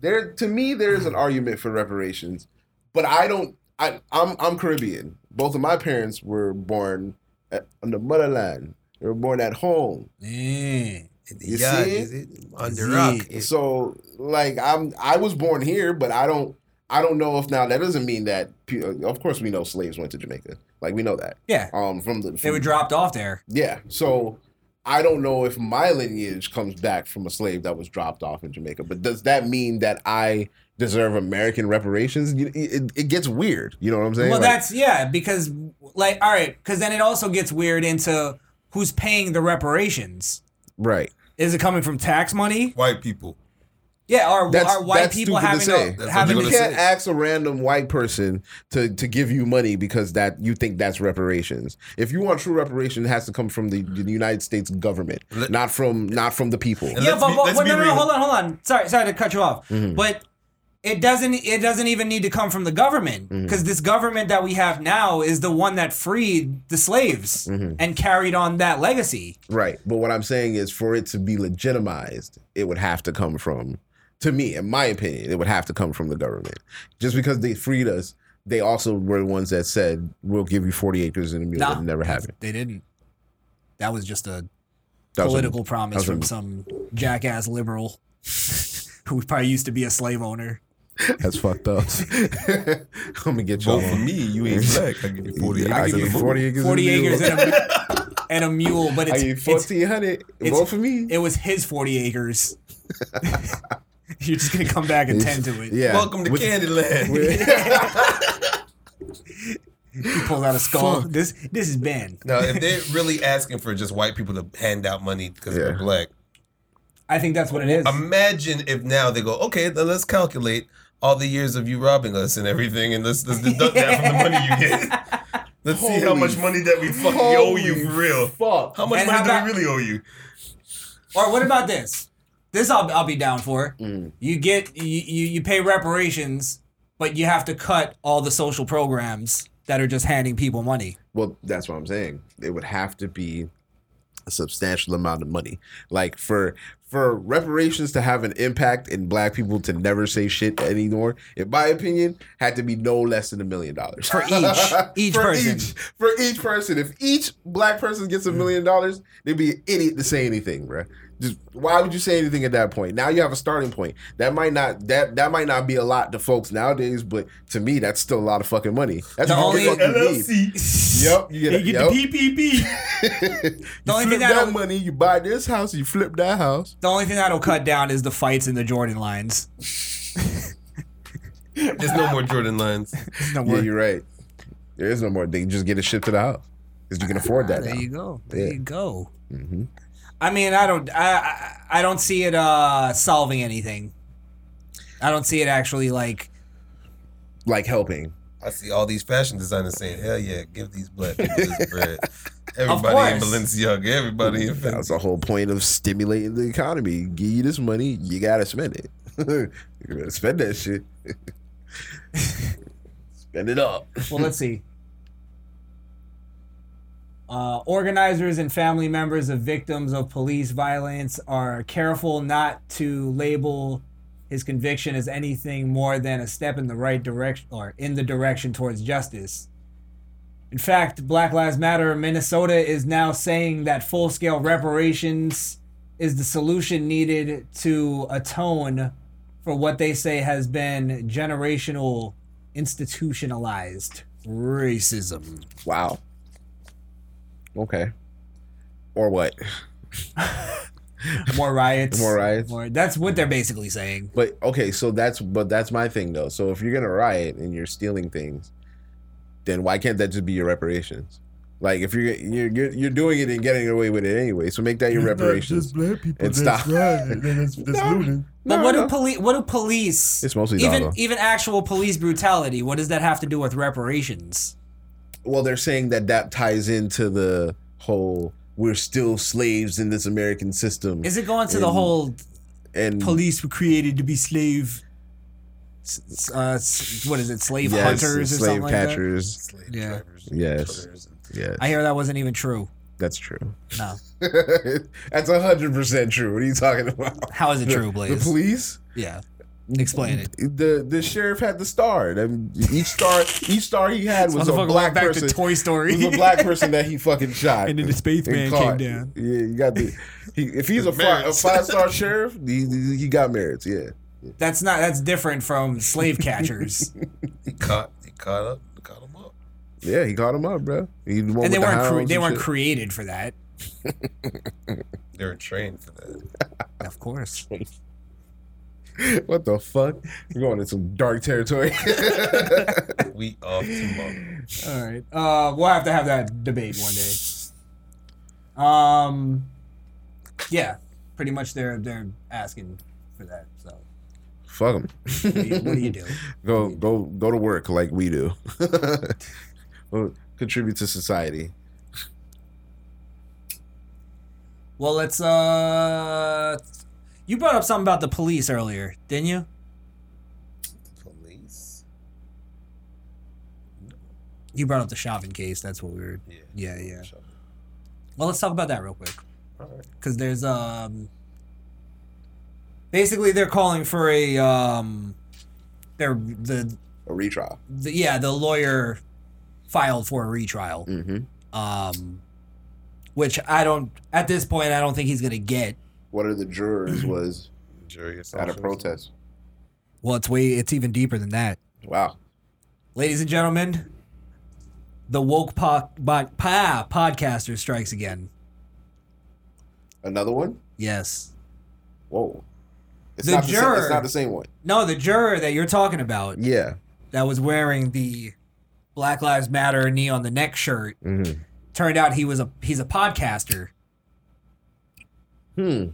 there to me there is an argument for reparations, but I don't. I I'm I'm Caribbean. Both of my parents were born at, on the motherland. They were born at home. Eh. You yeah, see it? is it? Under See rock. it. It- So like I'm I was born here, but I don't I don't know if now that doesn't mean that pe- uh, of course we know slaves went to Jamaica. Like we know that. Yeah. Um from the They from- were dropped off there. Yeah. So I don't know if my lineage comes back from a slave that was dropped off in Jamaica, but does that mean that I deserve American reparations? You- It, it gets weird. You know what I'm saying? Well, Like, that's yeah, because like all right, because then it also gets weird into who's paying the reparations. right. Is it coming from tax money? White people. Yeah, are, That's- are white that's people stupid to having say. to, That's having what You I'm to, can't gonna say. ask a random white person to, to give you money because that you think that's reparations. If you want true reparation, it has to come from the, the United States government, Let- not from not from the people. And yeah, let's but, be- but- let's but be no, no, no, real. hold on, hold on. Sorry, sorry to cut you off, Mm-hmm. but it doesn't it doesn't even need to come from the government Mm-hmm. because this government that we have now is the one that freed the slaves Mm-hmm. and carried on that legacy. Right. But what I'm saying is for it to be legitimized, it would have to come from to me, in my opinion, it would have to come from the government. Just because they freed us, they also were the ones that said, We'll give you forty acres and a mule. Nah, it never happened. They didn't. That was just a That was a- political promise was a- from some jackass liberal [LAUGHS] who probably used to be a slave owner. That's fucked [LAUGHS] up. I'm gonna get y'all. Vote for me. You ain't black. I give you 40 Yeah, I acres. give [LAUGHS] you 40 acres. Forty and a acres [LAUGHS] mule. and a, [LAUGHS] and a mule, but I it's, give you it's 1400. it's- Vote for me. it was his forty acres. [LAUGHS] You're just gonna come back and tend to it. Yeah. Welcome to With- [LAUGHS] Candyland. [LAUGHS] He pulls out a skull. Fuck. This this is Ben. Now, if they're really asking for just white people to hand out money because Yeah. they're black, I think that's what it is. imagine if now they go, okay, then let's calculate all the years of you robbing us and everything, and let's, let's deduct that from the money you [LAUGHS] get. Let's see how Holy much money that [LAUGHS] we fucking owe you for real. Fuck. How much And money how do about- we really owe you? or what about this? This I'll, I'll be down for. You get you, you you pay reparations, but you have to cut all the social programs that are just handing people money. Well, that's what I'm saying. It would have to be a substantial amount of money. Like for for reparations to have an impact and black people to never say shit anymore, in my opinion, had to be no less than a million dollars. For each- [LAUGHS] each [LAUGHS] for person. Each, for each person. If each black person gets a million dollars, they'd be an idiot to say anything, bruh. Just why would you say anything at that point? Now you have a starting point. That might not that that might not be a lot to folks nowadays, but to me that's still a lot of fucking money. That's The what only- you fucking need. Yep, you You get get, it, yep. the PPP. you only flip thing I that don't- money, you buy this house, you flip that house. The only thing that'll cut down is the fights in the Jordan lines. There's no [LAUGHS] more Jordan lines. No Yeah, more. you're right. There is no more. They just get a shit to the house because you can afford that Ah, there now. you go. There Yeah. you go. Mhm. I mean, I don't, I, I, I don't see it uh, solving anything. I don't see it actually like Like helping. I see all these fashion designers saying, "Hell yeah, give these black people [LAUGHS] this bread." course. Everybody in Balenciaga, everybody in Fendi. That's the whole point of stimulating the economy. Give you this money, you gotta spend it. [LAUGHS] you gotta spend that shit. [LAUGHS] spend it up. Well, let's see. Uh, organizers and family members of victims of police violence are careful not to label his conviction as anything more than a step in the right direction or in the direction towards justice. In fact, Black Lives Matter Minnesota is now saying that full scale reparations is the solution needed to atone for what they say has been generational institutionalized racism. Wow. Okay. Or what? More riots. More riots. More, that's what they're basically saying. But okay, so that's but that's my thing though. So if you're gonna riot and you're stealing things, then why can't that just be your reparations? Like if you're you're you're, you're doing it and getting away with it anyway, so make that your reparations. black people And that's stop. rioting, that's, No. looting. But what do no. police? What do police? It's mostly even dollar. even actual police brutality. What does that have to do with reparations? e-, well, they're saying that that ties into the whole we're still slaves in this American system, Is it going to the In- whole and police were created to be slave? s- s- Uh, s- what is it? Slave yes, hunters or slave something like that. catchers. Yeah. [LAUGHS] Yes. Yes, I hear that wasn't even true. that's true. No, that's hundred percent true. What are you talking about? how is it The- true, The Blaze? police? yeah, Explain it. the the sheriff had the star. And each star, each star he had was a Motherfucker black went back person. to Toy Story. It was a black person that he fucking shot. And then the spaceman And came caught. down. Yeah, you got the. He, if he's a, fi- a Merits. five star sheriff, he, he he got merits. Yeah, That's not. That's different from slave [LAUGHS] catchers, He caught, he caught up, caught him up. yeah, he caught him up, bro. He the one and they with the weren't. hounds Cre- and they weren't shit. created for [LAUGHS] that. They were trained for that. Of course. [LAUGHS] what the fuck? We're going into some [LAUGHS] dark territory. [LAUGHS] We off tomorrow. All right. Uh, we'll have to have that debate one day. Um, yeah, pretty much they're they're asking for that. So Fuck him. what do you, what do, you do? [LAUGHS] Go go go to work like we do. [LAUGHS] Well, Contribute to society. Well, let's. Uh, you brought up something about the police earlier, didn't you? Police. You brought up the shopping case. That's what we were. Yeah. Yeah, yeah. Shopping. Well, let's talk about that real quick. Alright. because there's um basically they're calling for a um they're the, A retrial. the yeah the lawyer filed for a retrial Mm-hmm. um which i don't at this point i don't think he's gonna get One of [CLEARS THROAT] the jurors was Jury at a assumptions. protest. well it's way it's even deeper than that Wow. ladies and gentlemen the woke po- bo- pa- podcaster strikes again Another one? yes Whoa. It's The not the same, juror. it's not the same one. no the juror that you're talking about Yeah. that was wearing the black lives matter knee on the neck shirt Mm-hmm. turned out he was a he's a podcaster. Hmm.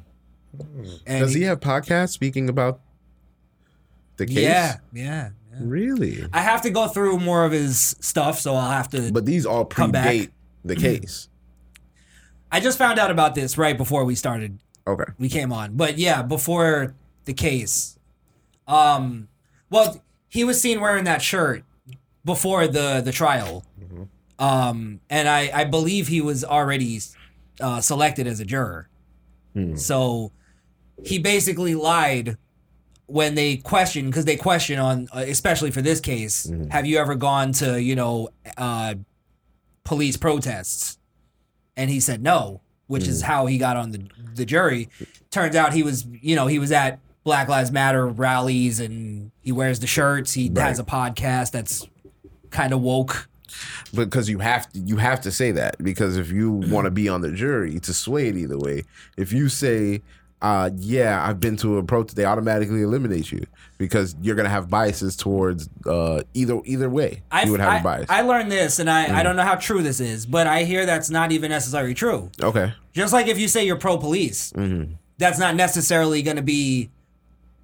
And Does he have podcasts speaking about the case? Yeah, yeah, yeah. Really? I have to go through more of his stuff, so I'll have to. But these all Come back. Mm-hmm. predate the case. I just found out about this right before we started. Okay. We came on, but yeah, before the case. Um, well, he was seen wearing that shirt before the the trial, um, and I I believe he was already uh, selected as a juror. Hmm. So he basically lied when they question because they question on uh, especially for this case Mhm. have you ever gone to you know uh police protests and he said no which is Hmm. how he got on the the jury turns out he was you know he was at black lives matter rallies and he wears the shirts he has a podcast that's kind of woke Because you have to you have to say that because if you Mm-hmm. want to be on the jury to sway it either way, if you say uh, yeah, I've been to a protest. They automatically eliminate you because you're gonna have biases towards uh, either either way. I, you would have Hmm. I, a bias. I learned this and I, I don't know how true this is but i hear that's not even necessarily true okay. Mm-hmm. Just like if you say you're pro police, that's not necessarily going to be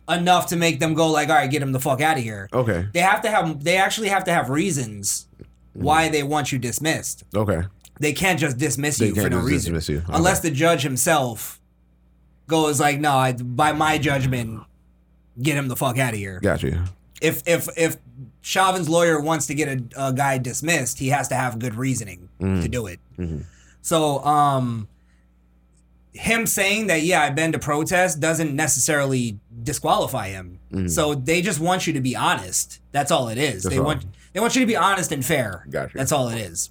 enough to make them go like, "All right, get him the fuck out of here." Okay. They have to have they actually have to have reasons why they want you dismissed. Okay. They can't just dismiss They you for can't no just reason. dismiss you. Okay. Unless the judge himself goes like, "No, I, by my judgment, get him the fuck out of here." Got you. If if if Chauvin's lawyer wants to get a, a guy dismissed, he has to have good reasoning to Mm. do it. Mm-hmm. So, um, him saying that yeah, I've been to protest doesn't necessarily disqualify him. So they just want you to be honest. That's all it is. Mm-hmm. That's they all. want they want you to be honest and fair. Gotcha. That's all it is.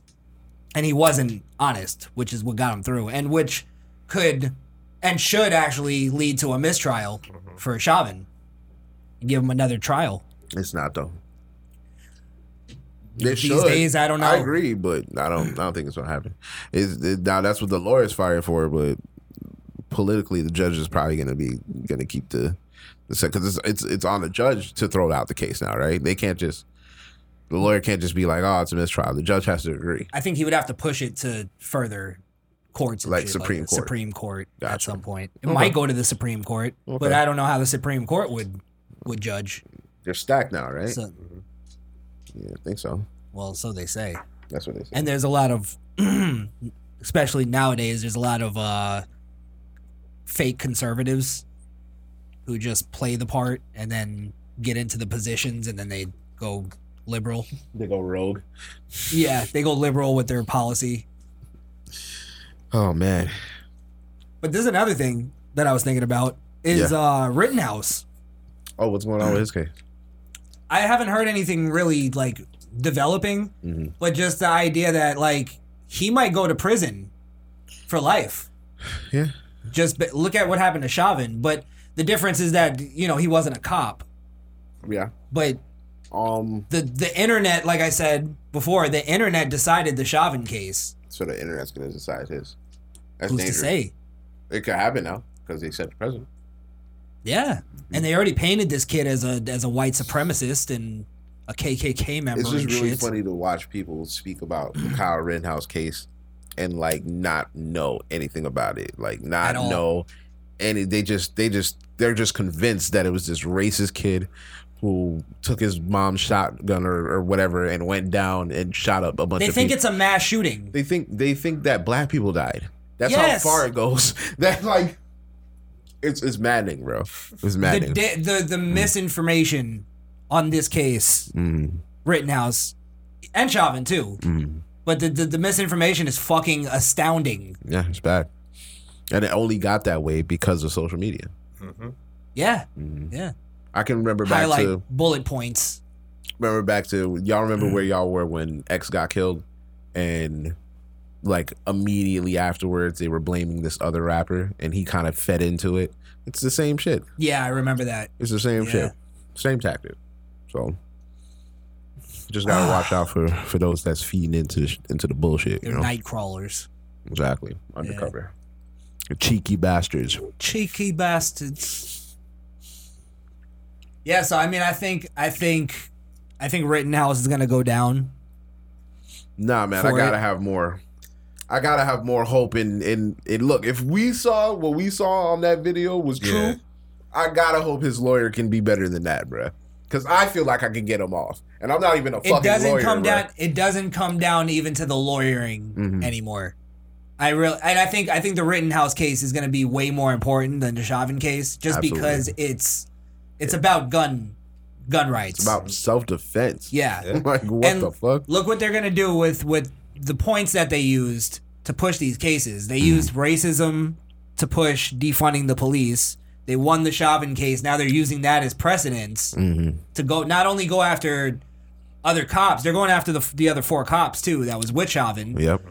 And he wasn't honest, which is what got him through, and which could and should actually lead to a mistrial Mm-hmm. for Chauvin. Give him another trial. It's not though. They These days, I don't know. I agree, but I don't. I don't think it's gonna happen. Is it, now that's what the lawyers fired for, but politically, the judge is probably gonna be gonna keep the the because it's, it's it's on the judge to throw out the case now, right? They can't just the lawyer can't just be like, oh, it's a mistrial. The judge has to agree. I think he would have to push it to further courts, and Like shit, Supreme Court. Supreme Court at Gotcha. some point. It might go to the Supreme Court, but Okay. I don't know how the Supreme Court would would judge. They're stacked now, right? Mm-hmm. So, yeah, I think so. well, so they say. That's what they say. And there's a lot of, [CLEARS THROAT] especially nowadays, there's a lot of uh, fake conservatives who just play the part and then get into the positions and then they go [LAUGHS] liberal. They go rogue. Yeah, they go liberal with their policy. Oh man, But there's another thing that I was thinking about is uh Rittenhouse. Oh, what's going on with his case? I haven't heard anything really like developing, Mhm. but just the idea that like he might go to prison for life. Yeah. Just be- look at what happened to Chauvin, but the difference is that you know he wasn't a cop, Yeah. but Um, the the internet, like I said before, the internet decided the Chauvin case. so the internet's gonna decide his. That's Who's dangerous. to say? It could happen now because they accept the president. Yeah, and they already painted this kid as a as a white supremacist and a KKK member It's just and really shit. funny to watch people speak about the Kyle Rittenhouse case and like not know anything about it, like not At all. know any. They just they just they're just convinced that it was this racist kid who took his mom's shotgun or, or whatever and went down and shot up a bunch They of think people. it's a mass shooting. they think they think that black people died. That's Yes. how far it goes. [LAUGHS] That like it's it's maddening, bro. It's The maddening. da- the the misinformation on this case, Mm, Rittenhouse and Chauvin too, mm. but the, the the misinformation is fucking astounding. Yeah, it's bad. And it only got that way because of social media. Mhm. Yeah, Mhm. yeah. I can remember back Highlight to bullet points. Mm. remember back to y'all remember where y'all were when X got killed, and like immediately afterwards they were blaming this other rapper, and he kind of fed into it. It's the same shit. Yeah, I remember that. It's the same Yeah. shit. Same tactic. So just gotta [SIGHS] watch out for for those that's feeding into sh- into the bullshit. They're You know night crawlers, exactly undercover. Cheeky bastards. cheeky bastards. Yeah, so I mean, I think I think I think Rittenhouse is gonna go down. Nah, man, I for gotta it. have more. I gotta have more hope. And and and look, if we saw what we saw on that video was true, Yeah. I gotta hope his lawyer can be better than that, bruh. Because I feel like I can get him off, and I'm not even a it fucking doesn't lawyer. come bruh. down it doesn't come down even to the lawyering Mhm. anymore i really and i think i think the rittenhouse case is going to be way more important than the chauvin case just Absolutely. because it's it's about gun gun rights It's about self defense. yeah, [LAUGHS] like what And- the fuck? look what they're going to do with with the points that they used to push these cases they used Mm-hmm. racism to push defunding the police they won the chauvin case now they're using that as precedence Mm-hmm. to go not only go after other cops, they're going after the the other four cops too. That was witch oven. Yep.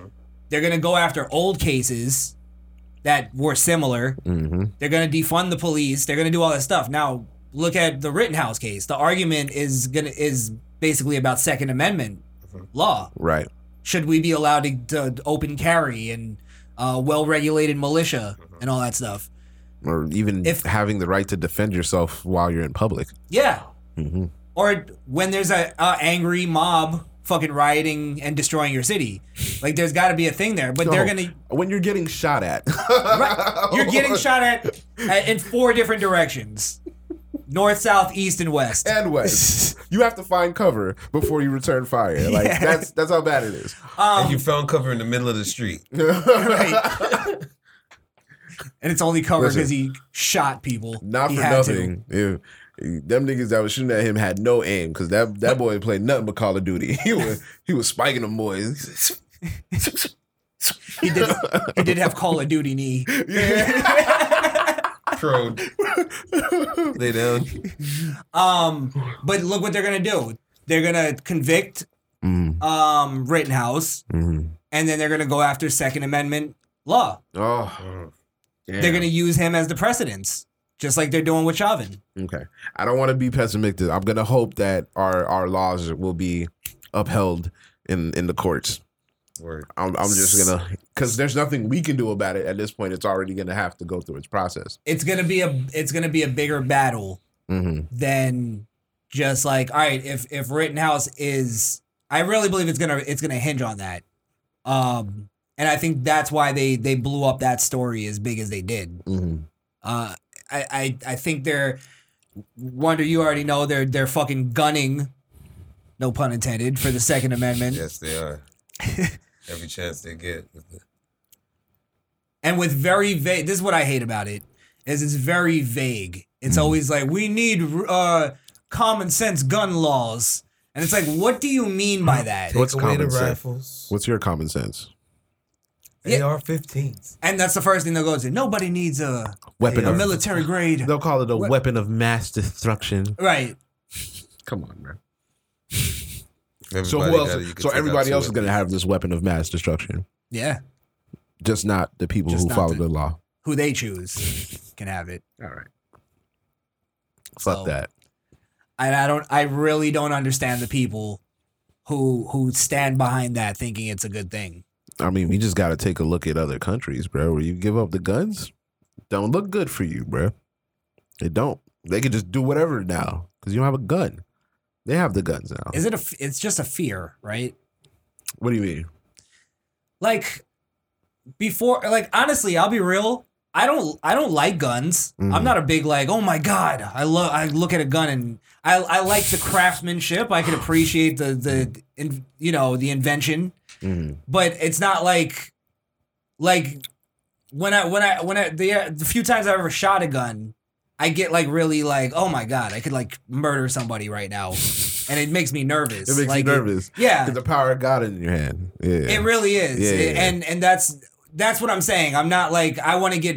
They're gonna go after old cases that were similar. Mm-hmm. They're gonna defund the police. They're gonna do all that stuff. Now look at the Rittenhouse case. The argument is gonna is basically about Second Amendment law. Right. Should we be allowed to, to open carry and uh, well regulated militia and all that stuff? Or even If- having the right to defend yourself while you're in public. Yeah, Mm-hmm. or when there's a, a angry mob fucking rioting and destroying your city. Like there's got to be a thing there, but they're gonna when you're getting shot at. [LAUGHS] right, you're getting shot at, at in four different directions: north, south, east, and west. and west. [LAUGHS] you have to find cover before you return fire. Like Yeah. that's that's how bad it is. And [LAUGHS] Um, you found cover in the middle of the street. right. and it's only covered because he shot people. Not He for had to. nothing. Yeah. Them niggas that was shooting at him had no aim because that that boy played nothing but Call of Duty. [LAUGHS] He was he was spiking them boys. He [LAUGHS] did. [LAUGHS] He did have Call of Duty knee. Yeah. [LAUGHS] Pro. Lay down. Um, but look what they're gonna do. They're gonna convict Mm, um Rittenhouse. mm. and then they're going to go after Second Amendment law. Oh, damn. They're going to use him as the precedence, just like they're doing with Chauvin. Okay. I don't want to be pessimistic. I'm gonna hope that our our laws will be upheld in in the courts. Word. I'm, I'm just gonna because there's nothing we can do about it at this point. It's already gonna have to go through its process. It's going to be a it's going to be a bigger battle Mm-hmm. than just like all right, if if Rittenhouse is I really believe it's going to it's going to hinge on that. Um and I think that's why they they blew up that story as big as they did. Mm-hmm. Uh I I I think they're Wonder you already know they're they're fucking gunning no pun intended for the second amendment. Yes, they are. Every chance they get. and with very vague. This is what I hate about it is it's very vague. It's Hmm. always like we need uh, common sense gun laws, and it's like, what do you mean by that? Hmm. What's Take away the common sense? rifles? What's your common sense? Yeah. AR-15s. And that's the first thing they'll go to. Nobody needs a weapon A of military grade. They'll call it a weapon of mass destruction. Right. Come on, man. So Everybody got it, you who else? can So take out everybody two else is of going to have this weapon of mass destruction, Yeah. just not the people Just who not follow the- the law. Who they choose can have it. All right. Fuck So- that. And I don't I really don't understand the people who who stand behind that thinking it's a good thing. I mean, we just got to take a look at other countries, bro. Where you give up the guns, don't look good for you, bro. They don't. They can just do whatever now because you don't have a gun. They have the guns now. Is it a f- it's just a fear, right? what do you mean? like before like honestly i'll be real i don't i don't like guns i'm Mhm. not a big like oh my god i love i look at a gun and i i like the craftsmanship i can appreciate the the in, you know the invention Mm-hmm. but it's not like like when i when i when i the, the few times i ever shot a gun i get like really like oh my god i could like murder somebody right now and it makes me nervous It makes Like, you nervous. yeah Get the power of God in your hand. Yeah. it really is, Yeah, yeah, yeah. and and that's that's what I'm saying. I'm not like I want to get.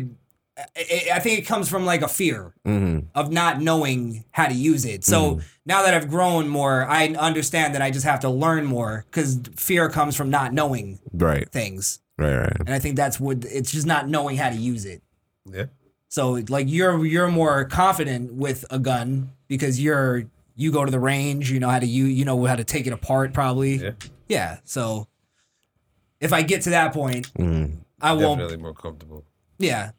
I- I I think it comes from like a fear Mhm. of not knowing how to use it. So Mm. now that I've grown more, I understand that I just have to learn more because fear comes from not knowing Right. things, Right. Right. and I think that's what it's just not knowing how to use it. it. Yeah. So like you're you're more confident with a gun because you're you go to the range, you know how to you you know how to take it apart probably. Yeah. Yeah, So if I get to that point, Mm. I won't Definitely more comfortable. yeah.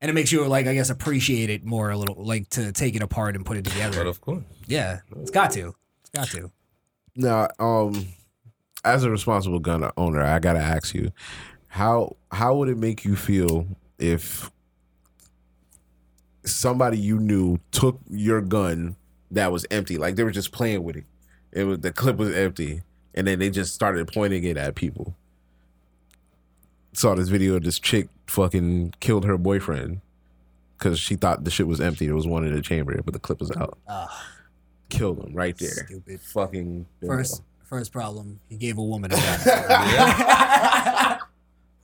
And it makes you like I guess appreciate it more a little like to take it apart and put it But together. of course. Yeah. It's got to. It's got to. Now, um, as a responsible gun owner, I gotta ask you, how how would it make you feel if somebody you knew took your gun that was empty, like they were just playing with it? It was the clip was empty, and then they just started pointing it at people. Saw this video of this chick fucking killed her boyfriend because she thought the shit was empty. There was one in the chamber, but the clip was out. Ah, Killed him right there. Stupid. Fucking First first problem, he gave a woman a gun. that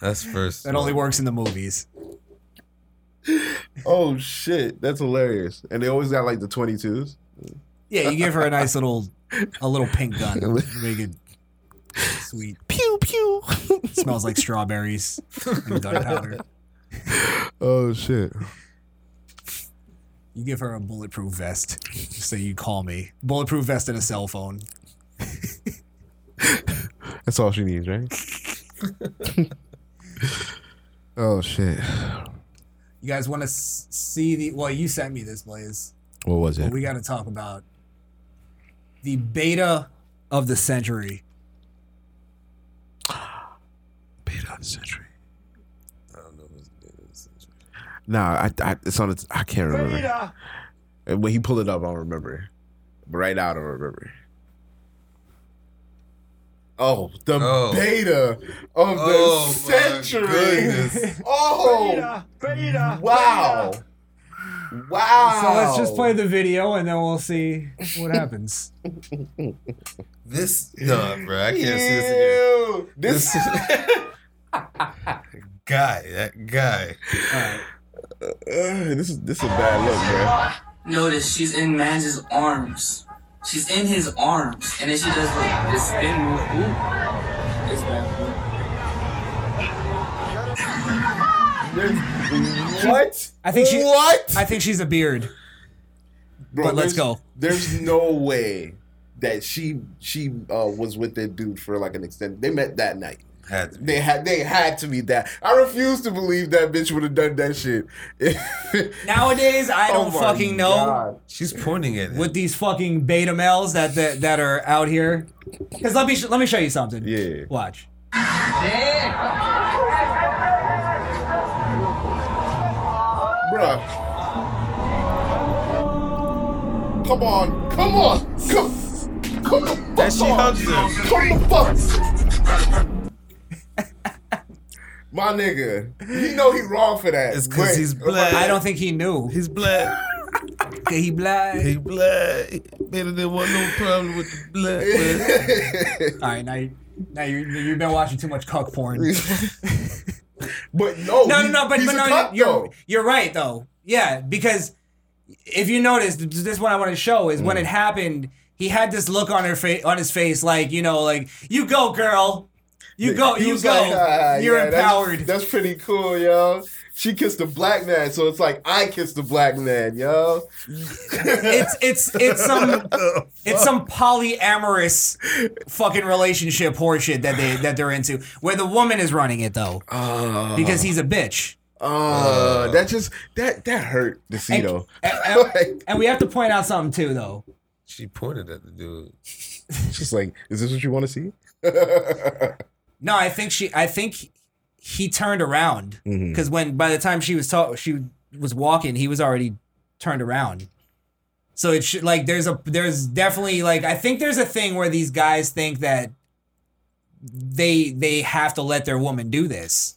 That's first. only works in the movies. [LAUGHS] Oh shit, that's hilarious. And they always got like the 22s. Yeah, you give her a nice little a little pink gun. Make it sweet. [LAUGHS] Pew pew. smells like strawberries and gunpowder. oh shit. You give her a bulletproof vest. So you call me. Bulletproof vest and a cell phone. That's all she needs, right? oh shit. You guys want to s- see the? Well, you sent me this, Blaze. What was But it? we got to talk about the beta of the century. [GASPS] Beta of the century. I don't know who's doing this. Nah, I, I it's on its I can't remember. And when he pulled it up, I don't remember. But right now I don't remember. Oh, the Oh. beta of the Oh, my century. goodness. Oh, wow. Wow. So let's just play the video and then we'll see what [LAUGHS] happens. [LAUGHS] This no, bro. I can't see this again. Ew. This [LAUGHS] guy, that guy. Ugh, [SIGHS] this is this is a bad look, Notice she's in Man's arms. She's in his arms, and then she does like this spin move. Ooh, it's bad. bro. What? I think she- What? I think she's a beard. but let's [LAUGHS] go. There's no way that she she uh, was with that dude for like an extended. They met that night. Had to be. They had they had to be that. I refuse to believe that bitch would have done that shit. [LAUGHS] Nowadays, I Oh don't my fucking know God. She's pointing at him. with these fucking beta males that that, that are out here. Because let me sh- let me show you something. Yeah. Watch. Bruh. Come on, come on, come, come the fuck And she on. hugs him. Come the fuck. My nigga, he know he wrong for that. It's because but- he's black. I don't think he knew. He's black. [LAUGHS] He black. He black. Better than one no problem with the black. man. [LAUGHS] All right, now you now you you've been watching too much cuck porn. But no, No, no, he- no, but, he's but a no, cop, you're, though. you're right though. Yeah, because if you notice, th- this is what I want to show is Mm. when it happened, he had this look on her face, on his face, like you know, like you go, girl, you go, He you was go, like, "Ah, you're yeah, that's- empowered. That's, pretty cool, yo. She kissed a black man, so it's like I kissed a black man, yo. it's it's it's [LAUGHS] some it's some polyamorous fucking relationship horseshit that they that they're into, where the woman is running it though, Uh, because he's a bitch. uh, that just that that hurt the see And- though. and- and- [LAUGHS] Like, And we have to point out something too, though. She pointed at the dude. it's just like, is this what you want to see? No, I think she. I think he turned around because when by the time she was talk, she was walking. He was already turned around. So it should like there's a there's definitely like I think there's a thing where these guys think that they they have to let their woman do this.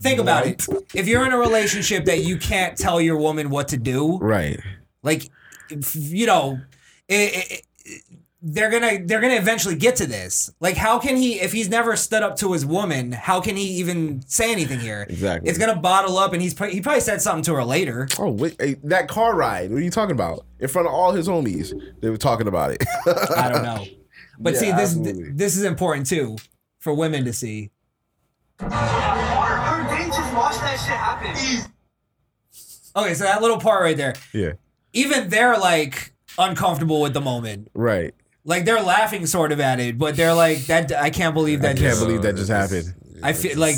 Think about it. If you're in a relationship that you can't tell your woman what to do, Right. like if- you know it, it- it- they're gonna they're gonna eventually get to this like how can he if he's never stood up to his woman how can he even say anything here Exactly. it's gonna bottle up and he's pro- he probably said something to her later Oh wait, hey, that car ride. What are you talking about? In front of all his homies, they were talking about it. i don't know but Yeah, see this absolutely. this is important too for women to see Her, her date just watched that shit happen. okay so that little part right there yeah. even they're like uncomfortable with the moment [LAUGHS] Right. like they're laughing sort of at it but they're like that i can't believe that I can't just, believe that just happened. i feel like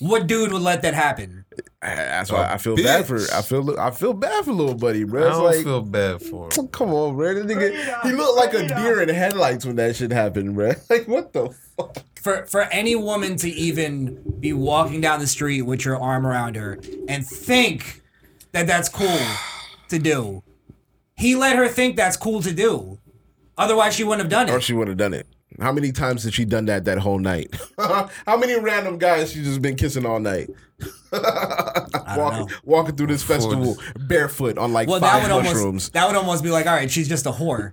what dude would let that happen I- That's why Oh, I feel bad for bitch. I feel I feel bad for little buddy, I bro. It's don't like feel bad for him. [LAUGHS] come on, bro. That nigga, he looked like a deer in headlights when that shit happened, bro. [LAUGHS] Like what the fuck? for for any woman to even be walking down the street with your arm around her and think that that's cool to do. He let her think that's cool to do. Otherwise, she wouldn't have done Or it. she would have done it. How many times had she done that that whole night? [LAUGHS] How many random guys she just been kissing all night? [LAUGHS] walking, know. walking through this Food. festival barefoot on like Well, that five would mushrooms. almost that would almost be like, all right, she's just a whore.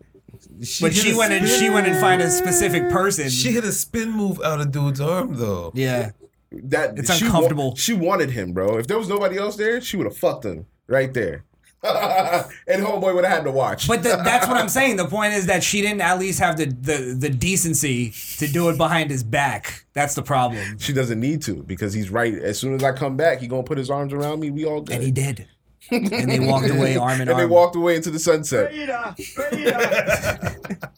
but she went and she went and find a specific person. She hit a spin move out of dude's arm though. yeah, that It's she uncomfortable. wa- she wanted him, bro. If there was nobody else there, she would have fucked him right there. [LAUGHS] and homeboy would have had to watch. but the, that's what I'm saying. The point is that she didn't at least have the, the the decency to do it behind his back. That's the problem, she doesn't need to because he's right. As soon as I come back, he gonna put his arms around me. We all good. and he did. And they walked [LAUGHS] away arm in And they arm. walked away into the sunset. [LAUGHS] Frida, Frida.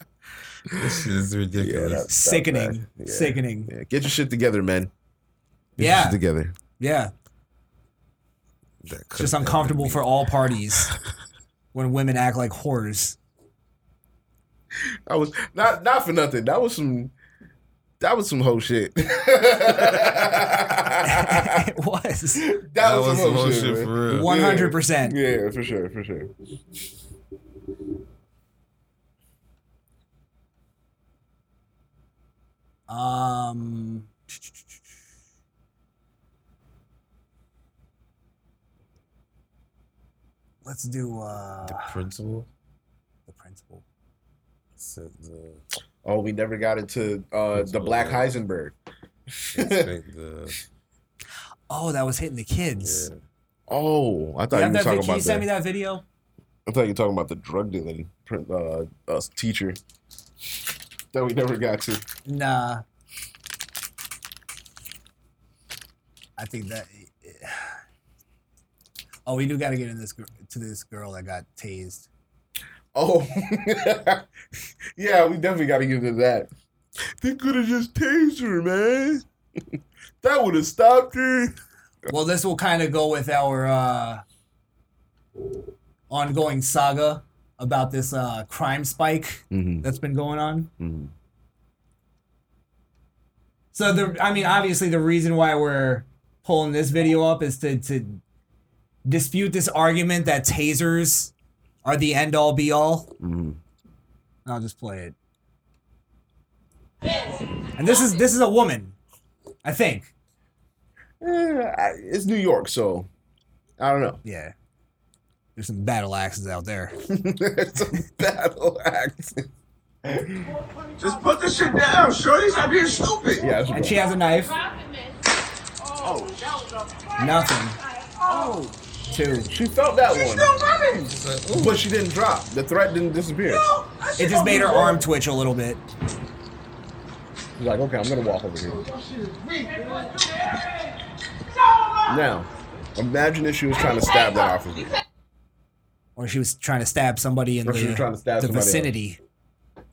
This shit is ridiculous. sickening, sickening. Yeah, get your shit together, man. Get your Yeah. shit together. Yeah, That it's could- just uncomfortable for all parties when women act like whores. I was not not for nothing. That was some that was some whole [LAUGHS] shit. [LAUGHS] that, it was That was, was some some whole whole shit. shit man. for real. one hundred percent. Yeah, for sure, for sure. Um, let's do uh, Principal the principal. said the, Oh, we never got into uh, the Black Heisenberg. [LAUGHS] I think the Oh, that was hitting the kids. yeah. Oh, I You thought you have were that vid- talking can about you send me the, that video? I thought you were talking about the drug dealing uh, uh, teacher that we never got to. Nah. I think that. [SIGHS] Oh, we do got to get in this gr- to this girl that got tased. Oh, [LAUGHS] yeah, we definitely got to get into that. They could have just tased her, man. that would have stopped her. Well, this will kind of go with our uh, ongoing saga about this uh, crime spike that's been going on. Mm-hmm. So the, I mean, obviously, the reason why we're pulling this video up is to to dispute this argument that tasers are the end all be all. Mm-hmm. I'll just play it. And this is this is a woman, I think. Eh, I- it's New York, so I don't know. Yeah. There's some battle axes out [LAUGHS] there. it's a battle act. Just put this shit down. Shorty, stop being stupid. Yeah, that's And right. she has a knife. Oh. Oh. Nothing. Two. She felt that one, running. but she didn't drop. The threat didn't disappear. It just made her arm twitch a little bit. She's like, okay, I'm gonna walk Oh, over here. Now, imagine if she was trying to stab that officer. Or she was trying to stab somebody in Or she was the, trying to stab the somebody else. vicinity.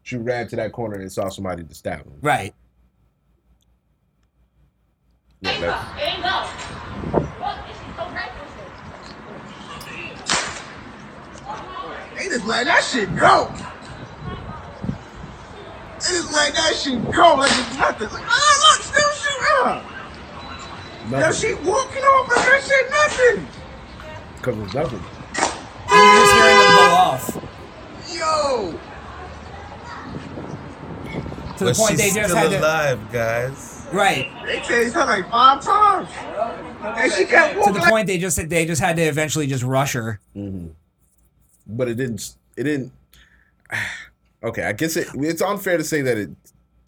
She ran to that corner and saw somebody to stab him. Right. Yeah, that- They just let that shit go. They just let that shit go like it's nothing. Like, oh, look, still shooting her. Now she walking off and that shit nothing. Cause it was nothing. And you're just hearing them go Ah. off. Yo. To the point they she's just still had to. alive, guys. Right. They tased her like five times. And she kept To walking the like point they just they just had to eventually just rush her. Mm-hmm. but it didn't. It didn't. [SIGHS] Okay, I guess it. It's unfair to say that it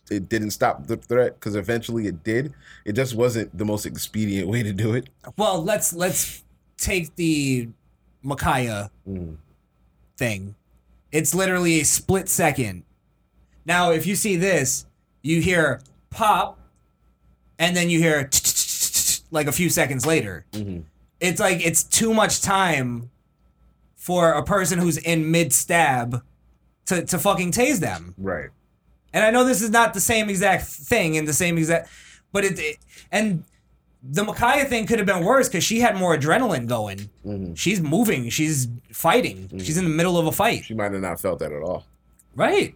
it didn't stop the threat because eventually it did. It just wasn't the most expedient way to do it. Well, let's let's take the Micaiah thing. It's literally a split second. Now, if you see this, you hear pop, and then you hear like a few seconds later. Mm-hmm. It's like it's too much time for a person who's in mid stab to to fucking tase them. Right. And I know this is not the same exact thing and the same exact, but it, it- and the Micaiah thing could have been worse because she had more adrenaline going. Mm-hmm. She's moving. She's fighting. She's in the middle of a fight. She might have not felt that at all. Right.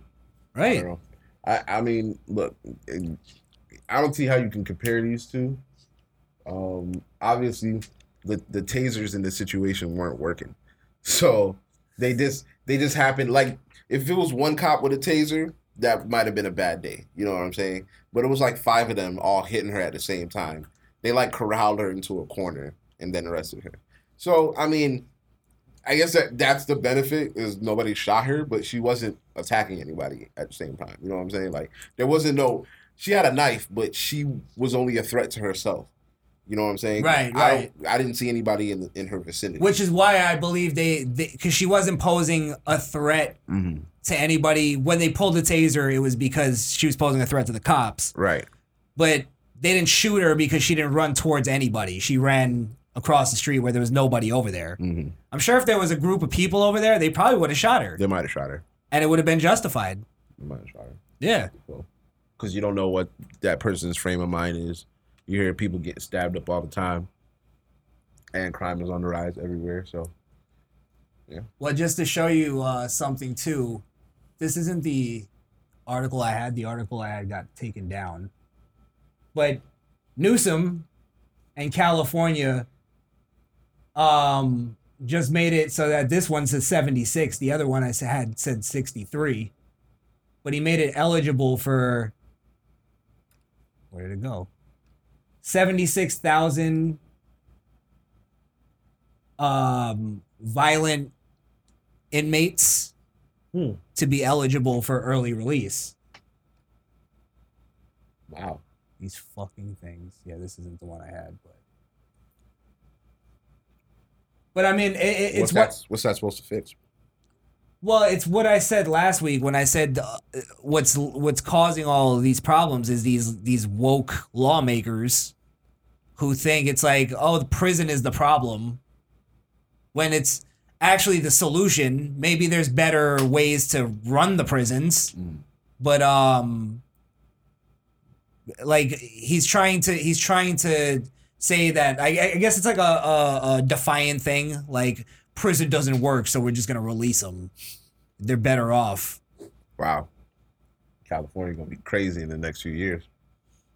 I Right. don't know. I, I mean, look, and I don't see how you can compare these two. Um, obviously, the the tasers in this situation weren't working, so they just they just happened. Like if it was one cop with a taser, that might have been a bad day. You know what I'm saying? But it was like five of them all hitting her at the same time. They like corralled her into a corner and then arrested her. So I mean, I guess that that's the benefit is nobody shot her, but she wasn't attacking anybody at the same time. You know what I'm saying? Like there wasn't no she had a knife, but she was only a threat to herself. You know what I'm saying? Right, I, don't- I didn't see anybody in in her vicinity. Which is why I believe they, because she wasn't posing a threat Mm-hmm, to anybody. When they pulled the taser, it was because she was posing a threat to the cops. right. But they didn't shoot her because she didn't run towards anybody. She ran across the street where there was nobody over there. Mhm. I'm sure if there was a group of people over there, they probably would have shot her. They might have shot her. and it would have been justified. They might have shot her. Yeah. Because you don't know what that person's frame of mind is. You hear people getting stabbed up all the time. And crime is on the rise everywhere. So Well, just to show you uh, something too, this isn't the article I had. The article I had got taken down, but Newsom and California um, just made it so that this one says 76. The other one I s- had said 63, but he made it eligible for where did it go? 76,000 um, violent inmates Hmm. to be eligible for early release. wow. These fucking things. Yeah, this isn't the one I had, but but I mean, it, it, What's it's that, what. what's that supposed to fix? Well, it's what I said last week when I said uh, what's what's causing all of these problems is these these woke lawmakers who think it's like oh the prison is the problem when it's actually the solution. Maybe there's better ways to run the prisons, Hmm. but um, like he's trying to he's trying to say that I, I guess it's like a, a, a defiant thing like prison doesn't work so we're just gonna release them they're better off Wow. California gonna be crazy in the next few years.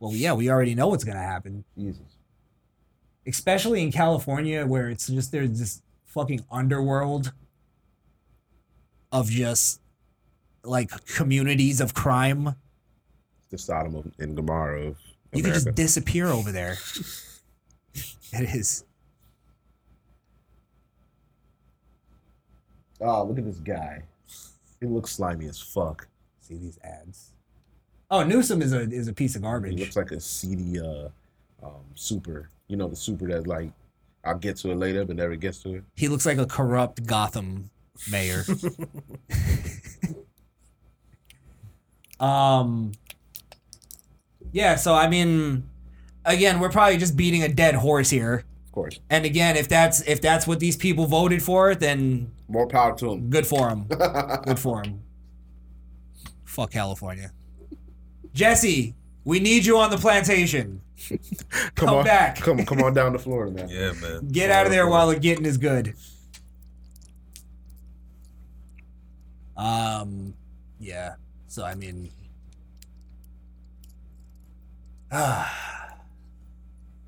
well yeah we already know what's gonna happen Jesus. especially in california where it's just there's this fucking underworld of just like communities of crime The Sodom of- and Gomorrah of you could America. just disappear over there [LAUGHS] it is oh, look at this guy. He looks slimy as fuck. see these ads oh newsom is a is a piece of He garbage looks like a seedy uh, um, super. You know, the super that like I'll get to it later, but never gets to it. He looks like a corrupt Gotham mayor. um Yeah, so I mean again, we're probably just beating a dead horse here. Of course, And again, if that's if that's what these people voted for, then more power to him. good for [LAUGHS] him. good for him. Fuck California. Jesse, we need you on the plantation. Come, Come on, back. [LAUGHS] Come, come on down to Florida, man. Yeah, man. Get out of there while the getting is good. Um, yeah. So I mean, I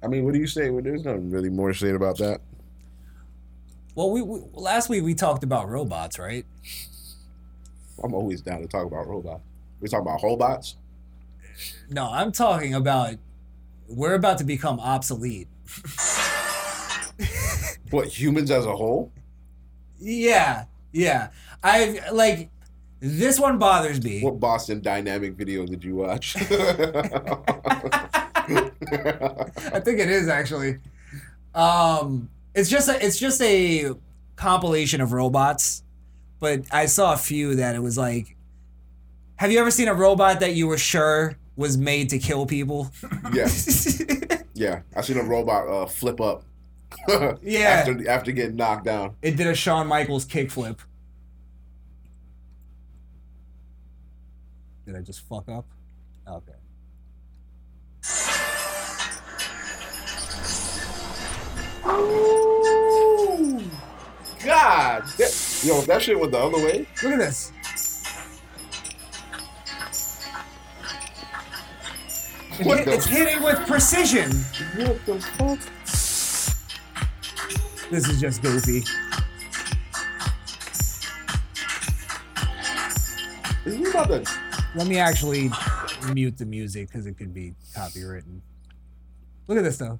mean, what do you say? Well, there's nothing really more to say about that. well, we, we last week we talked about robots, right? I'm always down to talk about robots. We're talking about robots. No, I'm talking about we're about to become obsolete. What humans as a whole? Yeah, yeah. I like this one bothers me. What Boston Dynamic video did you watch? [LAUGHS] I think it is actually. Um, it's just a, it's just a compilation of robots, but I saw a few that it was like, have you ever seen a robot that you were sure was made to kill [LAUGHS] people? yeah, yeah. I seen a robot uh, flip up. [LAUGHS] Yeah. After after getting knocked down. [LAUGHS] it did a Shawn Michaels kickflip. Did I just fuck up? Okay. God, that, yo, if that shit went the other way. Look at this. What it's the? hitting with precision. What the fuck? This is just goofy. Is he about to? Let me actually mute the music because it could be copywritten. Look at this though.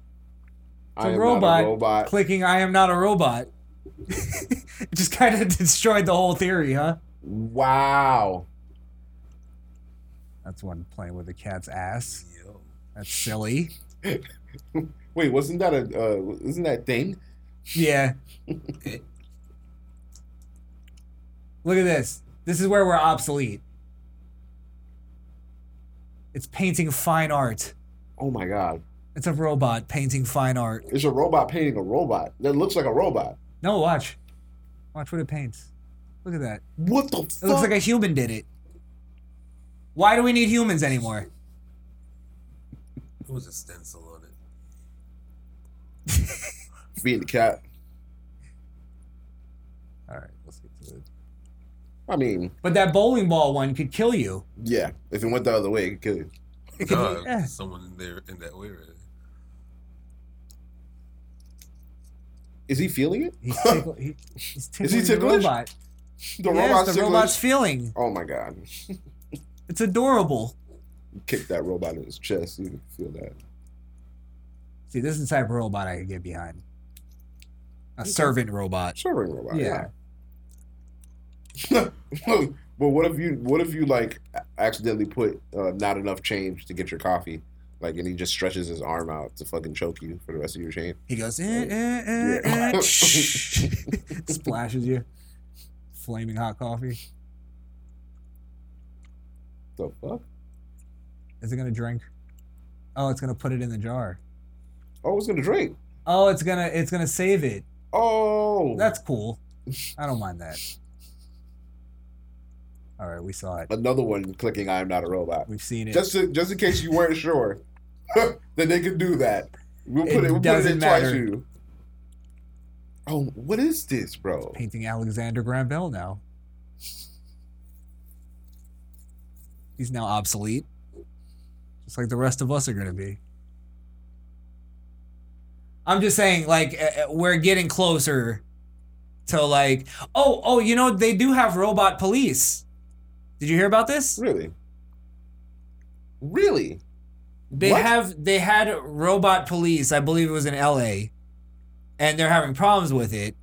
It's I am a not robot, a robot. clicking "I am not a robot." [LAUGHS] it just kind of [LAUGHS] destroyed the whole theory, huh? Wow. That's one playing with a cat's ass. That's silly. [LAUGHS] Wait, wasn't that a? Uh, isn't that thing? Yeah. Look at this. This is where we're obsolete. It's painting fine art. Oh my god! It's a robot painting fine art. It's a robot painting a robot that looks like a robot. No, watch. Watch what it paints. Look at that. What the It looks fuck? like a human did it. Why do we need humans anymore? It was a stencil on it. Being the cat. All right, let's get to it. I mean, But that bowling ball one could kill you. yeah. If it went the other way, it could kill you. It could, Dog, [LAUGHS] yeah. someone in there in that way. Right? Is he feeling it? [LAUGHS] He's, tickle, he, he's tickling Is he the ticklish? robot. The yes, robot's the ticklish? robot's feeling. Oh my god! [LAUGHS] It's adorable. Kick that robot in his chest. You can feel that. See, this is the type of robot I could get behind. A servant robot. Sure, ring robot. [LAUGHS] Yeah. but what if you what if you like accidentally put uh, not enough change to get your coffee, like, and he just stretches his arm out to fucking choke you for the rest of your change? He goes, eh, eh, eh, Yeah. [LAUGHS] eh, [LAUGHS] splashes you. Flaming hot coffee. The fuck? Is it gonna drink? Oh, it's gonna put it in the jar. Oh, it's gonna drink. Oh, it's gonna it's gonna save it. Oh, That's [LAUGHS] cool. I don't mind that. All right, we saw it. another one clicking. I'm not a robot. We've seen it. Just to, just in case you weren't sure [LAUGHS] that they could do that, we'll It put it. we'll put it doesn't in twice matter. for you. Oh, what is this, bro? Painting Alexander Graham Bell now. He's now obsolete, just like the rest of us are gonna be. I'm just saying, like uh, uh, we're getting closer to like, oh, oh, you know they do have robot police. Did you hear about this? Really? Really? They What? have they had robot police, I believe it was in LA, and they're having problems with it.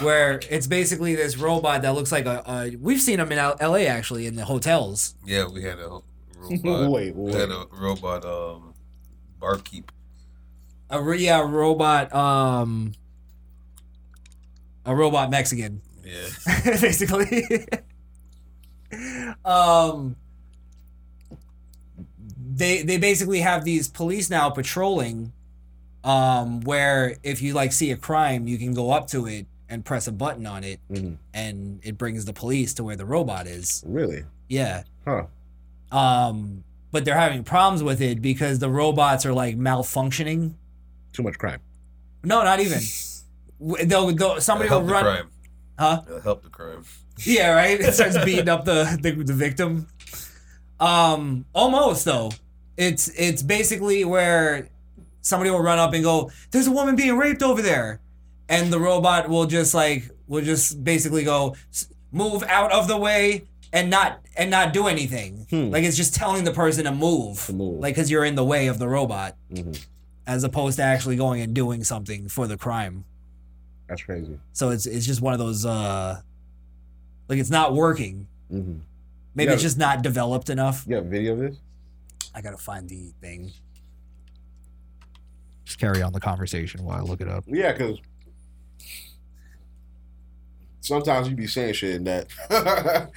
Where it's basically this robot that looks like a, a we've seen them in L- LA actually in the hotels. Yeah, we had a robot. [LAUGHS] Wait, We had wait. a robot um, barkeep. a re- yeah, robot um a robot Mexican [LAUGHS] Yeah. basically. um, they they basically have these police now patrolling, um, where if you like see a crime, you can go up to it and press a button on it, Mm-hmm. Mhm. and it brings the police to where the robot is. Really? Yeah. Huh. Um, but they're having problems with it because the robots are like malfunctioning. Too much crime. No, not even. W- They'll, they'll somebody will Help the run. crime. Huh? It'll help the crime. [LAUGHS] Yeah, right. It starts beating [LAUGHS] up the, the the victim. Um, almost though. It's it's basically where somebody will run up and go, "There's a woman being raped over there," and the robot will just like will just basically go, "S- "Move out of the way." And not and not do anything. Hmm. Like it's just telling the person to move, To move. like because you're in the way of the robot, Mhm. as opposed to actually going and doing something for the crime. That's crazy. So it's it's just one of those uh like it's not working. hmm Maybe Yeah. it's just not developed enough. You have video of this? I gotta find the thing. Just carry on the conversation while I look it up. Yeah, because sometimes you be saying shit in that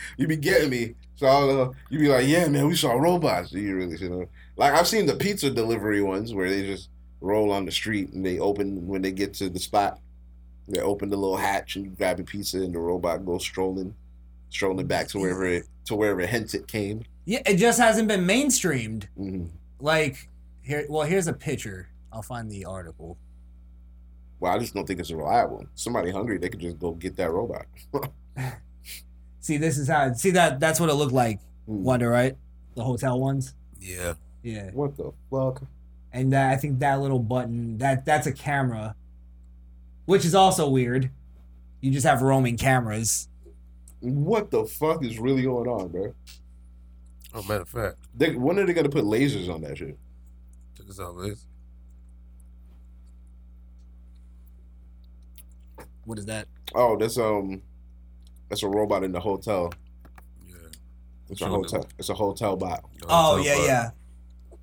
[LAUGHS] you be getting me. So I'll, uh, you be like, "Yeah, man, we saw robots." Do you really? You know, like I've seen the pizza delivery ones where they just roll on the street and they open when they get to the spot. They open the little hatch and you grab a pizza and the robot goes strolling, strolling back to wherever it, to wherever hence it came. Yeah, it just hasn't been mainstreamed. hmm Like here well, here's a picture. I'll find the article. Well, I just don't think it's reliable. Somebody hungry, they could just go get that robot. See this is how see that that's what it looked like. Hmm. Wonder, right? The hotel ones. Yeah. Yeah. What the fuck? And that, I think that little button that that's a camera. Which is also weird. You just have roaming cameras. What the fuck is really going on, bro? Oh, matter of fact, They, when are they gonna put lasers on that shit? check this out, Liz. What is that? Oh, that's um, that's a robot in the hotel. Yeah. It's a Showing the- hotel. It's a hotel bot. the Oh hotel yeah, bar. yeah.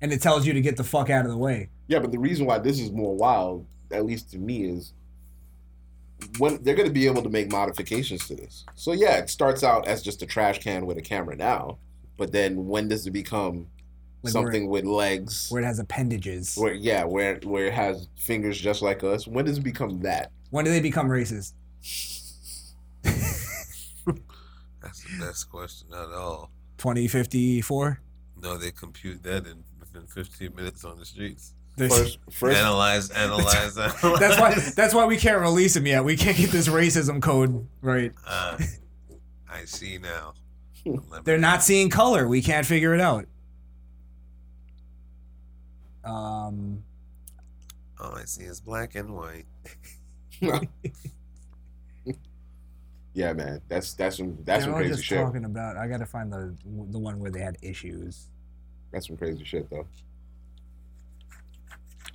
And it tells you to get the fuck out of the way. Yeah, but the reason why this is more wild, at least to me, is when they're gonna be able to make modifications to this. So yeah, it starts out as just a trash can with a camera now, but then when does it become Like something with legs? where, where it has appendages. where yeah, where where it has fingers just like us. When does it become that? When do they become racist? That's the best question at all. Twenty fifty four. No, they compute that in within 15 minutes on the streets. First, first Analyze, [LAUGHS] analyze, analyze. That's [LAUGHS] why. That's why we can't release him yet. We can't get this racism code right. [LAUGHS] Uh, [LAUGHS] I see now. Let They're me- not seeing color. We can't figure it [LAUGHS] out. Um. All I see is black and white. Yeah, man, that's that's some that's they're some all crazy just shit. talking about. I gotta find the the one where they had issues. That's some crazy shit though.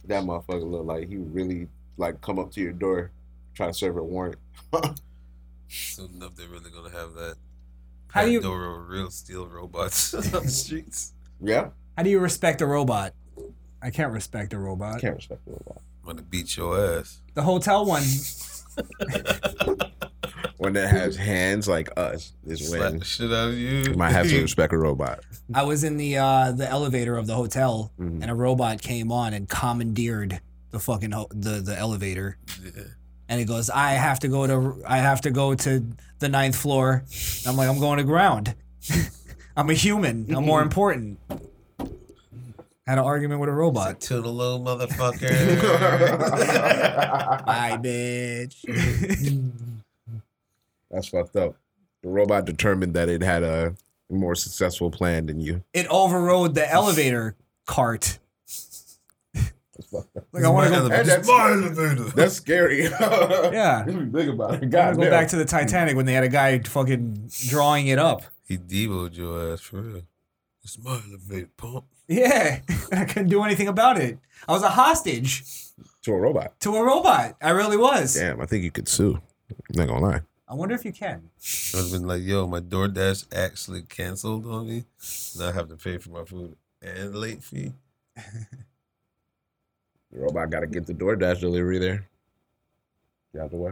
That motherfucker look like he really like come up to your door, try to serve a warrant. [LAUGHS] Soon enough, they're really gonna have that. How do you- Pandora real steel robots [LAUGHS] on the streets? Yeah, How do you respect a robot? I can't respect a robot. can't respect the robot. I'm gonna beat your ass. The hotel one. One that has hands like us is Slap when the shit out of you. you might have [LAUGHS] to respect a robot. I was in the uh, the elevator of the hotel, Mhm. and a robot came on and commandeered the fucking ho- the the elevator. Yeah. And it goes, I have to go to I have to go to the ninth floor. And I'm like, I'm going to ground. [LAUGHS] I'm a human. I'm more important. Had an argument with a robot. Toodaloo, motherfucker. [LAUGHS] Bye, bitch. That's fucked up. The robot determined that it had a more successful plan than you. it overrode the elevator cart. like I My want to go. elevator. It's my elevator. That's scary. [LAUGHS] yeah. Yeah. Think about it. I wanna God go back to the Titanic when they had a guy fucking drawing it up. He devoed your ass for real. It's my elevator, pump. [LAUGHS] Yeah, I couldn't do anything about it. I was a hostage to a robot. to a robot. I really was. Damn, I think you could sue. I'm not gonna lie. I wonder if you can. I would have been like, yo, my DoorDash actually canceled on me. Now I have to pay for my food and late fee. The robot got to get the DoorDash delivery there. Get out the way.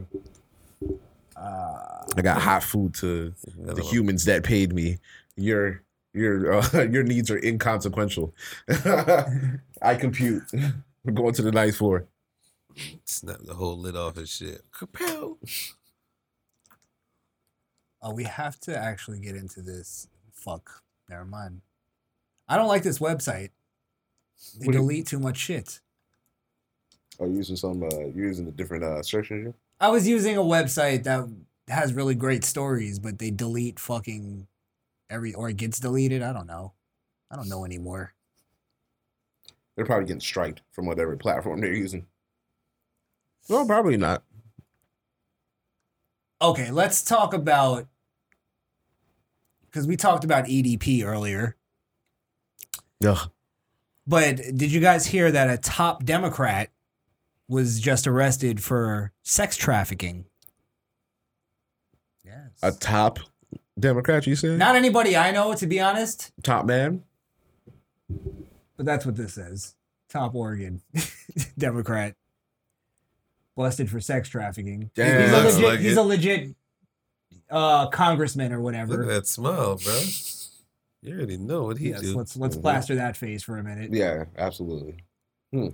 Uh, I got hot food to the humans that paid me. Your your uh, [LAUGHS] your needs are inconsequential. [LAUGHS] I compute. [LAUGHS] We're going to the ninth floor. Snap the whole lid off his shit. Kapow. Oh, we have to actually get into this. Fuck. Never mind. I don't like this website. They What do you- delete too much shit. Are you using some? Uh, you're using a different uh, search engine. I was using a website that has really great stories, but they delete fucking every or it gets deleted. I don't know. I don't know anymore. They're probably getting striked from whatever platform they're using. Well, probably not. Okay, let's talk about because we talked about EDP earlier. Yeah. But did you guys hear that a top Democrat was just arrested for sex trafficking? Yes. A top Democrat, you said? Not anybody I know, to be honest, top man. but that's what this says. Top Oregon [LAUGHS] Democrat. Busted for sex trafficking. He's, a Looks legit, like he's it. a legit uh, congressman or Look at whatever. that smile, bro. You already know what he Yes, do. Mm-hmm. let's let's plaster that face for a minute. Mm-hmm. Yeah, absolutely. Hmm.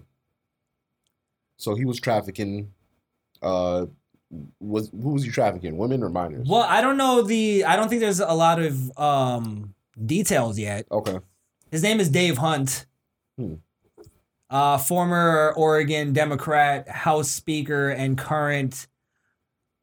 So he was trafficking. Uh, was who was he trafficking? Women or minors? Well, I don't know the. I don't think there's a lot of um, details yet. Okay. His name is Dave Hunt. Hmm. Uh, former Oregon Democrat House Speaker and current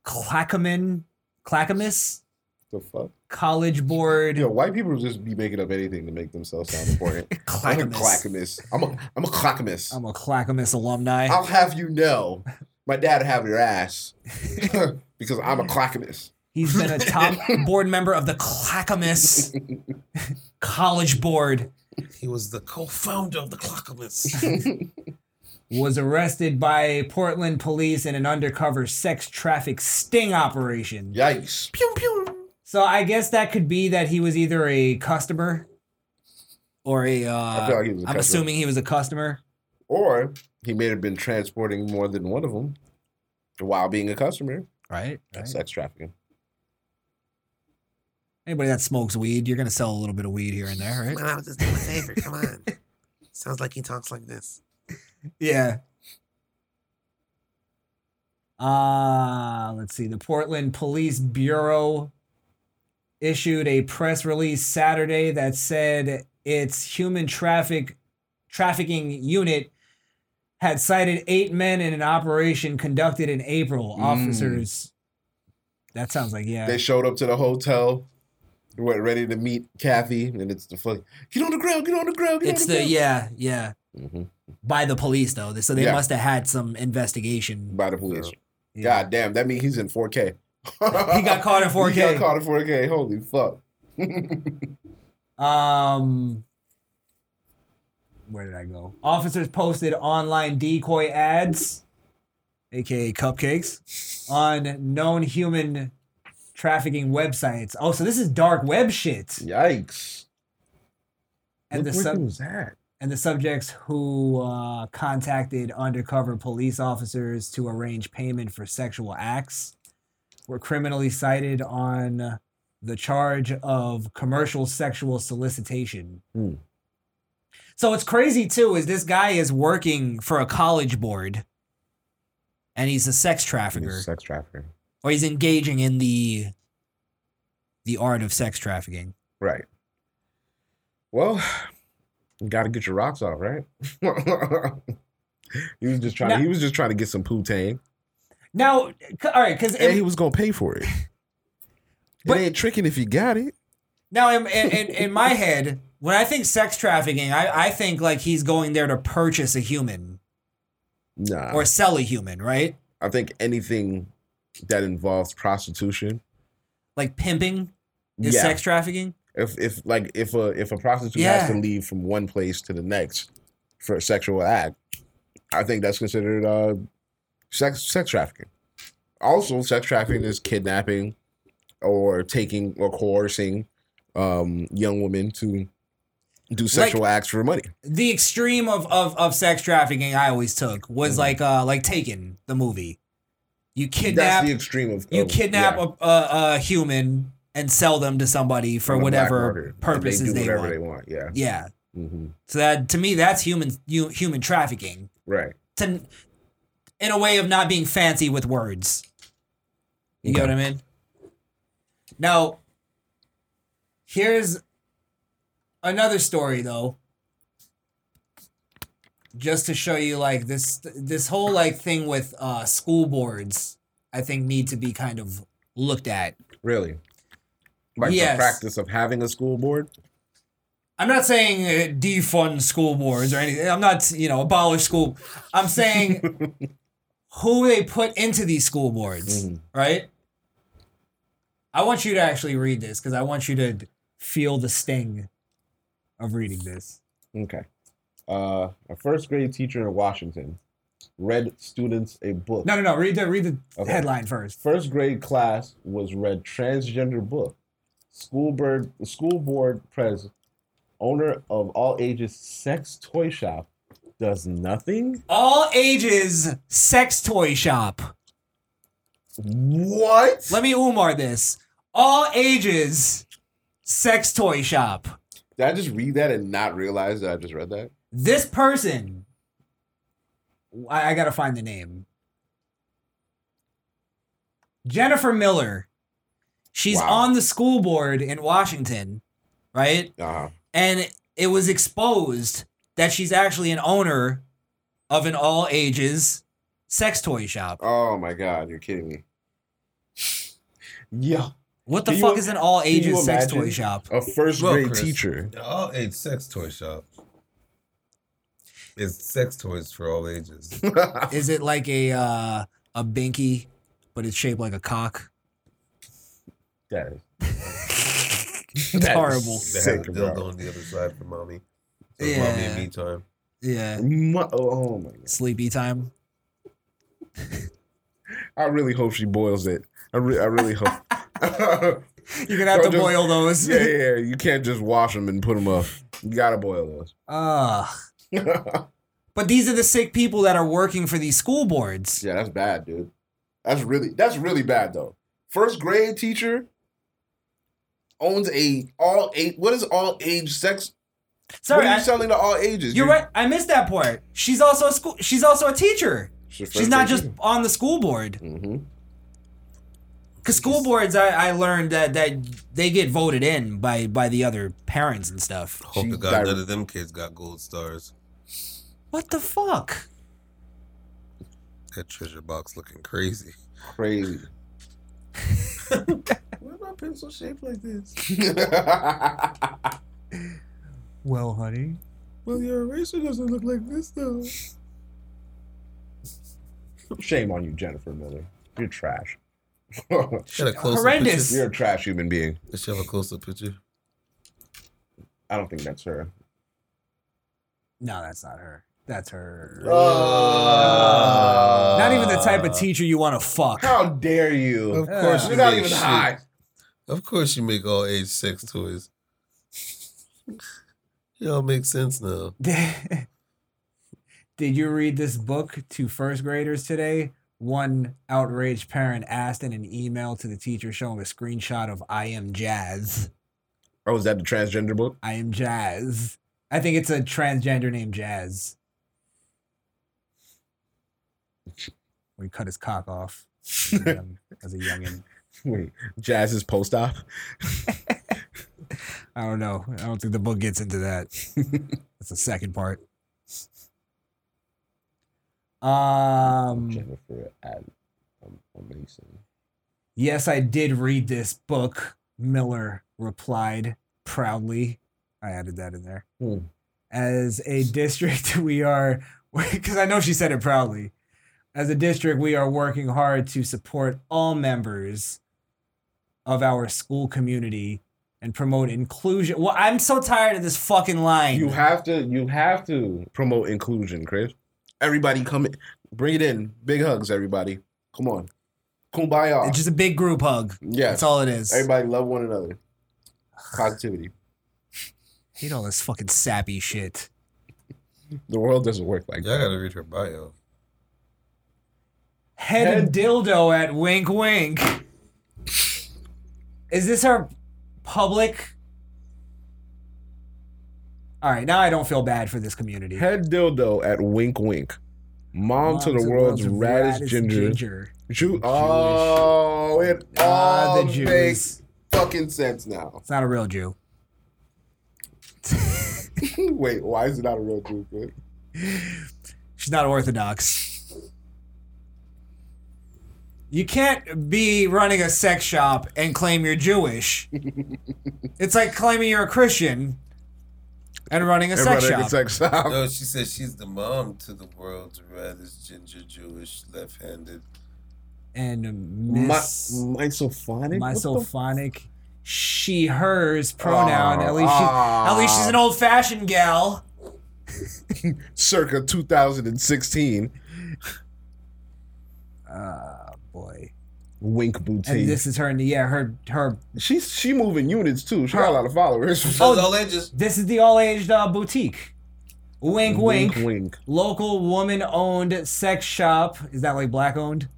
Clackaman, Clackamas The fuck. College Board. Yeah, white people just be making up anything to make themselves [LAUGHS] sound important. I'm a Clackamas. clackamus. I'm a I'm a clackamus. I'm a Clackamas alumni. I'll have [LAUGHS] you know, my dad have your ass because I'm a clackamus. He's been a [LAUGHS] top board member of the Clackamas College Board. He was the co-founder of the Clockamus. [LAUGHS] was arrested by Portland police in an undercover sex traffic sting operation. Yikes! pew pew. So I guess that could be that he was either a customer or a. Uh, I feel like he was a I'm customer. assuming he was a customer. Or he may have been transporting more than one of them while being a customer. Right. That's sex trafficking. Anybody that smokes weed, you're gonna sell a little bit of weed here and there, right? I was just doing a favor. Come on. Sounds like he talks like this. Yeah. Uh, let's see. The Portland Police Bureau issued a press release Saturday that said its human traffic trafficking unit had cited eight men in an operation conducted in April. Officers. That sounds like yeah. Hmm. Mm. They showed up to the hotel, were ready to meet Kathy, and it's the fuck. Get on the ground! Get on the ground! Get it's on the, the yeah yeah ground. Mhm. by the police though, so they Yeah. must have had some investigation. By the police. Yeah. God damn! That means he's in 4K. He got caught in 4K. [LAUGHS] He got caught in 4K. Holy fuck! Um, where did I go? Officers posted online decoy ads, aka cupcakes, on known human trafficking websites. Oh, so this is dark web shit. Yikes! And the Look where he sub- was at. and the subjects who uh, contacted undercover police officers to arrange payment for sexual acts were criminally cited on the charge of commercial sexual solicitation. Hmm. So what's crazy too is this guy is working for a college board, and he's a sex He's trafficker, a sex trafficker. or he's engaging in the the art of sex trafficking. Right. Well, you got to get your rocks off, right? [LAUGHS] he was just trying. Now- he was just trying to get some poutine, Now, c- all right, because and he was gonna pay for it. But- But it ain't tricking if you got it. Now, in, in, in, in [LAUGHS] my head, when I think sex trafficking, I, I think like he's going there to purchase a human Nah, or sell a human, right? I think anything that involves prostitution. Like pimping is yeah. sex trafficking. if if like if a if a prostitute has to Yeah. leave from one place to the next for a sexual act, I think that's considered uh sex sex trafficking. Also, sex trafficking is kidnapping or taking or coercing um young women to do sexual acts for money. the extreme of, of, of sex trafficking I always took was like uh like Taken the movie. You Mm-hmm. That's kidnap the extreme of you of- kidnap Oh, yeah, a, a, a human and sell them to somebody for on the black whatever market. purposes do they, whatever want. they want. Yeah, Yeah. hmm So that to me that's human hu- human trafficking. right. To in a way of not being fancy with words. You get what I mean? Now, here's another story though. Just to show you like this this whole like thing with uh school boards I think need to be kind of looked at. Really, like Yes. the practice of having a school board. I'm not saying uh, defund school boards or anything. I'm not, you know, abolish school. I'm saying who they put into these school boards, right? I want you to actually read this because I want you to feel the sting of reading this. Okay. Uh, a first grade teacher in Washington read students a book. No, no, no. Read the read the Okay. headline first. First grade class was read transgender book. School board, school board pres, owner of all ages sex toy shop, does nothing. All ages sex toy shop. What? Let me Umar this. All ages sex toy shop. Did I just read that and not realize that I just read that? this person I, I gotta find the name jennifer miller she's Wow. on the school board in washington right Uh-huh. and it was exposed that she's actually an owner of an all ages sex toy shop Oh my god, you're kidding me. [LAUGHS] Yeah. what the Can you fuck im- is an all you ages sex toy imagine? shop A first Well, grade Chris. teacher. All age sex toy shop. It's sex toys for all ages. is it like a uh a binky but it's shaped like a [LAUGHS] cock That [LAUGHS] is. It's horrible. They have a Sick, dildo bro. on the other side for mommy. So Yeah. mommy and me time. yeah Mu- oh my god. [LAUGHS] sleepy time I really hope she boils it. I, re- I [LAUGHS] really hope. You're gonna have to Bro, just- boil those. yeah, yeah, yeah. You can't just wash them and put them up. You gotta boil [LAUGHS] Ugh. those. [LAUGHS] but these are the sick people that are working for these school boards. Yeah, that's bad, dude. That's really that's really bad though. First grade teacher owns a all age. What is all age sex? Sorry, what are you I, selling to all ages? you're dude? right. I missed that part. She's also a school. She's also a teacher. She's not just on the school board. Mm-hmm. Cause school boards, I, I learned that that they get voted in by by the other parents and stuff. Hope to She's God direct- none of them kids got gold stars. What the fuck? That treasure box looking crazy. Crazy. Why my pencil shaped like [LAUGHS] this? Well, honey, Well, your eraser doesn't look like this though. Shame on you, Jennifer Miller. [LAUGHS] You're trash. Should have closer Horrendous. picture. You're a trash human being. They should have a closer picture. I don't think that's her. no, that's not her. That's her. Uh, not even the type of teacher you want to fuck. How dare you? Of course, Uh, you You're not make even shit. high. Of course, you make all age sex toys. [LAUGHS] It all makes sense now. Did [LAUGHS] did you read this book to first graders today? One outraged parent asked in an email to the teacher showing a screenshot of I am Jazz. Oh, is that the transgender book? I am Jazz. I think it's a transgender named Jazz. We cut his cock off as a, young, as a youngin. Wait, Jazz is post op. [LAUGHS] I don't know. I don't think the book gets into that. [LAUGHS] That's the second part. Um Jennifer Ad- um, Mason. Yes, I did read this book, Miller replied proudly. I added that in there. Hmm. As a district, [LAUGHS] we are, because I know she said it proudly. As a district, we are working hard to support all members of our school community and promote inclusion. Well, I'm so tired of this fucking line. You have to. You have to promote inclusion, Chris. Everybody, come in. Bring it in. Big hugs, everybody. Come on. it's Kumbaya. just a big group hug. Yeah. That's all it is. Everybody love one another. Positivity. hate all this fucking sappy shit. The world doesn't work like Y'all that. gotta read her bio. Head, and dildo at wink wink. Is this our public? All right, now I don't feel bad for this community. Head dildo at wink wink. Mom, to the world's, raddest, ginger. Jew- Uh, Oh, it Ah, all the Jews. makes fucking sense now. [LAUGHS] It's not a real Jew. Wait, why is it not a real Jew? [LAUGHS] Good. She's not Orthodox. You can't be running a sex shop and claim you're Jewish. it's like claiming you're a Christian and running a sex Everybody shop. like a sex shop. No, she says she's the mom to the world's raddest ginger Jewish left-handed. and My, Miss misophonic? What the Misophonic, she hers pronoun. Oh, at least she, at least she's an old fashioned gal. circa 2016 Ah, boy. wink And boutique. this is her. Yeah, her her. She's she moving units too. She got a lot of followers. Oh, all that just This is the all aged uh, boutique. Wink, wink. wink. local woman owned sex shop. Is that like black owned?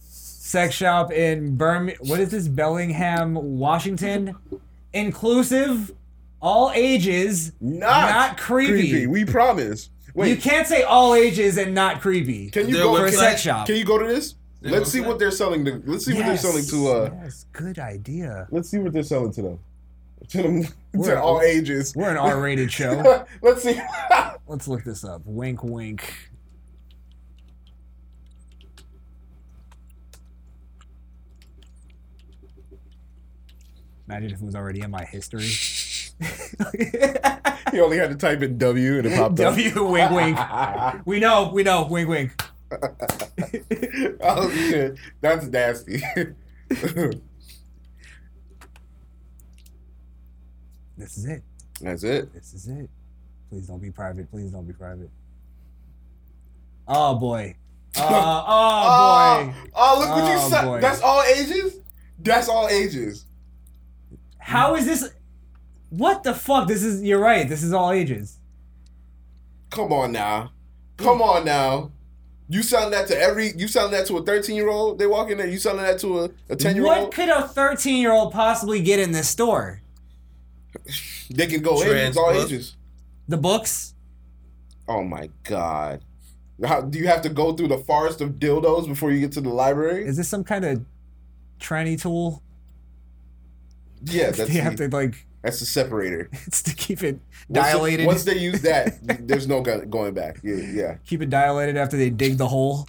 Sex shop in Birmingham. What is this? Bellingham, Washington. Inclusive, all ages, Not, not creepy. We promise. Wait, you can't say all ages and not creepy. can you Their go for a website- sex shop. Can you go to this? Their let's see website? what they're selling. To, let's see Yes, what they're selling to. Uh, yes, good idea. let's see what they're selling to them. To them, [LAUGHS] We're- to all ages. We're an [LAUGHS] R-rated show. [LAUGHS] let's see. Let's look this up. Wink, wink. Imagine if it was already in my [LAUGHS] history. [LAUGHS] you only had to type in W and it popped up. w wink wink. We know, we know. Wink wink. [LAUGHS] oh shit, that's nasty. [LAUGHS] This is it. that's it. This is it. Please don't be private. Please don't be private. Oh [LAUGHS] boy. Uh, oh boy. Oh, look what you Oh, said. boy. That's all ages. That's all ages. How is this? What the fuck? This is. You're right. This is all ages. Come on now. Come on now. You selling that to every you selling that to a 13 year old? They walk in there, you selling that to a, a 10 year What old? could a 13 year old possibly get in this store? They can go in, Trans it's all plus? ages. The books? Oh my god. How, do you have to go through the forest of dildos before you get to the library? Is this some kind of tranny tool? Yeah, [LAUGHS] that's they have the, to like that's the separator. [LAUGHS] it's to keep it Once the- dilated. Once they use [LAUGHS] that, there's no go- going back. Yeah, yeah. keep it dilated after they dig the hole.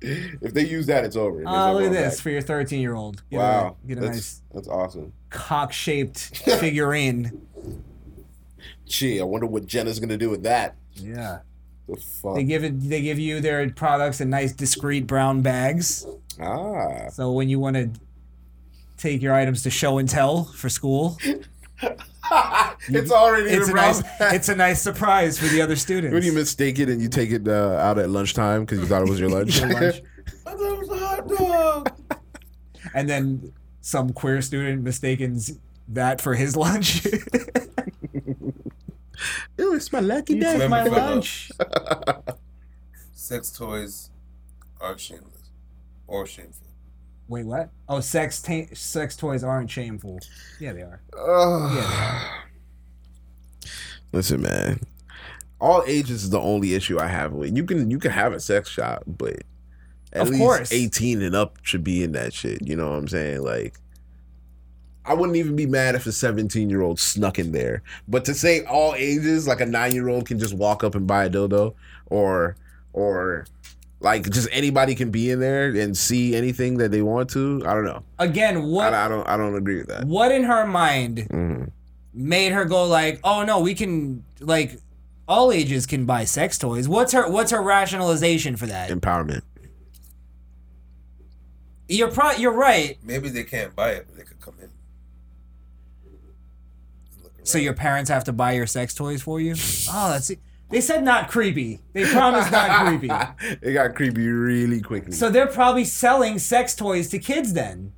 If they use that, it's over. There's Ah, no look at going this back. for your 13 year old. Get Wow, A, get a that's, nice that's awesome. cock shaped figurine. Gee, I wonder what Jenna's gonna do with that. Yeah. The fuck? They give it they give you their products in nice discreet brown bags. ah, So when you want to take your items to show and tell for school, [LAUGHS] it's already it's a in nice brown- it's a nice surprise for the other students. When you mistake it and you take it uh, out at lunchtime because you thought it [LAUGHS] was your lunch. Your lunch. I thought it was a hot dog. and then some queer student mistakes that for his lunch. [LAUGHS] Ew, it's my lucky took day. my lunch. Sex toys are shameless or shameful. Wait, what? Oh, sex ta- sex toys aren't shameful. Yeah, they are. Listen, man. All ages is the only issue I have with. it. You can you can have a sex shop, but at Of least course. 18 and up should be in that shit. You know what I'm saying? Like I wouldn't even be mad if a 17 year old snuck in there. But to say all ages, like a nine year old can just walk up and buy a dildo or or like just anybody can be in there and see anything that they want to. I don't know. Again, I, what I don't I don't agree with that. what in her mind Mhm. made her go like, "Oh no, we can like all ages can buy sex toys." What's her what's her rationalization for that? Empowerment. You're pro- you're right. Maybe they can't buy it, but they could come in. and look So around. your parents have to buy your sex toys for you? Oh, that's They said not creepy. They promised not [LAUGHS] creepy. it got creepy really quickly. So they're probably selling sex toys to kids then.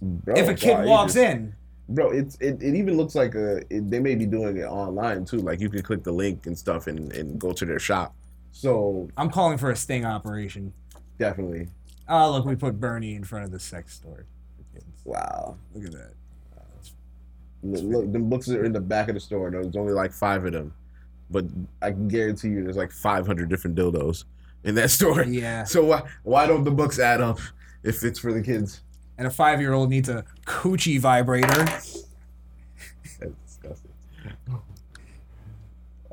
Bro, if a it's kid all walks ages. in. Bro, it's it, it even looks like a it, they may be doing it online too. Like you can click the link and stuff and, and go to their shop. So I'm calling for a sting operation. definitely, Oh, look, we put Bernie in front of the sex store. wow. Look at that. Look, look, the books are in the back of the store. and There's only like five of them, but I can guarantee you there's like 500 different dildos in that [LAUGHS] store. Yeah. So why why don't the books add up if it's for the kids? And a five year old needs a coochie vibrator. That's [LAUGHS] disgusting.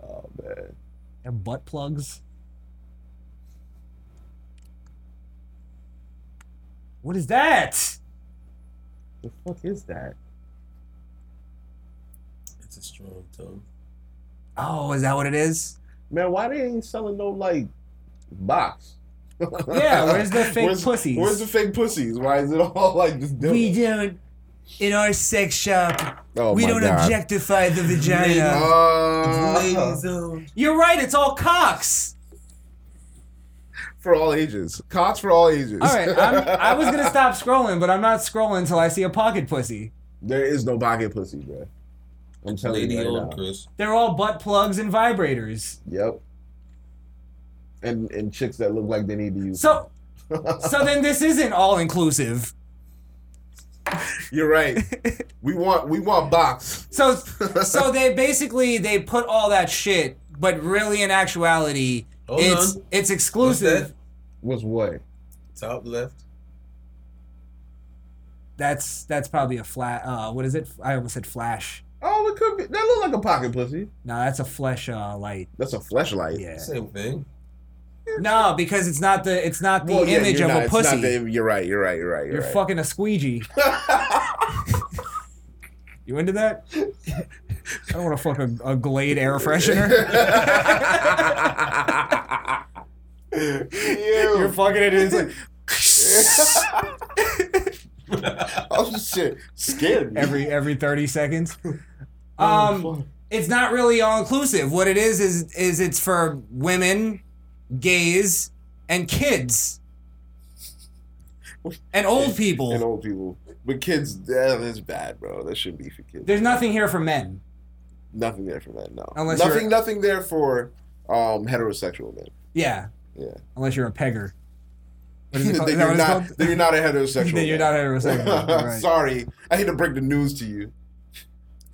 Oh man. And butt plugs. What is that? The fuck is that? It's a strong tone. Oh, is that what it is? Man, why they ain't selling no like box? Yeah, where's [LAUGHS] the fake where's, pussies? Where's the fake pussies? Why is it all like just dildos? don't. In our sex shop, Oh, my God. objectify the vagina. Uh, You're right, it's all cocks. for all ages, cots for all ages. All right, I'm, I was gonna stop [LAUGHS] scrolling, but I'm not scrolling until I see a pocket pussy. There is no pocket pussy, bro. I'm telling Lady you right old now. Chris. They're all butt plugs and vibrators. Yep. And and chicks that look like they need to use. So, so then this isn't all inclusive. [LAUGHS] You're right. we want we want box. [LAUGHS] So, so they basically they put all that shit, but really in actuality, Hold it's on. it's What's exclusive. that? Was what? Top left. That's that's probably a flat. Uh, what is it? I almost said flash. Oh, it could be. That look like a pocket pussy. No, that's a flesh uh, light. [LAUGHS] That's a flashlight. Yeah. Same thing. No, because it's not the it's not the Well, yeah, image you're of not- a it's not pussy. the- you're right. You're right. You're right. You're, You're right. fucking a [LAUGHS] squeegee. you into [LAUGHS] that? I don't want to fuck a, a Glade air [LAUGHS] freshener. Ew. You're fucking it. It's like oh shit, scared Oh, me. every every 30 [LAUGHS] seconds. Um, it's not really all inclusive. What it is is is it's for women, gays, and kids, and old people. and old people, but kids, yeah, that's bad, bro. That shouldn't be for kids. There's nothing here for men. nothing there for that. No, Unless nothing, you're- nothing there for um heterosexual men. Yeah. Yeah. Unless you're a pegger. What is it [LAUGHS] called? Is that then, you're what it's not, called? then [LAUGHS] you're not a heterosexual. Then you're man. not [LAUGHS] heterosexual, right. Sorry, I hate to break the news to you.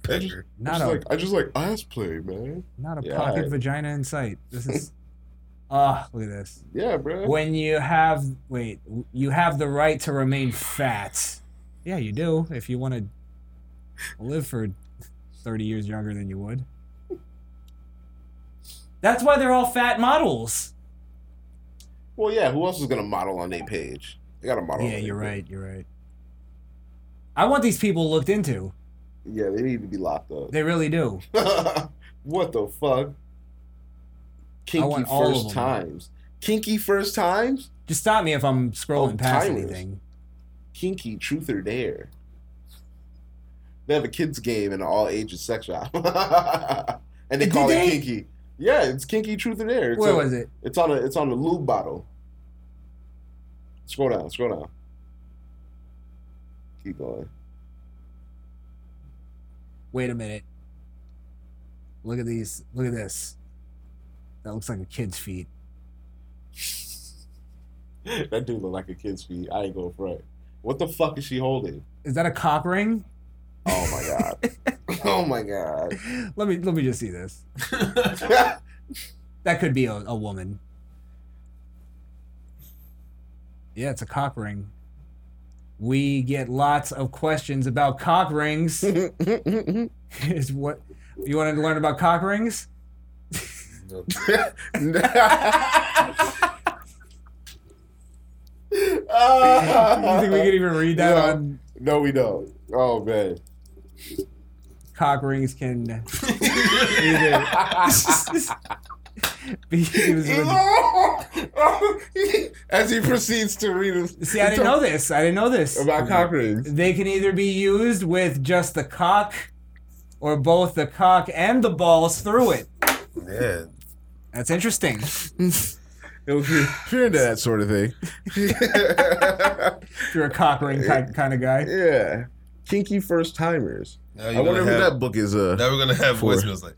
Picture. Not just a like, I just like ass play, man. not a Yeah, pocket alright. vagina in sight. This [LAUGHS] is Ah, look at this. Yeah, bro. When you have wait, you have the right to remain fat. Yeah, you do. If you want to live for 30 years younger than you would. That's why they're all fat models. Well, yeah. Who else is gonna model on their page? They got a model. on Yeah, their you're page. right, you're right. I want these people looked into. Yeah, they need to be locked up. They really do. [LAUGHS] what the fuck? Kinky want all of first them. times. Kinky first times. Just stop me if I'm scrolling Oh, past timers. anything. Kinky truth or dare. They have a kids game in an all ages sex shop, [LAUGHS] and they Did call they? it kinky. Yeah, it's kinky truth or dare. It's Where a- was it? It's on a it's on a lube bottle. Scroll down, scroll down. Keep going. [LAUGHS] Wait a minute. Look at these. Look at this. That looks like a kid's feet. that dude look like a kid's feet. I ain't going for it. What the fuck is she holding? Is that a cock ring? Oh my god. [LAUGHS] oh my god. Let me let me just see [LAUGHS] this. That could be a, a woman. Yeah, it's a cock ring. We get lots of questions about cock [LAUGHS] rings. Is what you want to learn about cock [LAUGHS] rings? [LAUGHS] Do [LAUGHS] Ah. you think we could even read that Yeah. on no, we don't. Oh man. [LAUGHS] cock rings [LAUGHS] can either be used with- As he proceeds to read his See, I didn't know this. I didn't know this. about cock rings. They can either be used with just the cock or both the cock and the balls through it. Yeah. That's interesting. If you're- if you're into that sort of thing. If you're a cock ring kind, kind of guy. Yeah. Kinky first timers. Now I wonder if who that book is. Uh, Now we're gonna have For- voicemails like,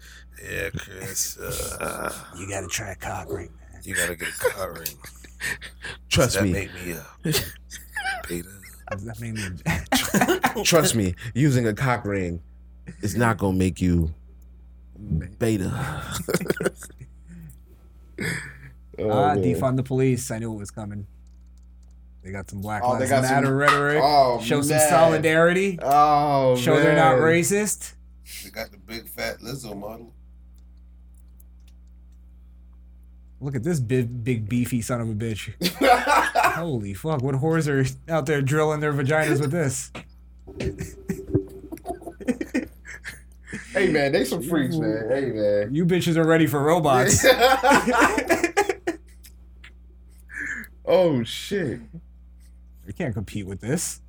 "Yeah, Chris, uh, You gotta try a cock ring. you gotta get a car ring. [LAUGHS] Does trust that me, make [LAUGHS] me up, Peter." Does that mean [LAUGHS] Ah, trust me. Using a cock ring is not gonna make you beta. Oh, ah, man. defund the police? I knew it was coming. [LAUGHS] They got some Black Oh, they Lives got some- Matter rhetoric. Oh, show some man. solidarity. Oh, show they're not man. racist. They got the big fat Lizzo model. Look at this big, big beefy son of a bitch. [LAUGHS] Holy fuck! What whores are out there drilling their vaginas with this? Hey man, they some freaks, man. Hey man. You bitches are ready [LAUGHS] for robots. [LAUGHS] Oh shit. Oh, You can't compete with [LAUGHS] this.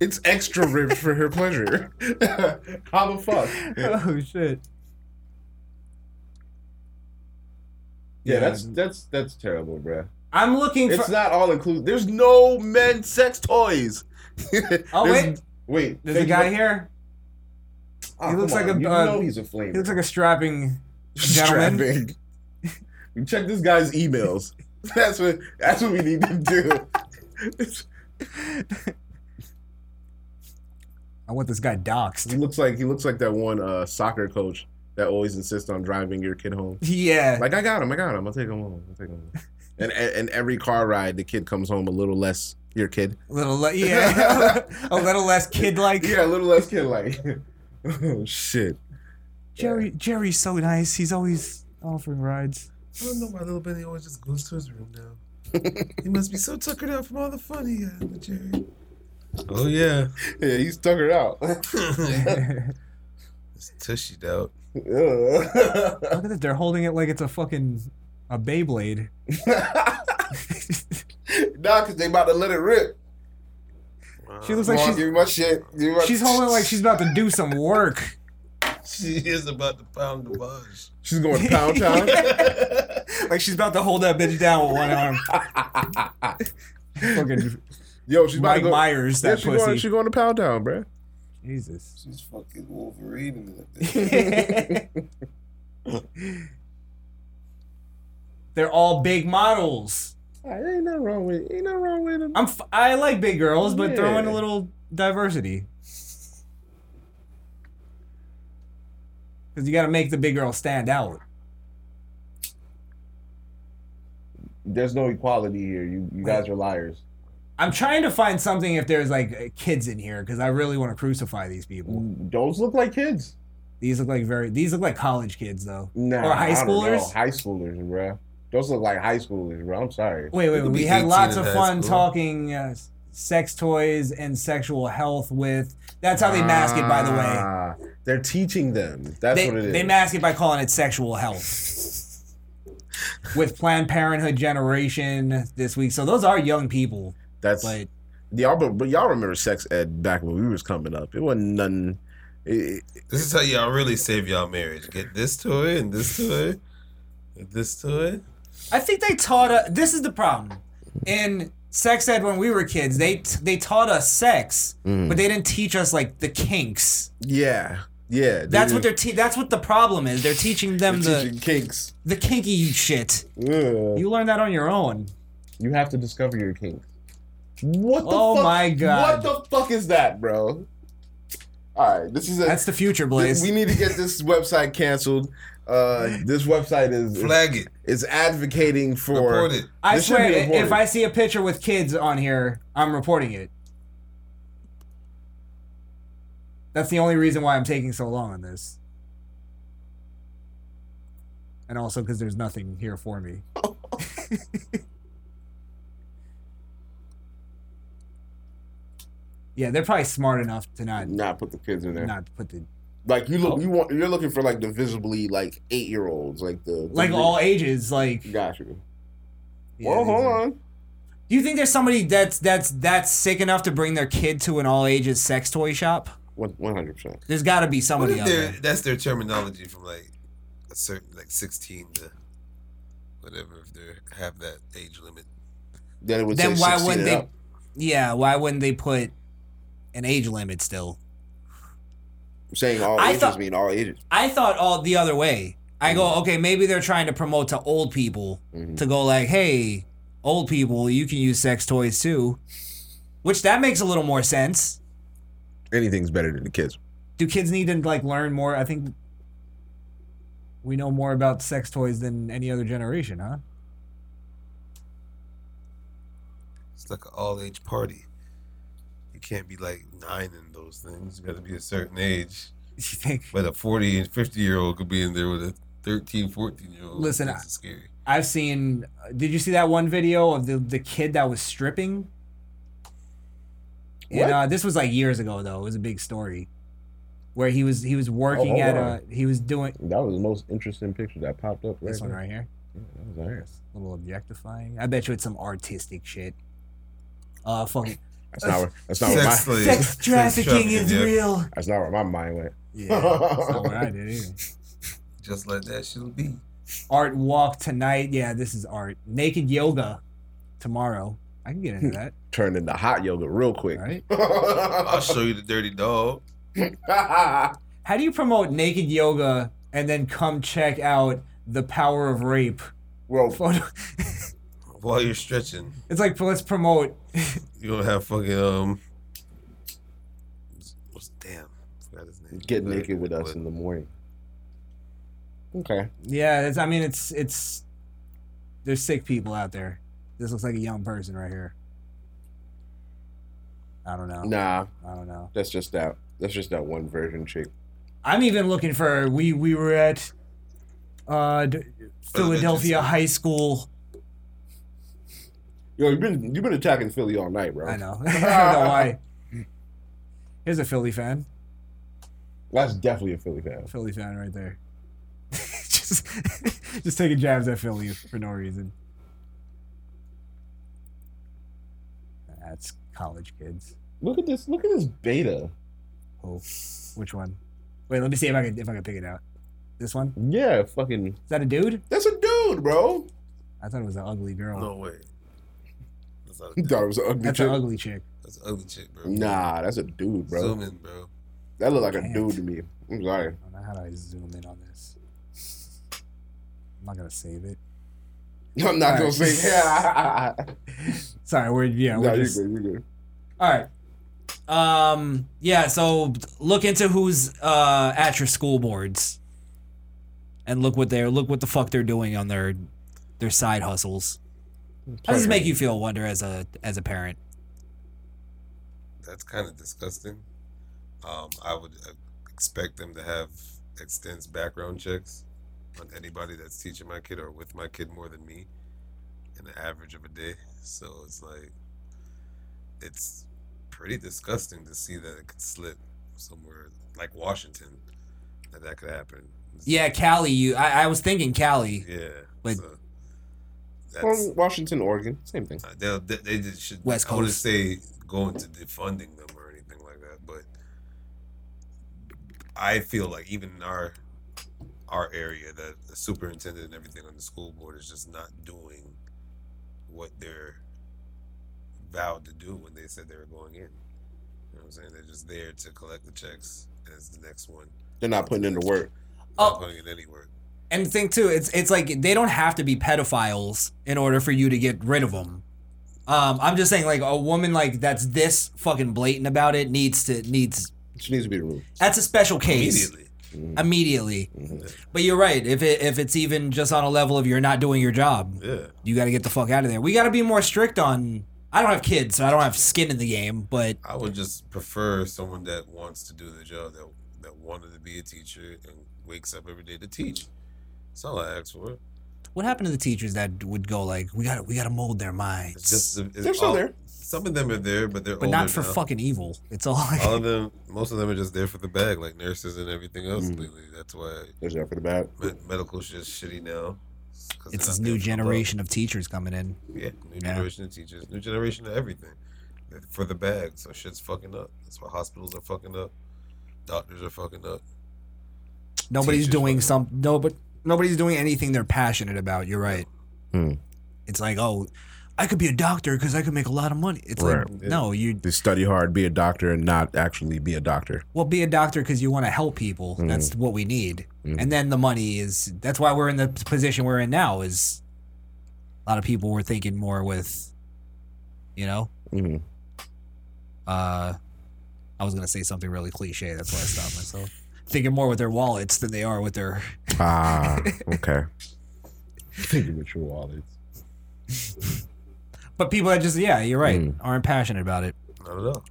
It's extra ribbed for her pleasure. How the fuck? Yeah, [LAUGHS] Oh shit! that's that's that's terrible, bruh. I'm looking It's for. not all inclusive. There's no men sex toys. Oh [LAUGHS] There's- wait, wait. there's a think guy about- here. Ah, he looks come like a- You uh, know he's a flame. He looks like a strapping gentleman. strapping. Check this guy's emails. [LAUGHS] That's what that's what we need to do. [LAUGHS] I want this guy doxxed. he looks like he looks like that one uh, soccer coach that always insists on driving your kid home. Yeah. Like I got him, I got him. I'll take him home. I'll take him [LAUGHS] home. And and and every car ride, the kid comes home a little less. Your kid. little le- [LAUGHS] yeah. [LAUGHS] a little less kid like. Yeah, a little less kid [LAUGHS] like. oh shit. Jerry Jerry's so nice. He's always offering rides. I don't know why little Benny always just goes to his room now. he must be so tuckered out from all the fun he had with Jerry. Oh yeah, Yeah, he's [LAUGHS] tuckered out. [LAUGHS] it's tushied out. Look at this. They're holding it like it's a fucking a [LAUGHS] Beyblade. Nah, cause they about to let it rip. Uh, She looks Come like on, she's give me my shit. Give me my she's holding [LAUGHS] it like she's about to do some work. She is about to pound the bars. She's [LAUGHS] going pound town. Like she's about to hold that bitch down with one arm. fucking Yo, she's about to Mike go. Myers, yeah, that she's pussy. going, she going to pound town, bruh. [LAUGHS] Jesus. She's fucking Wolverine in that thing. They're [LAUGHS] all big models. Ain't nothing wrong with. Ain't nothing wrong with him. I'm f- I like big girls, but throw in Yeah. a little diversity. Cause you gotta make the big girl stand out. There's no equality here. You you guys are liars. I'm trying to find something if there's like uh, kids in here, because I really want to crucify these people. Mm, Those look like kids. These look like very these look like college kids though. Nah, Or high I don't know. schoolers? High schoolers, bruh. Those look like high schoolers, bro. I'm sorry. Wait, wait, could we be had 18 lots in of high fun school. talking uh, sex toys and sexual health with. That's how they mask it, by the way. Ah, They're teaching them. That's they, what it is. they mask it by calling it sexual health. with Planned Parenthood generation this week, so those are young people. That's But y'all. But, but y'all remember sex ed back when we was coming up. It wasn't nothing. It, This is how y'all really save y'all marriage. Get this toy and this toy, and this toy. I think they taught us. This is the problem in sex ed when we were kids. They they taught us sex, but they didn't teach us like the kinks. Mm. yeah, yeah. they That's what just- they're te- that's what the problem is. They're teaching them they're the teaching kinks. the kinky shit. Ugh. You learn that on your own. You have to discover your kinks. What the Oh fuck? my God. What the fuck is that, bro? All right, this is a. That's the future, th- Blaze. we need to [LAUGHS] get this website canceled. Uh, this website is Flag it. is advocating for. Report it. I this should swear, be i- if reported. I see a picture with kids on here, I'm reporting it. That's the only reason why I'm taking so long on this. And also because there's nothing here for me. [LAUGHS] yeah, they're probably smart enough to not Nah, put the kids in there. not put the Like you Oh. look, you want you're looking for like the visibly like eight year olds, like the, the like re- all ages like. Got you. yeah, well, these hold are- on. Do you think there's somebody that's that's that's sick enough to bring their kid to an all ages sex toy shop? One hundred percent. There's got to be What somebody if out their, there. that's their terminology from like a certain like sixteen to whatever if they have that age limit. Then it would. Then say why 16 wouldn't and they? up. yeah, why wouldn't they put an age limit still? I'm saying all I ages thought- mean all ages. I thought all the other way. I go, Mm-hmm. okay, maybe they're trying to promote to old people to go like, hey, old people, you can use sex toys too, which that makes a little more sense. Anything's better than the kids. Do kids need to like learn more? I think we know more about sex toys than any other generation, huh? It's like an all age party. You can't be like nine in those things. You got to be a [LAUGHS] certain age. You think? But a 40 and 50 year old could be in there with a 13, 14 Oh, year old. Listen, That's scary. I've seen. Did you see that one video of the the kid that was stripping? And uh, this was like years ago, though. It was a big story, where he was he was working Oh, hold at on. a he was doing That was the most interesting picture that popped up. this one now. right here, Yeah, that was hilarious. a little objectifying. I bet you it's some artistic shit. Uh, fucking That's not where, that's not where my Sex [LAUGHS] slave. sex trafficking is yeah. real. that's not where my mind went. Yeah, that's not what I did either. [LAUGHS] Just let that shit be. Art walk tonight. Yeah, this is art. Naked yoga tomorrow. I can get into that. [LAUGHS] Turned into hot yoga real quick. All [LAUGHS] right. I'll show you the dirty dog. [LAUGHS] How do you promote naked yoga and then come check out the power of rape? Well, [LAUGHS] Photo- While you're stretching, It's like let's promote. you don't have fucking, um, what's, damn, forgot his name. Get naked with us But- in the morning. Okay. Yeah, it's, I mean it's it's there's sick people out there. This looks like a young person right here. I don't know. Nah, I don't know. that's just that. That's just that one version chick. I'm even looking for we we were at uh d- Philadelphia High School. [LAUGHS] Yo, you've been you've been attacking Philly all night, bro. I know. [LAUGHS] I don't know why. Here's a Philly fan. [LAUGHS] That's definitely a Philly fan. Philly fan right there. just, just taking jabs at Philly for no reason. That's college kids. Look at this. Look at this beta. Oh, which one? Wait, let me see if I can if I can pick it out. This one? Yeah, fucking. Is that a dude? That's a dude, bro. I thought it was an ugly girl. No way. That's, not a, That was an ugly That's chick. an ugly chick. that's an ugly chick, bro. Nah, that's a dude, bro. Zoom in, bro. That looked like a Can't. dude to me. I'm sorry. I don't know how do I zoom in on this. I'm not gonna save it. [LAUGHS] I'm not gonna Alright. say. Yeah. Sorry, we're yeah, we're no, just you're good. You're good. [LAUGHS] All right. Um. Yeah. So look into who's uh at your school boards, and look what they're look what the fuck they're doing on their their side hustles. How does this make you feel, Wonder, as a as a parent? That's kind of disgusting. Um, I would uh, expect them to have extensive background checks on anybody that's teaching my kid or with my kid more than me in the average of a day. So it's like, it's pretty disgusting to see that it could slip somewhere like Washington, that that could happen. It's- Yeah, Cali. You. I, I was thinking Cali. Yeah. But- so that's, Well, Washington, Oregon, same thing. Uh, They'll, they they just should. West I wouldn't Coast. say going to defunding them or anything like that, but I feel like even in our our area, that the superintendent and everything on the school board is just not doing what they're vowed to do when they said they were going in. You know what I'm saying? They're just there to collect the checks, and it's the next one. They're not putting in the work. Not Oh. putting in any work. And the thing too, it's it's like they don't have to be pedophiles in order for you to get rid of them. Um, I'm just saying, like a woman like that's this fucking blatant about it needs to needs. She needs to be removed. That's a special case. Immediately. Mm-hmm. immediately. Mhm. But you're right. If it, if it's even just on a level of you're not doing your job, Yeah. you got to get the fuck out of there. We got to be more strict on. I don't have kids, so I don't have skin in the game. But I would just prefer someone that wants to do the job that that wanted to be a teacher and wakes up every day to teach. That's all I ask for. what happened to the teachers that would go like, we got to we got to mold their minds, It's just it's They're still all- there. Some of them are there, but they're but not older for now. fucking evil. It's all like, [LAUGHS] All of them, most of them are just there for the bag, like nurses and everything else lately. That's why There's that Mm. for the bad. med- medical shit's shitty now. 'cause it's they're this new not there for the love. generation of teachers coming in. Yeah, new Yeah. generation of teachers, new generation of everything. They're For the bag, so shit's fucking up. That's why hospitals are fucking up. Doctors are fucking up. Nobody's Teachers doing fucking- some no, but nobody's doing anything they're passionate about. You're right. Hmm. It's like oh, I could be a doctor because I could make a lot of money. It's like, Right. no, you They study hard, be a doctor, and not actually be a doctor. well be a doctor because you want to help people. That's what we need. And then the money is that's why we're in the position we're in now. Is a lot of people were thinking more with, you know, Mhm. uh, I was gonna say something really cliche. That's why I stopped myself. Thinking more with their wallets than they are with their Ah, okay. Thinking with your wallets. But people that just yeah, you're right, Mm. aren't passionate about it. Not at all.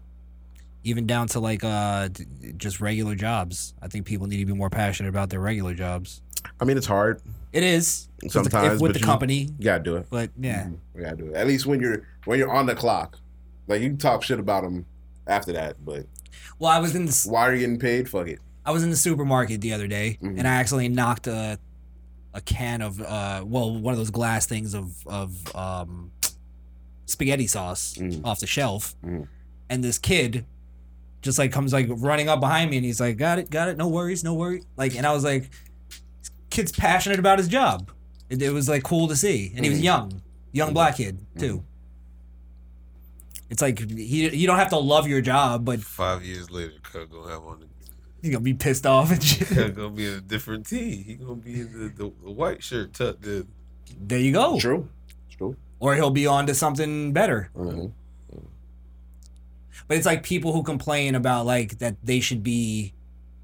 Even down to like uh d- d- just regular jobs. I think people need to be more passionate about their regular jobs. I mean, it's hard. It is with the- if- Sometimes, with but the you- company, You gotta do it. Mm-hmm. but yeah, You gotta do it. At least when you're when you're on the clock, like you can talk shit about them after that. But Well, I was in the s- why are you getting paid? Fuck it. I was in the supermarket the other day, Mhm. and I accidentally knocked a a can of uh well one of those glass things of of um spaghetti sauce Mm. off the shelf, Mm. and this kid just like comes like running up behind me, and he's like, "Got it, got it, no worries, no worries." Like, and I was like, this "Kid's passionate about his job." It, it was like cool to see, and he Mm. was young, Mm-hmm. young black kid too. It's like he, you don't have to love your job, but Five years later, Cud gonna have on the you're gonna be pissed [LAUGHS] off and shit. [LAUGHS] Cud gonna be in a different tee. He gonna be in the, the, the white shirt tucked in. There you go. True. It's true. Or he'll be on to something better. Mhm. But it's like people who complain about like that they should be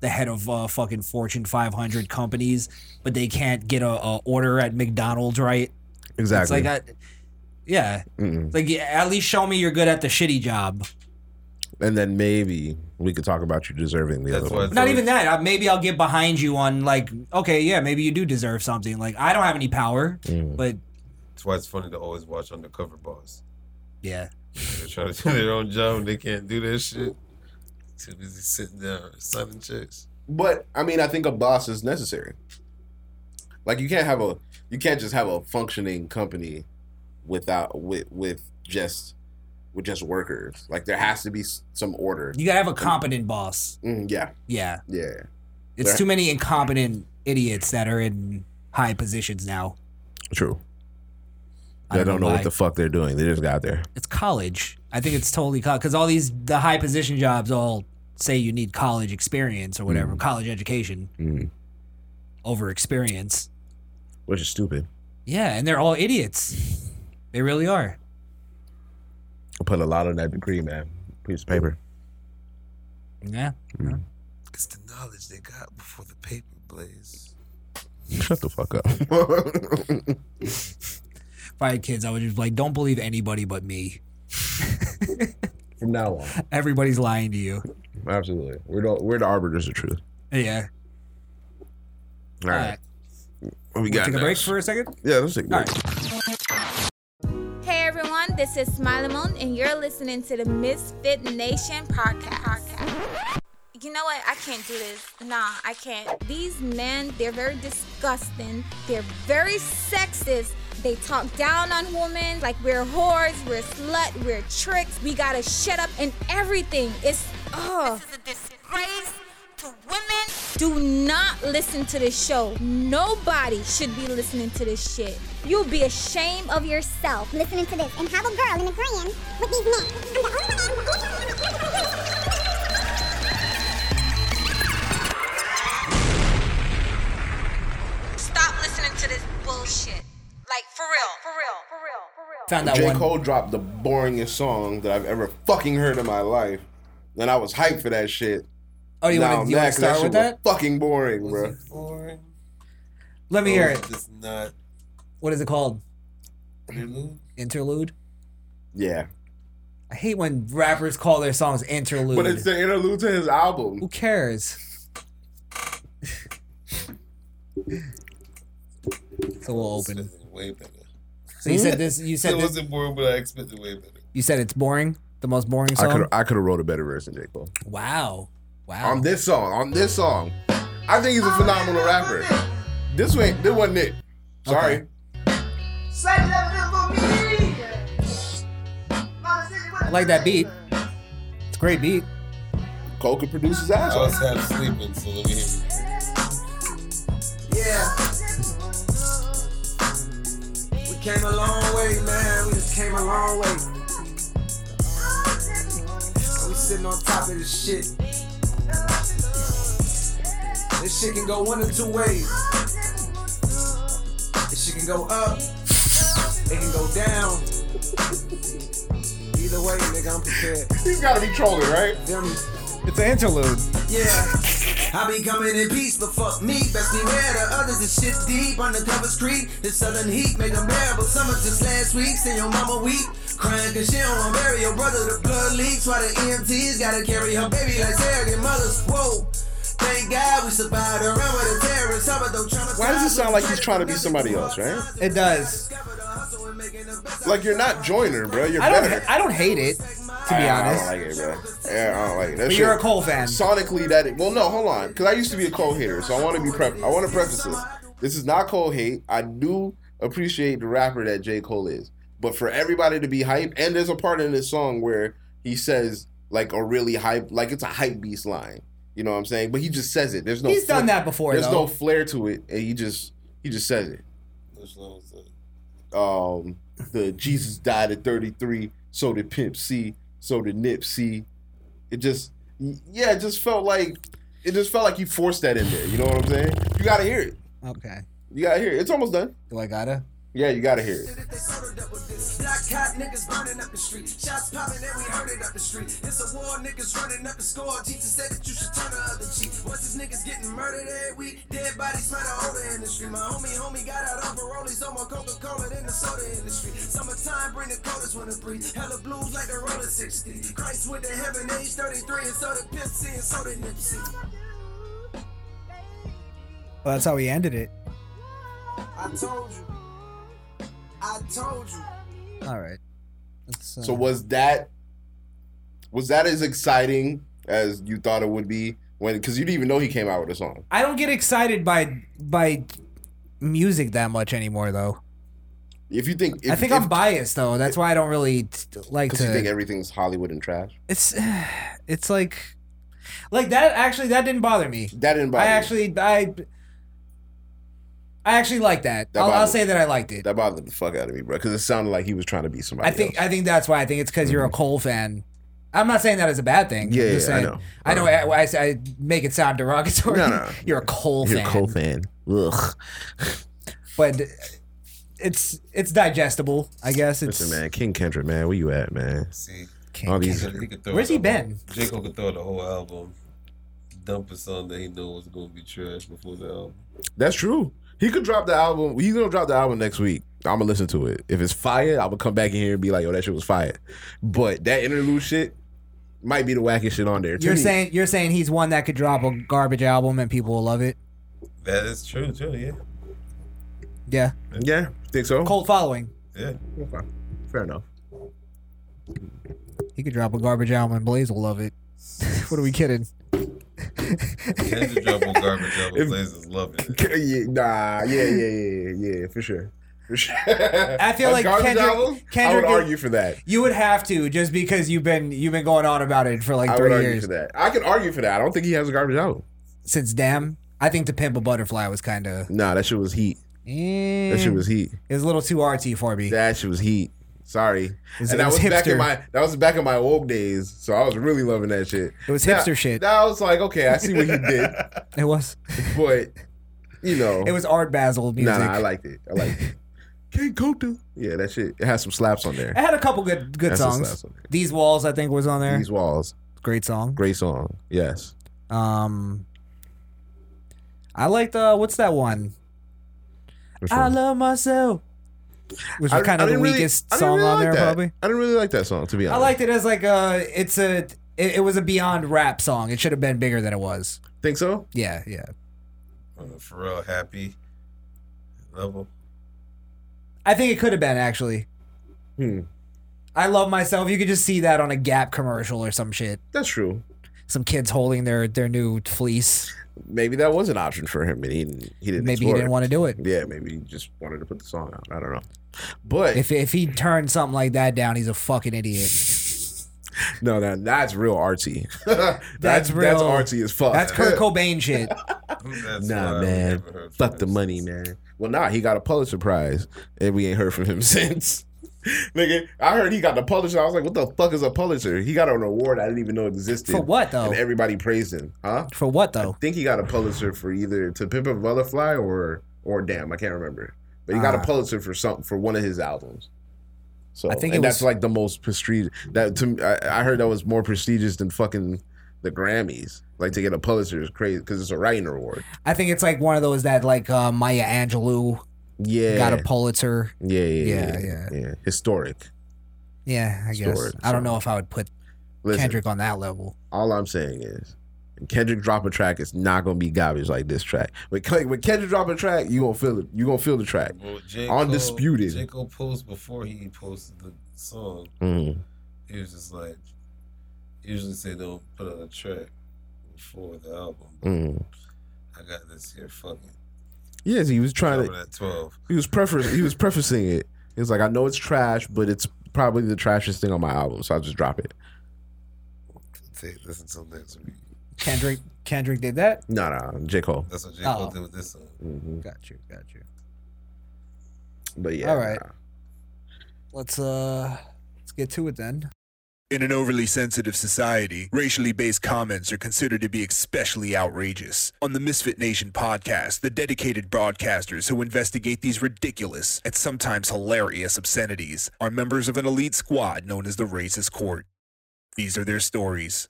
the head of uh, fucking Fortune 500 companies, but they can't get a, a order at McDonald's right. It's Exactly. like, I, yeah, Mm-mm. It's like yeah, at least show me you're good at the shitty job. and then maybe we could talk about you deserving the That's other why one. it's Not always- even that. I, maybe I'll get behind you on like, okay, yeah, maybe you do deserve something. Like I don't have any power, Mm. but That's why it's funny to always watch Undercover Boss. yeah, They're trying to do their own job and they can't do that shit. Too busy sitting down signing checks. But I mean, I think a boss is necessary. Like you can't have a you can't just have a functioning company without with with just with just workers. Like there has to be s- some order. you gotta have a competent boss. Mm, yeah, Yeah. yeah. It's Right. too many incompetent idiots that are in high positions now. True. I don't know why. fuck they're doing. They just got there. It's college. I think it's totally college because all these the high position jobs all say you need college experience or whatever, college education Mm. over experience. Which is stupid. Yeah, and they're all idiots. They really are. I put a lot on that degree, man. Piece of paper. Yeah. [LAUGHS] It's the knowledge they got before the paper blaze. Shut the fuck up. [LAUGHS] If I had kids, I would just be like, don't believe anybody but me. From now on, [LAUGHS] Everybody's lying to you. absolutely. We're the, we're the arbiters of truth. Yeah. All All right. right. What we Take got a break next? for a second. Yeah, let's take a All break. right. Hey everyone, this is Smiley Moon, and you're listening to the Misfit Nation podcast. You know what? I can't do this. Nah, I can't. These men, they're very disgusting. They're very sexist. They talk down on women like we're whores, we're slut, we're tricks. We gotta shut up and everything. It's oh. This is a disgrace to women. Do not listen to this show. Nobody should be listening to this shit. You'll be ashamed of yourself. listening to this and have a girl in agreement with these men. I'm the only one who Stop listening to this bullshit. Like for real, for real, for real, for real. Found that J. one. Cole dropped the boringest song that I've ever fucking heard in my life. And I was hyped for that shit. Oh, you Now want I'm to mad 'cause start shit with that? was fucking boring, bro. Boring. Let me hear Oh, it. It's not What is it called? interlude. Interlude? Yeah. I hate when rappers call their songs interlude. But it's the interlude to his album. Who cares? so we'll This open. is way better. So you Hmm? said this. You It said this, wasn't boring, but I expected way better. you said it's boring. The most boring I could song. have I could have wrote a better verse than J. Cole. Wow. Wow. On this song, on this song. I think he's a phenomenal rapper. This ain't this wasn't it. Sorry. Okay. Say that little me. I like that beat. It's a great beat. Cole could produce his I ass was off. half sleeping, so let me hear it. Yeah. We Came a long way, man. We just came a long way. We sitting on top of this shit. This shit can go one of two ways. This shit can go up. It can go down. Either way, nigga, I'm prepared. He's gotta be trolling, right? It's an interlude. Yeah. I be coming in peace, but fuck me. Best beware the others is shit deep. Undercover street, the southern heat made them bearable. Summer just last week, say your mama weak. Crying cause she don't wanna bury your brother. The blood leaks while the EMTs gotta carry her baby like surrogate mothers. Whoa. Thank God we survived around with the terrorists. How about them traumatized- Why does it sound like he's trying to be somebody else, right? It does. Like you're not Joiner, bro. You're I don't. better. I don't hate it, to be I- honest. I don't like it, bro. Yeah, I don't like it. That But shit- you're a Cole fan. Sonically, that. Well, no, hold on, because I used to be a Cole hater, so I want to be prep. I want to preface this. This is not Cole hate. I do appreciate the rapper that J Cole is, but for everybody to be hype, and there's a part in this song where he says like a really hype, like it's a hype beast line. You know what I'm saying? But he just says it. There's no. He's done that before, There's though. no flair to it, and he just he just says it Which one was it? um the Jesus died at 33, so did Pimp C, so did Nipsey. It just yeah, it just felt like it just felt like you forced that in there. You know what I'm saying? You gotta hear it. Okay. You gotta hear it. It's almost done. Do I gotta? Yeah, you gotta hear it. Black hat niggas burning up the street. Shots popping and we heard it up the street. It's a war, niggas running up the score. Jesus said that you should turn the other cheek. Once these niggas getting murdered every week, dead bodies smell the odor in the street. My homie, homie got out on parole. He's on more Coca Cola than the soda industry. Summertime bring the coldest winter breeze. Hella blues like the roller 60. Christ went to heaven age 33, and so did Pimp C, and so did Nipsey. Well, that's how he ended it. I told you. I told you. All right. That's, uh, So was that was that as exciting as you thought it would be when because you didn't even know he came out with a song. I don't get excited by by music that much anymore, though. If you think I think I'm biased though. That's why I don't really t- like because to. you think everything's Hollywood and trash. it's [SIGHS] it's like like that. Actually, that didn't bother me. That didn't bother I you. actually I I actually like that. That I'll, I'll bothered- say that I liked it. That bothered the fuck out of me, bro, because it sounded like he was trying to be somebody. I think I think that's why. I think it's because you're a Cole fan. I'm not saying that is a bad thing. Mm-hmm. Yeah, I'm just yeah, I saying, know. I know. I, I, I make it sound derogatory. No, no. [LAUGHS] You're a Cole fan. fan. Ugh. but it's it's digestible, I guess. It's Listen, man, King Kendrick, man, where you at, man? See, all these. He could throw Where's the he whole- been? J. Cole could throw the whole album, dump a song that he know was gonna be trash before the album. That's true. He could drop the album. He's gonna drop the album next week. I'm gonna listen to it. If it's fire, I'm gonna come back in here and be like, "Yo, that shit was fire." But that interlude shit might be the wackest shit on there. to you're me. saying you're saying he's one that could drop a garbage album and people will love it. That is true, too. Yeah, Yeah, Yeah, think so. cult following. yeah. Okay. Fair enough. He could drop a garbage album and Blaze will love it. [LAUGHS] what are we kidding? [LAUGHS] Kendrick drop on garbage album. Blaze is loving it. [LAUGHS] Yeah, nah, yeah, yeah, yeah, yeah, yeah, for sure. [LAUGHS] For sure. I feel like Kendrick- I would Kendrick is- argue for that. You would have to just because you've been you've been going on about it for like I three would argue years for that. I could argue for that. I don't think he has a garbage album. since damn. I think to pimp a butterfly was kind of Nah, that shit was heat. That shit was heat. It was a little too arty for me. That shit was heat. Sorry. was- and it that was, was back in hipster. my that was back in my old days, so I was really loving that shit. It was Now- hipster shit. Now it's like, okay, I see what [LAUGHS] he did, It was but you know, it was Art Basel nah, music. nah, I liked it. I [LAUGHS] liked it. Can't go to yeah, that shit. It has some slaps on there. It had a couple good good That's his songs. last one. These walls, I think, was on there. These walls, Great song. great song. Yes, Um, I liked uh, what's that one? Which I one? love myself. Which I- was kind I of the didn't really- weakest I didn't song really on like there, that. probably. I didn't really like that song to be honest. I liked it as like a it's a it, it was a beyond rap song. It should have been bigger than it was. Think so? Yeah, yeah. Uh, Pharrell, happy level. I think it could have been actually. Hmm. I love myself. You could just see that on a Gap commercial or some shit. That's true. Some kids holding their their new fleece. Maybe that was an option for him, and he didn't. He didn't. Maybe he explore didn't it. want to do it. Yeah, maybe he just wanted to put the song out. I don't know. [LAUGHS] But If if he turned something like that down, he's a fucking idiot. no, that that's real artsy. [LAUGHS] That's real. That's artsy as fuck. [LAUGHS] That's Kurt Cobain shit. That's nah, why I man. haven't heard from Fuck the him money, since. man. Well, nah, he got a Pulitzer Prize, and we ain't heard from him [LAUGHS] since. Nigga, I heard he got the Pulitzer. I was like, what the fuck is a Pulitzer? He got an award I didn't even know existed. For what, though? And everybody praised him. Huh? For what though? I think he got a Pulitzer for either To Pimp a Butterfly or or Damn, I can't remember. But he got Ah. a Pulitzer for something for one of his albums. So I I think think it and was- that's like the most prestigious. That to me, I, I heard that was more prestigious than fucking the Grammys. Like to get a Pulitzer is crazy because it's a writing award. I think it's like one of those that like uh, Maya Angelou Yeah, got a Pulitzer. Yeah, yeah, Yeah, yeah, yeah. yeah. Historic. Yeah, I guess. Historic, I don't so. know if I would put Listen. Kendrick on that level. All I'm saying is, when Kendrick drop a track, it's not gonna be garbage like this track. When, Ken- when Kendrick drop a track, you gonna feel it. You gonna feel the track. Well, J. Cole- Undisputed. J. Cole posted before he posted the song. Mhm. He was just like, usually say don't put out a track before the album. But Mhm. I got this here. Fuck it. Yes, he was trying Dropping to. at twelve. He was preface. He was prefacing it. He was like, I know it's trash, but it's probably the trashiest thing on my album, so I'll just drop it. Say, listen till next week. Kendrick Kendrick did that? No, no, J Cole. That's what J. Cole Oh. did with this song. Mm-hmm. Got you, got you. But yeah, All right. Let's uh let's get to it then. In an overly sensitive society, racially based comments are considered to be especially outrageous. On the Misfit Nation podcast, the dedicated broadcasters who investigate these ridiculous and sometimes hilarious obscenities are members of an elite squad known as the Racist Court. These are their stories.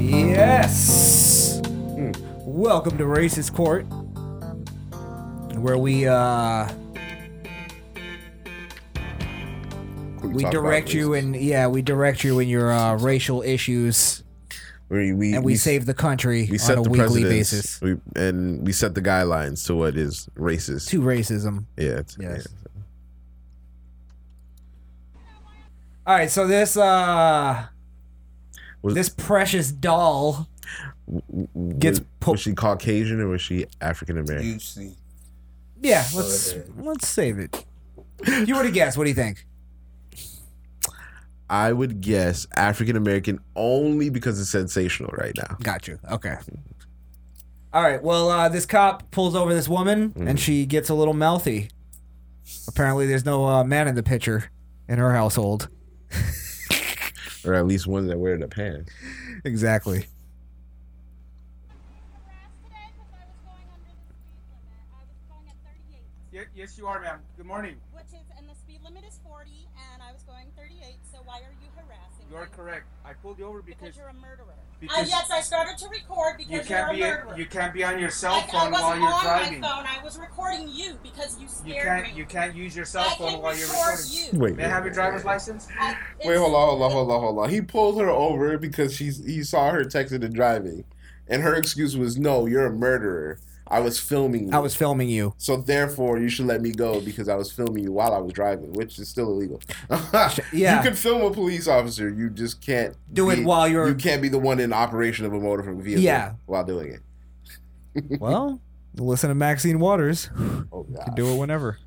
Yes. Hmm. Welcome to Racist Court, where we uh we talk about direct you in yeah we direct you in your uh, racial issues, We, we, and we, we- save the country we on set a the weekly precedents. basis We, and we set the guidelines to what is racist. to racism. yeah, it's- Yes. All right, so this uh this precious doll yeah. Gets was, was she Caucasian or was she African American? Yeah, let's let's save it. If you were to guess, what do you think? I would guess African American only because it's sensational right now. Got you. Okay. All right. Well, uh, this cop pulls over this woman, and she gets a little mouthy. Apparently, there's no uh, man in the picture in her household. Or at least one that wear the pants. Exactly. yes, you are, ma'am. Good morning. Which is, and the speed limit is 40, and I was going 38, so why are you harassing You are correct. I pulled you over because, Because you're a murderer. because- uh, yes, I started to record because you are a can't be murderer. you can't be on your I, cell I phone wasn't while you're on driving. my phone. I was recording you because you scared You can't me. you can't use your cell I phone can while you're record recording. you. Uh, Wait, May I wait, have your wait, driver's license? Wait, hold on, hold on, hold on, hold on. He pulled her over because she's he saw her texting and driving, and her excuse was, "No, you're a murderer. I was filming. You. I was filming you. So therefore, you should let me go because I was filming you while I was driving, which is still illegal. [LAUGHS] yeah. you can film a police officer. You just can't Do it while you're- You can't be the one in operation of a motor vehicle. Yeah. while doing it. Well, listen to Maxine Waters. Oh, Can do it whenever.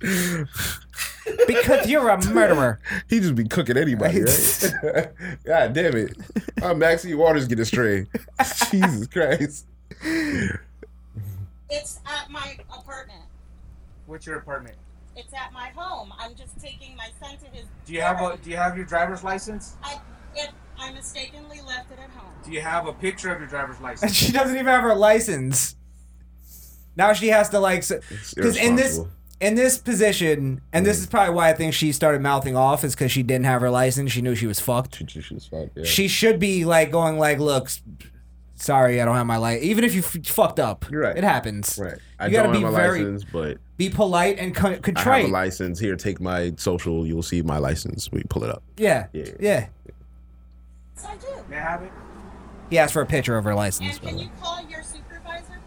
because you're a murderer. He just be cooking anybody, right? [LAUGHS] God damn it. How Maxie Waters get astray. [LAUGHS] Jesus Christ. It's at my apartment. What's your apartment? It's at my home. I'm just taking my son to his. Do you have a do you have your driver's license? I, it, I mistakenly left it at home. Do you have a picture of your driver's [LAUGHS] And license? she doesn't even have her license. Now she has to like because in this irresponsible. in this position, and Mm. this is probably why I think she started mouthing off is because she didn't have her license. She knew she was fucked. She, was fucked. She should be like going like, look, s- sorry, I don't have my license. Even if you f- fucked up, right. it happens. Right. You gotta be have a very license, but be polite and con- I have a contrite. license. Here, take my social. You'll see my license. We pull it up. Yeah, Yeah. yeah. Yes, [LAUGHS] I do. May I have it? He asked for a picture of her license. And But can you call your supervisor,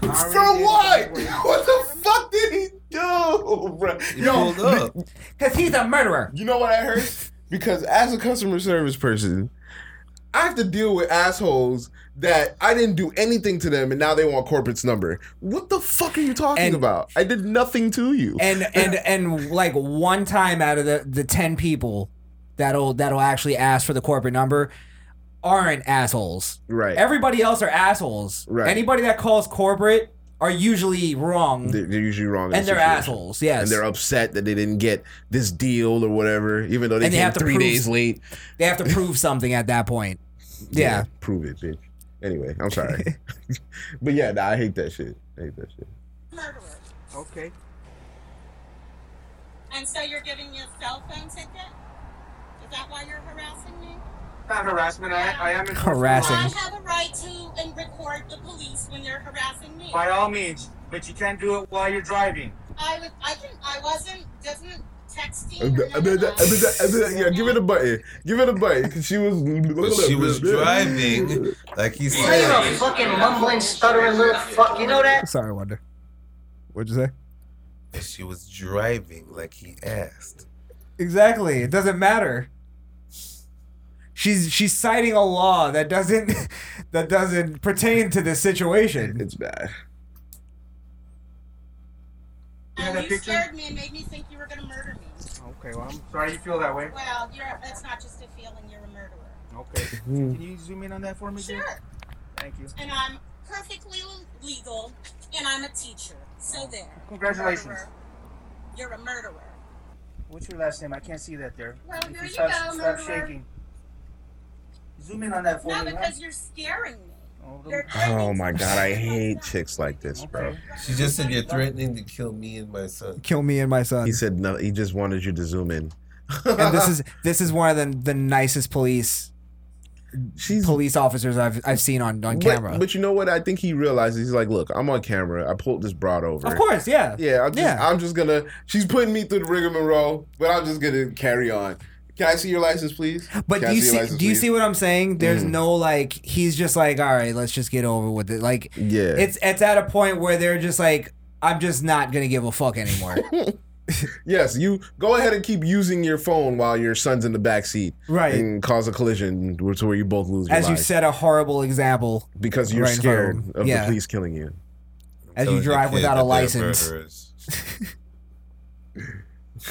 For what? What the fuck did he do, Oh, bro? Yo, [LAUGHS] because he's a murderer. You know what I heard? Because as a customer service person, I have to deal with assholes that I didn't do anything to them, and now they want corporate's number. What the fuck are you talking about? I did nothing to you. and and and like one time out of the the ten people that'll that'll actually ask for the corporate number, aren't assholes. Right. Everybody else are assholes. Right. Anybody that calls corporate are usually wrong. They're, they're usually wrong, in And the they're situation. assholes, yes. and they're upset that they didn't get this deal or whatever, even though they And they came have to three prove- days late. They have to prove something at that point. Yeah. prove it, bitch. Anyway, [LAUGHS] I'm sorry, [LAUGHS] but yeah, nah, I hate that shit. I hate that shit. [LAUGHS] Okay. And so you're giving me a cell phone ticket? Is that why you're harassing me? Not harassment. I, I am in I Harassing. have a right to and record the police when they're harassing me. By all means, but you can't do it while you're driving. I was I didn't I wasn't didn't texting. or none of that. yeah, give it a button. Give it a button. 'cause She was. But [LAUGHS] she was driving, like he Now you're a said. fucking mumbling, stuttering little fuck. You know that? Sorry, Wonder. What'd you say? But she was driving, like he asked. Exactly. It doesn't matter. She's she's citing a law that doesn't [LAUGHS] that doesn't pertain to this situation. It's bad. And you scared me and made me think you were gonna murder me. Okay, well, I'm sorry you feel that way. Well, you're that's not just a feeling, you're a murderer. Okay. Mm-hmm. Can you zoom in on that for me, Jay? Sure. Thank you. And I'm perfectly legal and I'm a teacher. So there. Congratulations. Murderer. You're a murderer. What's your last name? I can't see that there. Well, If here you stop, go, stop murderer. shaking. Zoom in on that for No, me. because you're scaring me. [LAUGHS] You're [LAUGHS] Oh my god, I hate chicks like this, bro. She just said you're threatening to kill me and my son. Kill me and my son. He said no. He just wanted you to zoom in. and this [LAUGHS] is this is one of the the nicest police police officers I've I've seen on on But- camera. But, you know what? I think he realizes he's like, look, I'm on camera. I pulled this broad over. Of course, yeah. Yeah, I'm just, Yeah. I'm just gonna. She's putting me through the rigmarole, but I'm just gonna carry on. Can I see your license, please? But Can I do you your see? license, do you please? see what I'm saying? There's Mhm. no like. He's just like, all right, let's just get over with it. Like, Yeah. it's it's at a point where they're just like, I'm just not gonna give a fuck [LAUGHS] anymore. Yes, you go ahead and keep using your phone while your son's in the back seat, Right. and cause a collision where- to where you both lose. Your As you lives. set a horrible example because you're right in front scared him. of yeah. the police killing you. As you drive without a license. [LAUGHS]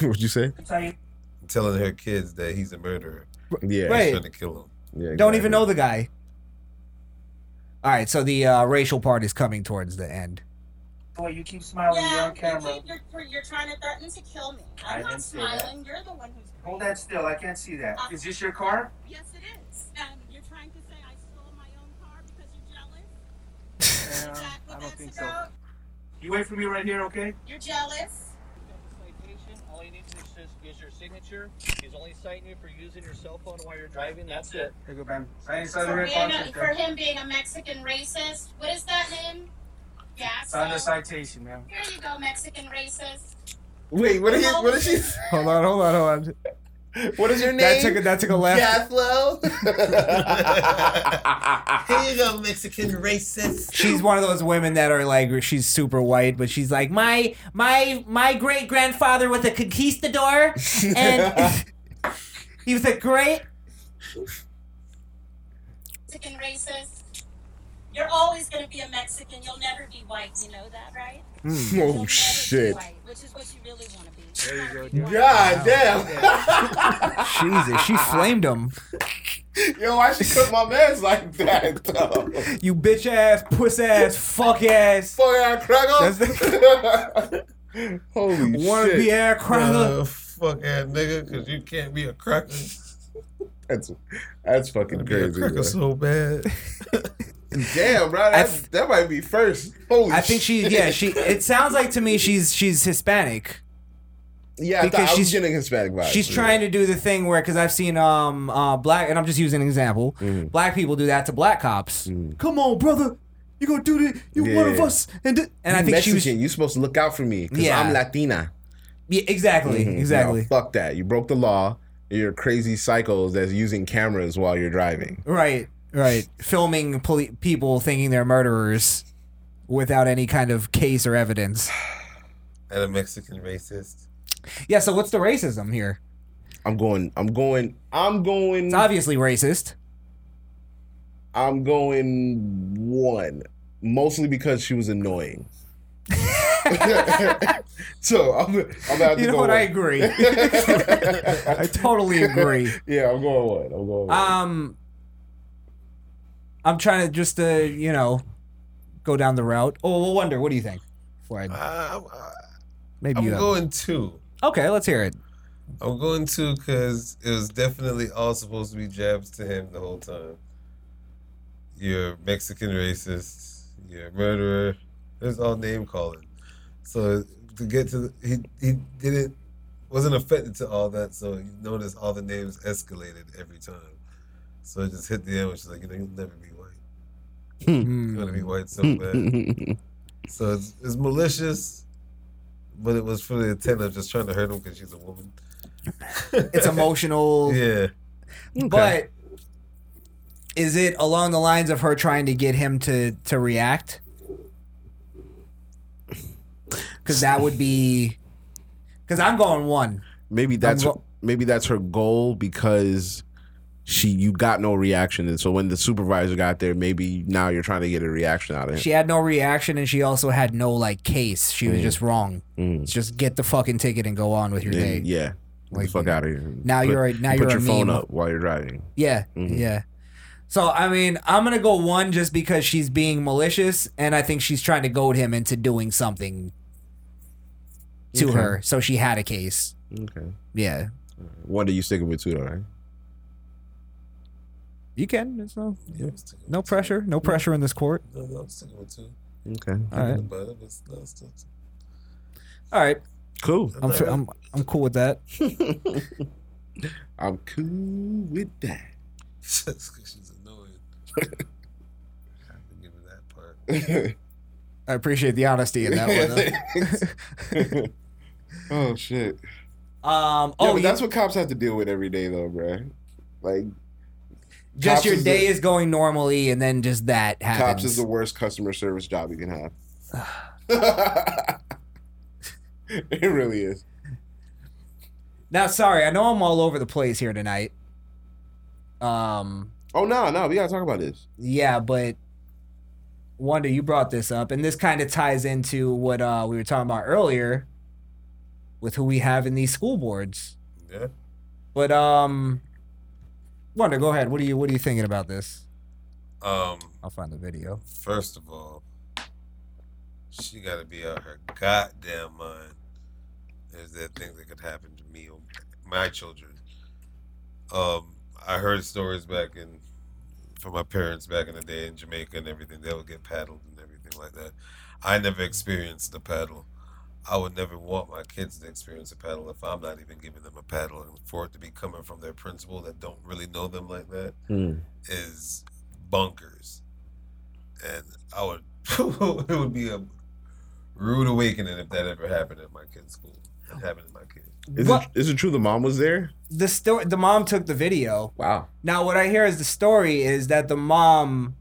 What'd you say? I'm telling her kids that he's a murderer. Yeah. Right. Trying to kill him. Yeah, Don't even know the guy. All right, so the uh, racial part is coming towards the end. Boy, you keep smiling. you're on camera. You're, you're, you're trying to threaten to kill me. I I'm didn't not say that. smiling. You're the one who's. Uh, Hold that still. I can't see that. Is this your car? Yes, it is. Um, you're trying to say I stole my own car because you're jealous. [LAUGHS] Uh, I don't think so. You wait for me right here, okay? You're jealous. All you need is, is your signature. He's only citing you for using your cell phone while you're driving. That's it. There you go, man. I ain't For, celebrating being a, contact, for man. him being a Mexican racist. What is that name? Yeah. Sign the so- citation, man. Here you go, Mexican racist. Wait, what are you- what is she- [LAUGHS] Hold on, hold on, hold on. What is your That name? took a, that took a left. [LAUGHS] Here you go, Mexican racist. She's one of those women that are like she's super white, but she's like my my my great grandfather was a conquistador, and [LAUGHS] he was a great. Mexican racist. You're always going to be a Mexican. You'll never be white. You know that, right? Oh shit! White, which is what you really want to be. God Jesus, she flamed him. damn! [LAUGHS] Yo, why she cut my man's like that though? You bitch ass, puss ass, [LAUGHS] fuck ass, fuck That's ass, the- Holy Wanna shit! be air cracker? Fuck ass nigga, cause you can't be a cracker. [LAUGHS] That's that's fucking crazy. cracker bro. so bad. Damn, bro, that, that might be first. Holy I think she, shit. yeah, she. It sounds like to me she's she's Hispanic. yeah, I, because thought, I was she's- getting Hispanic vibes. She's trying to do the thing where, because I've seen um uh black, and I'm just using an example. Mm-hmm. Black people do that to black cops. Come on, brother, you gonna do this? You one of Yeah. us? And th- and I You think she Mexican, was you supposed to look out for me because Yeah. I'm Latina. yeah, exactly, Mhm. exactly. No, fuck that. You broke the law. You're crazy psychos that's using cameras while you're driving. Right, right. Filming poli- people thinking they're murderers without any kind of case or evidence. And a Mexican racist. Yeah, so what's the racism here? I'm going. I'm going. I'm going. It's obviously racist. I'm going one, mostly because she [LAUGHS] was annoying. [LAUGHS] so I'm, I'm about to You know go what? one. I [LAUGHS] agree. [LAUGHS] I totally agree. yeah, I'm going one. I'm going one. Um, I'm trying to just uh, you know, go down the route. Oh, we'll wonder. What do you think? Before I, maybe Uh, I'm you have- going two. Okay, let's hear it. I'm going to because it was definitely all supposed to be jabs to him the whole time. You're Mexican racist. You're a murderer. There's all name calling. So to get to he he didn't wasn't affected to all that. So you notice all the names escalated every time. So it just hit the end, which is like you know you'll never be white. Hmm. You want to be white [LAUGHS] so bad. so it's, it's malicious, but it was for the intent of just trying to hurt him because she's a woman. It's emotional. [LAUGHS] yeah. But is it along the lines of her trying to get him to to react? Because that would be. Because I'm going one. [LAUGHS] Maybe that's go- maybe that's her goal because she you got no reaction, and so when the supervisor got there, maybe now you're trying to get a reaction out of him. She had no reaction, and she also had no like case. She was Mm. just wrong. Mm. It's just get the fucking ticket and go on with your And, day. yeah, get the fuck out of here. now you're a- now put you're a your phone meme. up while you're driving. Yeah, Mhm. yeah. So I mean, I'm gonna go one just because she's being malicious, and I think she's trying to goad him into doing something to Okay. her. So she had a case. Okay. Yeah, What are you sticking with too, though? Right? you can. It's no, no pressure. No pressure in this court. No, no, I'm sticking with two. Okay. All right. But if it's not still two. All right. Cool. I'm fi- I'm I'm cool with that. [LAUGHS] I'm cool with that. [LAUGHS] Just 'cause she's annoying. I have to give her that part. I appreciate the honesty in that one. [LAUGHS] though. oh shit. um. Yeah, Oh, but you- that's what cops have to deal with every day, though, bruh. Like, just cops your is day the- is going normally, and then just that happens. cops is the worst customer service job you can have. [SIGHS] [LAUGHS] it really is. Now, sorry, I know I'm all over the place here tonight. Um. Oh no, no, we gotta talk about this. Yeah, but Wonder, you brought this up, and this kind of ties into what uh, we were talking about earlier with who we have in these school boards. Yeah. But um, Wonder, go ahead. What are you What are you thinking about this? Um. I'll find the video. First of all, she got to be out her goddamn mind. There's that thing that could happen to me or my children. Um, I heard stories back in from my parents back in the day in Jamaica and everything. They would get paddled and everything like that. I never experienced the paddle. I would never want my kids to experience a paddle if I'm not even giving them a paddle, and for it to be coming from their principal that don't really know them like that Hmm. is bunkers. And I would, [LAUGHS] it would be a rude awakening if that ever happened at my kid's school. It happened to my kid. Is it, What- is it true the mom was there? The story. The mom took the video. Wow. Now, what I hear is the story is that the mom,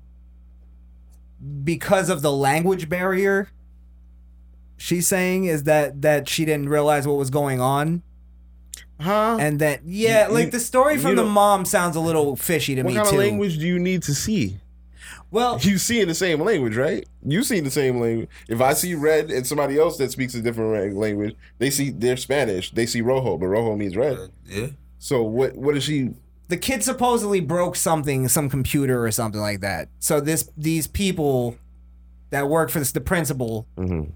because of the language barrier, she's saying is that that she didn't realize what was going on. Huh? And that yeah, You- like you- the story you from the don't- mom sounds a little fishy to What me kind too. of language do you need to see? Well, you see in the same language, right? You see the same language. If I see red and somebody else that speaks a different ra- language, they see they're Spanish. They see rojo, but rojo means red. yeah. So what? What is she? The kid supposedly broke something, some computer or something like that. So this these people that work for this, the principal. Mm-hmm.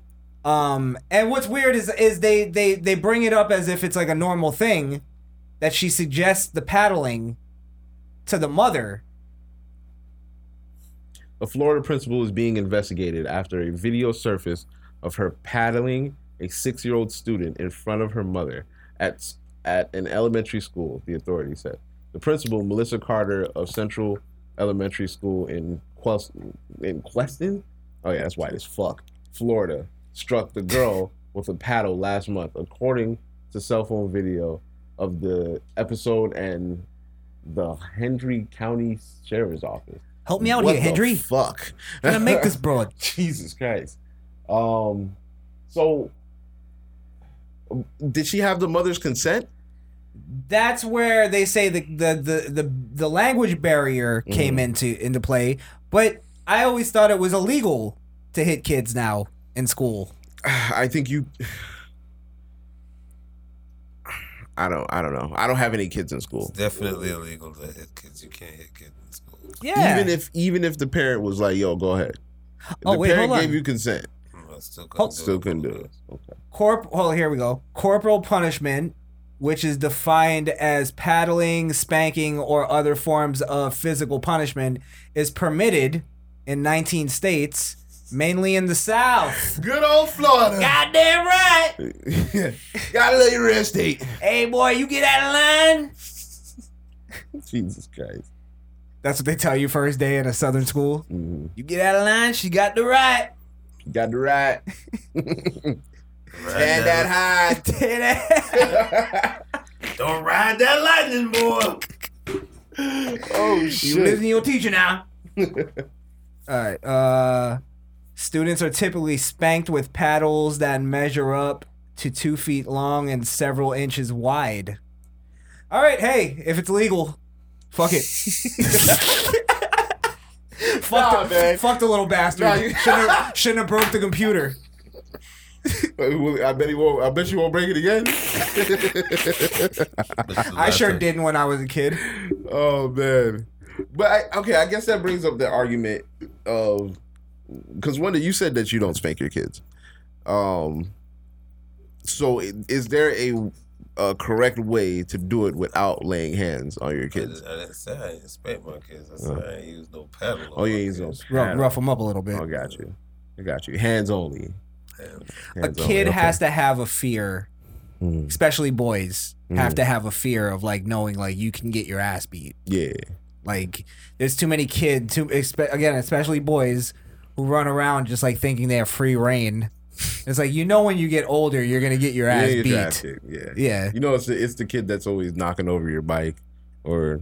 Um, and what's weird is is they they they bring it up as if it's like a normal thing that she suggests the paddling to the mother. A Florida principal is being investigated after a video surfaced of her paddling a six-year-old student in front of her mother at at an elementary school. The authorities said the principal, Melissa Carter of Central Elementary School in Quest in Queston. Oh yeah, that's white as fuck. Florida struck the girl with a paddle last month, according to cell phone video of the episode and the Hendry County Sheriff's Office. Help me out What here, the Hendry. Fuck. Gonna make [LAUGHS] this broad. Jesus Christ. Um. So, did she have the mother's consent? That's where they say the the the the, the language barrier came into into play. But I always thought it was illegal to hit kids now in school. I think you. I don't. I don't know. I don't have any kids in school. Definitely illegal to hit kids. You can't hit kids in school. Yeah. Even if even if the parent was like, "Yo, go ahead," If Oh, the wait, parent hold on. gave you consent. Still couldn't Hold- do Still it. couldn't do it. Okay. Corp. Oh, here we go. Corporal punishment, which is defined as paddling, spanking, or other forms of physical punishment, is permitted in 19 states, mainly in the South. Good old Florida. Goddamn right. [LAUGHS] Gotta let you rest eight. Hey, boy, you get out of line. Jesus Christ. That's what they tell you first day in a Southern school. Mm-hmm. You get out of line. She got the right. Got [LAUGHS] the right. Ride high. [LAUGHS] [LAUGHS] Don't ride that lightning, boy. oh You listen to your teacher [LAUGHS] now. All right. Uh, students are typically spanked with paddles that measure up to two feet long and several inches wide. All right. Hey, if it's legal, fuck it. [LAUGHS] fuck, the, fuck the little bastard. Nah, you- shouldn't, have, shouldn't have broke the computer. I bet he won't. I bet you won't break [LAUGHS] it again. I sure didn't when I was a kid. Oh man, but I, okay, I guess that brings up the argument of because Wanda, you said that you don't spank your kids. Um, so i- is there a, a correct way to do it without laying hands on your I kids? didn't- I didn't say I didn't spank my kids. I said I ain't use no paddle. Oh, yeah, he's on. Rough, rough them up a little bit. Oh, I got you. I got you. Hands only. a Hands only, kid okay. Hmm. has to have a fear especially boys have Mm. to have a fear of like knowing like you can get your ass beat Yeah. like there's too many kids too expe- again especially boys who run around just like thinking they have free reign it's like you know when you get older you're gonna get your Yeah, ass you beat draft it, Yeah. Yeah. You know, it's the, it's the kid that's always knocking over your bike, or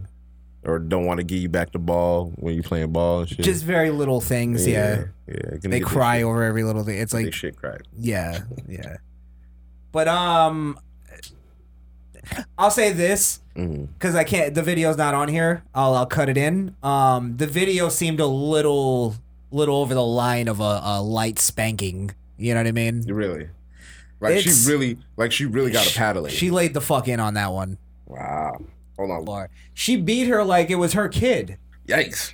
or don't want to give you back the ball when you playing ball and shit. just very little things yeah, Yeah. Can they get this cry shit- over every little thing it's get like this shit cried. Yeah, [LAUGHS] yeah. But um, I'll say this Mm-hmm. because I can't. The video's not on here. I'll I'll cut it in. Um, the video seemed a little little over the line of a, a light spanking. You know what I mean? Really? Like It's- she really, like she really got a paddle. in. She laid the fuck in on that one. wow. Hold on. Bar. She beat her like it was her kid. Yikes.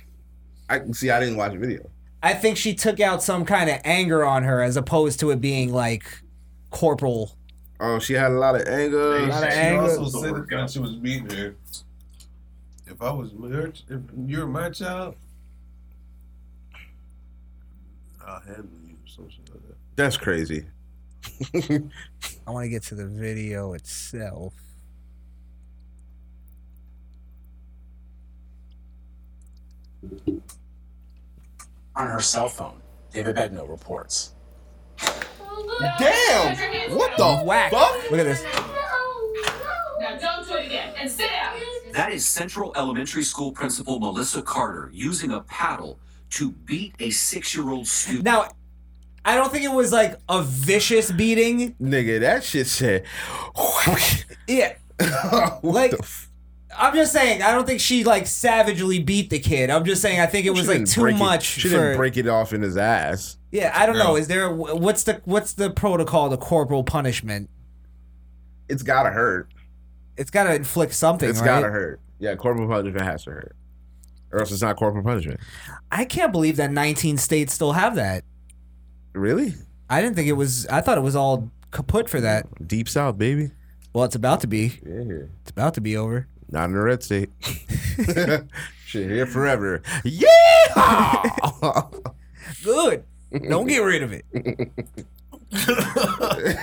I see. I didn't watch the video. I think she took out some kind of anger on her as opposed to it being like corporal. Oh, she had a lot of anger. A lot of she anger. also said that when she was beating her. If I was your, ch- if you were my child, I'll handle you or some shit like that. That's crazy. [LAUGHS] I want to get to the video itself. on her cell phone. David Bedno reports. Damn! What the Whack. fuck? Look at this. Now don't do it again and sit down. That is Central Elementary School Principal Melissa Carter using a paddle to beat a six year old student. Now, I don't think it was like a vicious beating. Nigga, that shit said. [LAUGHS] Yeah. like, I'm just saying, I don't think she like savagely beat the kid. I'm just saying, I think it was She like didn't too break it- much. She for, didn't break it off in his ass. Yeah, I don't know. Girl. Is there what's the what's the protocol to corporal punishment? It's gotta hurt. It's gotta inflict something. It's right? gotta hurt. Yeah, corporal punishment has to hurt, or else it's not corporal [LAUGHS] punishment. [LAUGHS] I can't believe that 19 states still have that. Really? I didn't think it was. I thought it was all kaput for that. Deep South, baby. Well, it's about to be. Yeah. It's about to be over. Not in the [LAUGHS] red state. shit here forever. Yeah. [LAUGHS] Good. Don't get rid of it. Goddamn,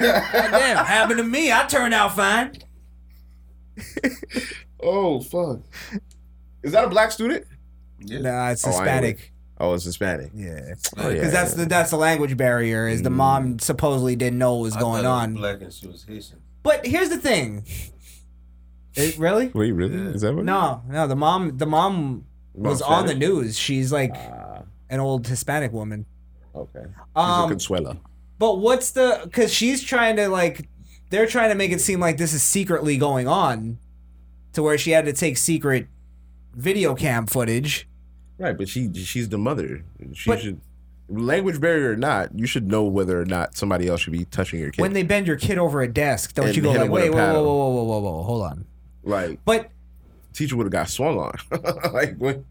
happened to me. I turned out fine. [LAUGHS] oh fuck. Is that a black student? Yeah. Nah, it's Oh, I ain't Hispanic. with- Oh, it's Hispanic. Yeah. Oh, Mm. Because that's the that's the language barrier. Is the mom supposedly didn't know what was I going thought it was on. Black and she was Haitian. But here's the thing. It, really? Wait, really? Is that what? No, no. The mom the mom was said on the it? Ah. news. She's like an old Hispanic woman. Okay. Um, She's a Consuela. But what's the? Because she's trying to like, they're trying to make it seem like this is secretly going on, to where she had to take secret video cam footage. Right, but she she's the mother. She But- should. language barrier or not, you should know whether or not somebody else should be touching your kid. When they bend your kid over a desk, don't And you go hit like, him with wait, a whoa, whoa, paddle. whoa, whoa, whoa, whoa, whoa, hold on. like, but teacher would have got swung on. [LAUGHS] like, when,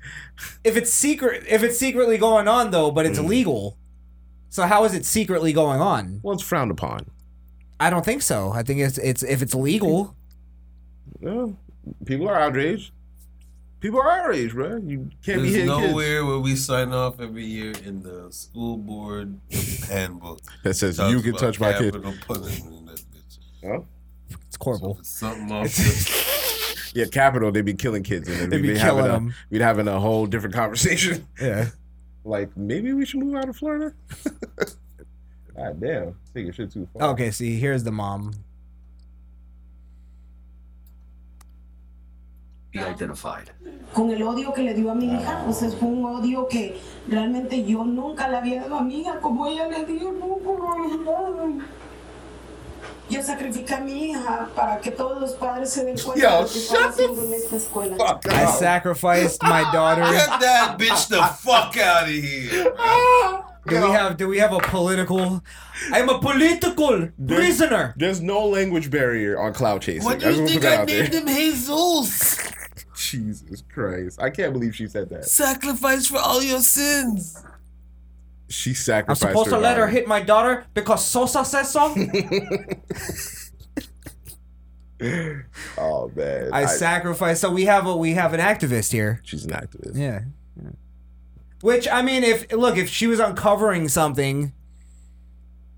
If it's secret, if it's secretly going on though, but Mm. it's illegal, so how is it secretly going on? Well, it's frowned upon. I don't think so. I think it's it's if it's legal. well, people are outraged. People are outraged, bro. You can't be There's hitting nowhere where we sign off every year in the school board handbook [LAUGHS] That says, Talks "You can about touch my kid." capital punishment in that bitch. Oh, it's horrible. something [LAUGHS] off the kids. Yeah, capital. They'd be killing kids, and then They we'd be be having killing a, 'em. we'd having a whole different conversation. [LAUGHS] Yeah. like maybe we should move out of Florida. [LAUGHS] God damn, taking shit too far. Okay, see, here's the mom. be identified. con el odio que le dio a mi hija, o sea, fue un odio que realmente yo nunca le había dado a mi hija como ella le dio. no, no, no. Yo sacrificé a mi hija para que todos los padres se den cuenta Yo, de lo que están haciendo en esta escuela. I Oh. sacrificed [LAUGHS] my daughter. Get that bitch the fuck out of here. Do we have do we have a political? I'm a political prisoner. There's no language barrier on cloud chasing. What do I you just think wanna put that I out there. named him [LAUGHS] Jesus? Jesus Christ, I can't believe she said that. Sacrifice for all your sins. She I'm sacrificed. supposed to let her daughter. hit my daughter because Sosa says [LAUGHS] so. [LAUGHS] Oh man, I sacrificed. So we have a we have an activist here. She's an activist. Yeah. Which I mean, if look, if she was uncovering something,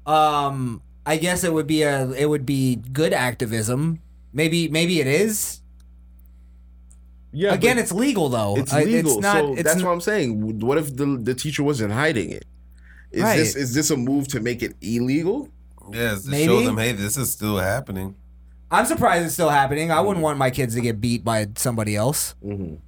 um, I guess it would be a it would be good activism. Maybe maybe it is. Yeah. Again, but it's legal though. It's Oh, I- legal. not. so it's that's n- what I'm saying. What if the the teacher wasn't hiding it? Is Right. this is this a move to make it illegal? Yes, to Maybe. show them, hey, this is still happening. I'm surprised it's still happening. I Mm-hmm. wouldn't want my kids to get beat by somebody else.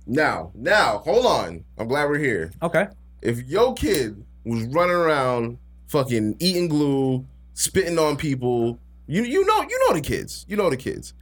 Now, now, hold on. I'm glad we're here. Okay. If your kid was running around fucking eating glue, spitting on people, you you know you know the kids. You know the kids.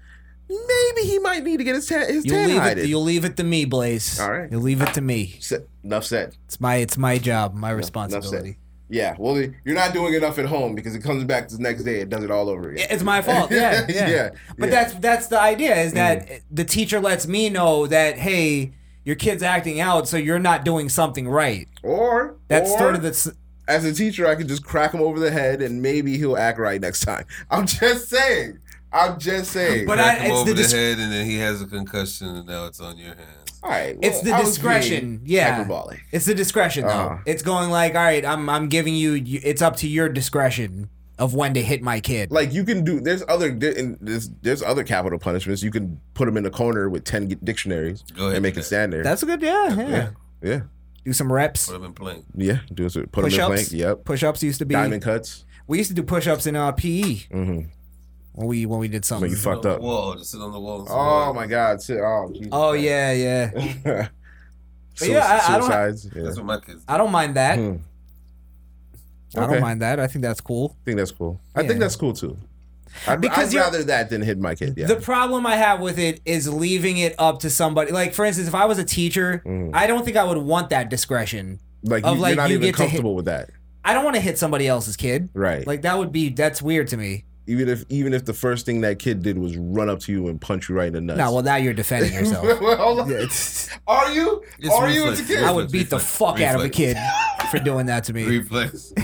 Maybe he might need to get his tan his You'll tan leave it. hided. You'll leave it to me, Blaze. All right. You'll leave it to me. Enough said. It's my it's my job, my Enough said. responsibility. Yeah, well, you're not doing enough at home because it comes back the next day. It does it all over again. It's my [LAUGHS] fault. Yeah, yeah. But that's that's the idea is that Mm. the teacher lets me know that hey, your kid's acting out, so you're not doing something right. Or that's or- sort of the s- as a teacher, I could just crack him over the head and maybe he'll act right next time. [LAUGHS] I'm just saying. I'm just saying. But I, him over the, head, and then he has a concussion, and now it's on your hands. All right. it's the well, I was discretion. being Yeah, hyperbolic. it's the discretion though. Uh-huh. It's going like, all right, I'm I'm giving you. you- It's up to your discretion of when to hit my kid. Like you can do. There's other. there- and There's there's other capital punishments. You can put him in a corner with ten dictionaries and make him stand there. That's good. Yeah, yeah. yeah. Yeah. Do some reps. Put him in plank. Yeah. Do it. Put him in Push-ups? plank. Yep. Push ups used to be Diamond cuts. We used to do push ups in uh, PE Mm-hmm. when we when we did something. When you fucked up. Whoa, just sit on the wall. and Oh smile. my God. Sit- Oh. Jesus Oh Christ. yeah, [LAUGHS] yeah. But But yeah, I, I don't. Suicides, yeah. Hmm. That's what my kids. I don't mind that. I Okay. don't mind that. I think that's cool. I think that's cool. I think Yeah. that's cool too. I'd, Because I'd you're- rather that than hit my kid. Yeah. The problem I have with it is leaving it up to somebody. Like for instance, if I was a teacher, Mm. I don't think I would want that discretion. like, of you, like you're not you even get to hit- comfortable with that. I don't want to hit somebody else's kid. Right. Like that would be that's weird to me. even if even if the first thing that kid did was run up to you and punch you right in the nuts. No, well now you're defending [LAUGHS] yourself. [LAUGHS] Well, hold on. Are you? It's Are you reflex, as a kid? I would beat the fuck out of a [LAUGHS] kid for doing that to me. Reflex.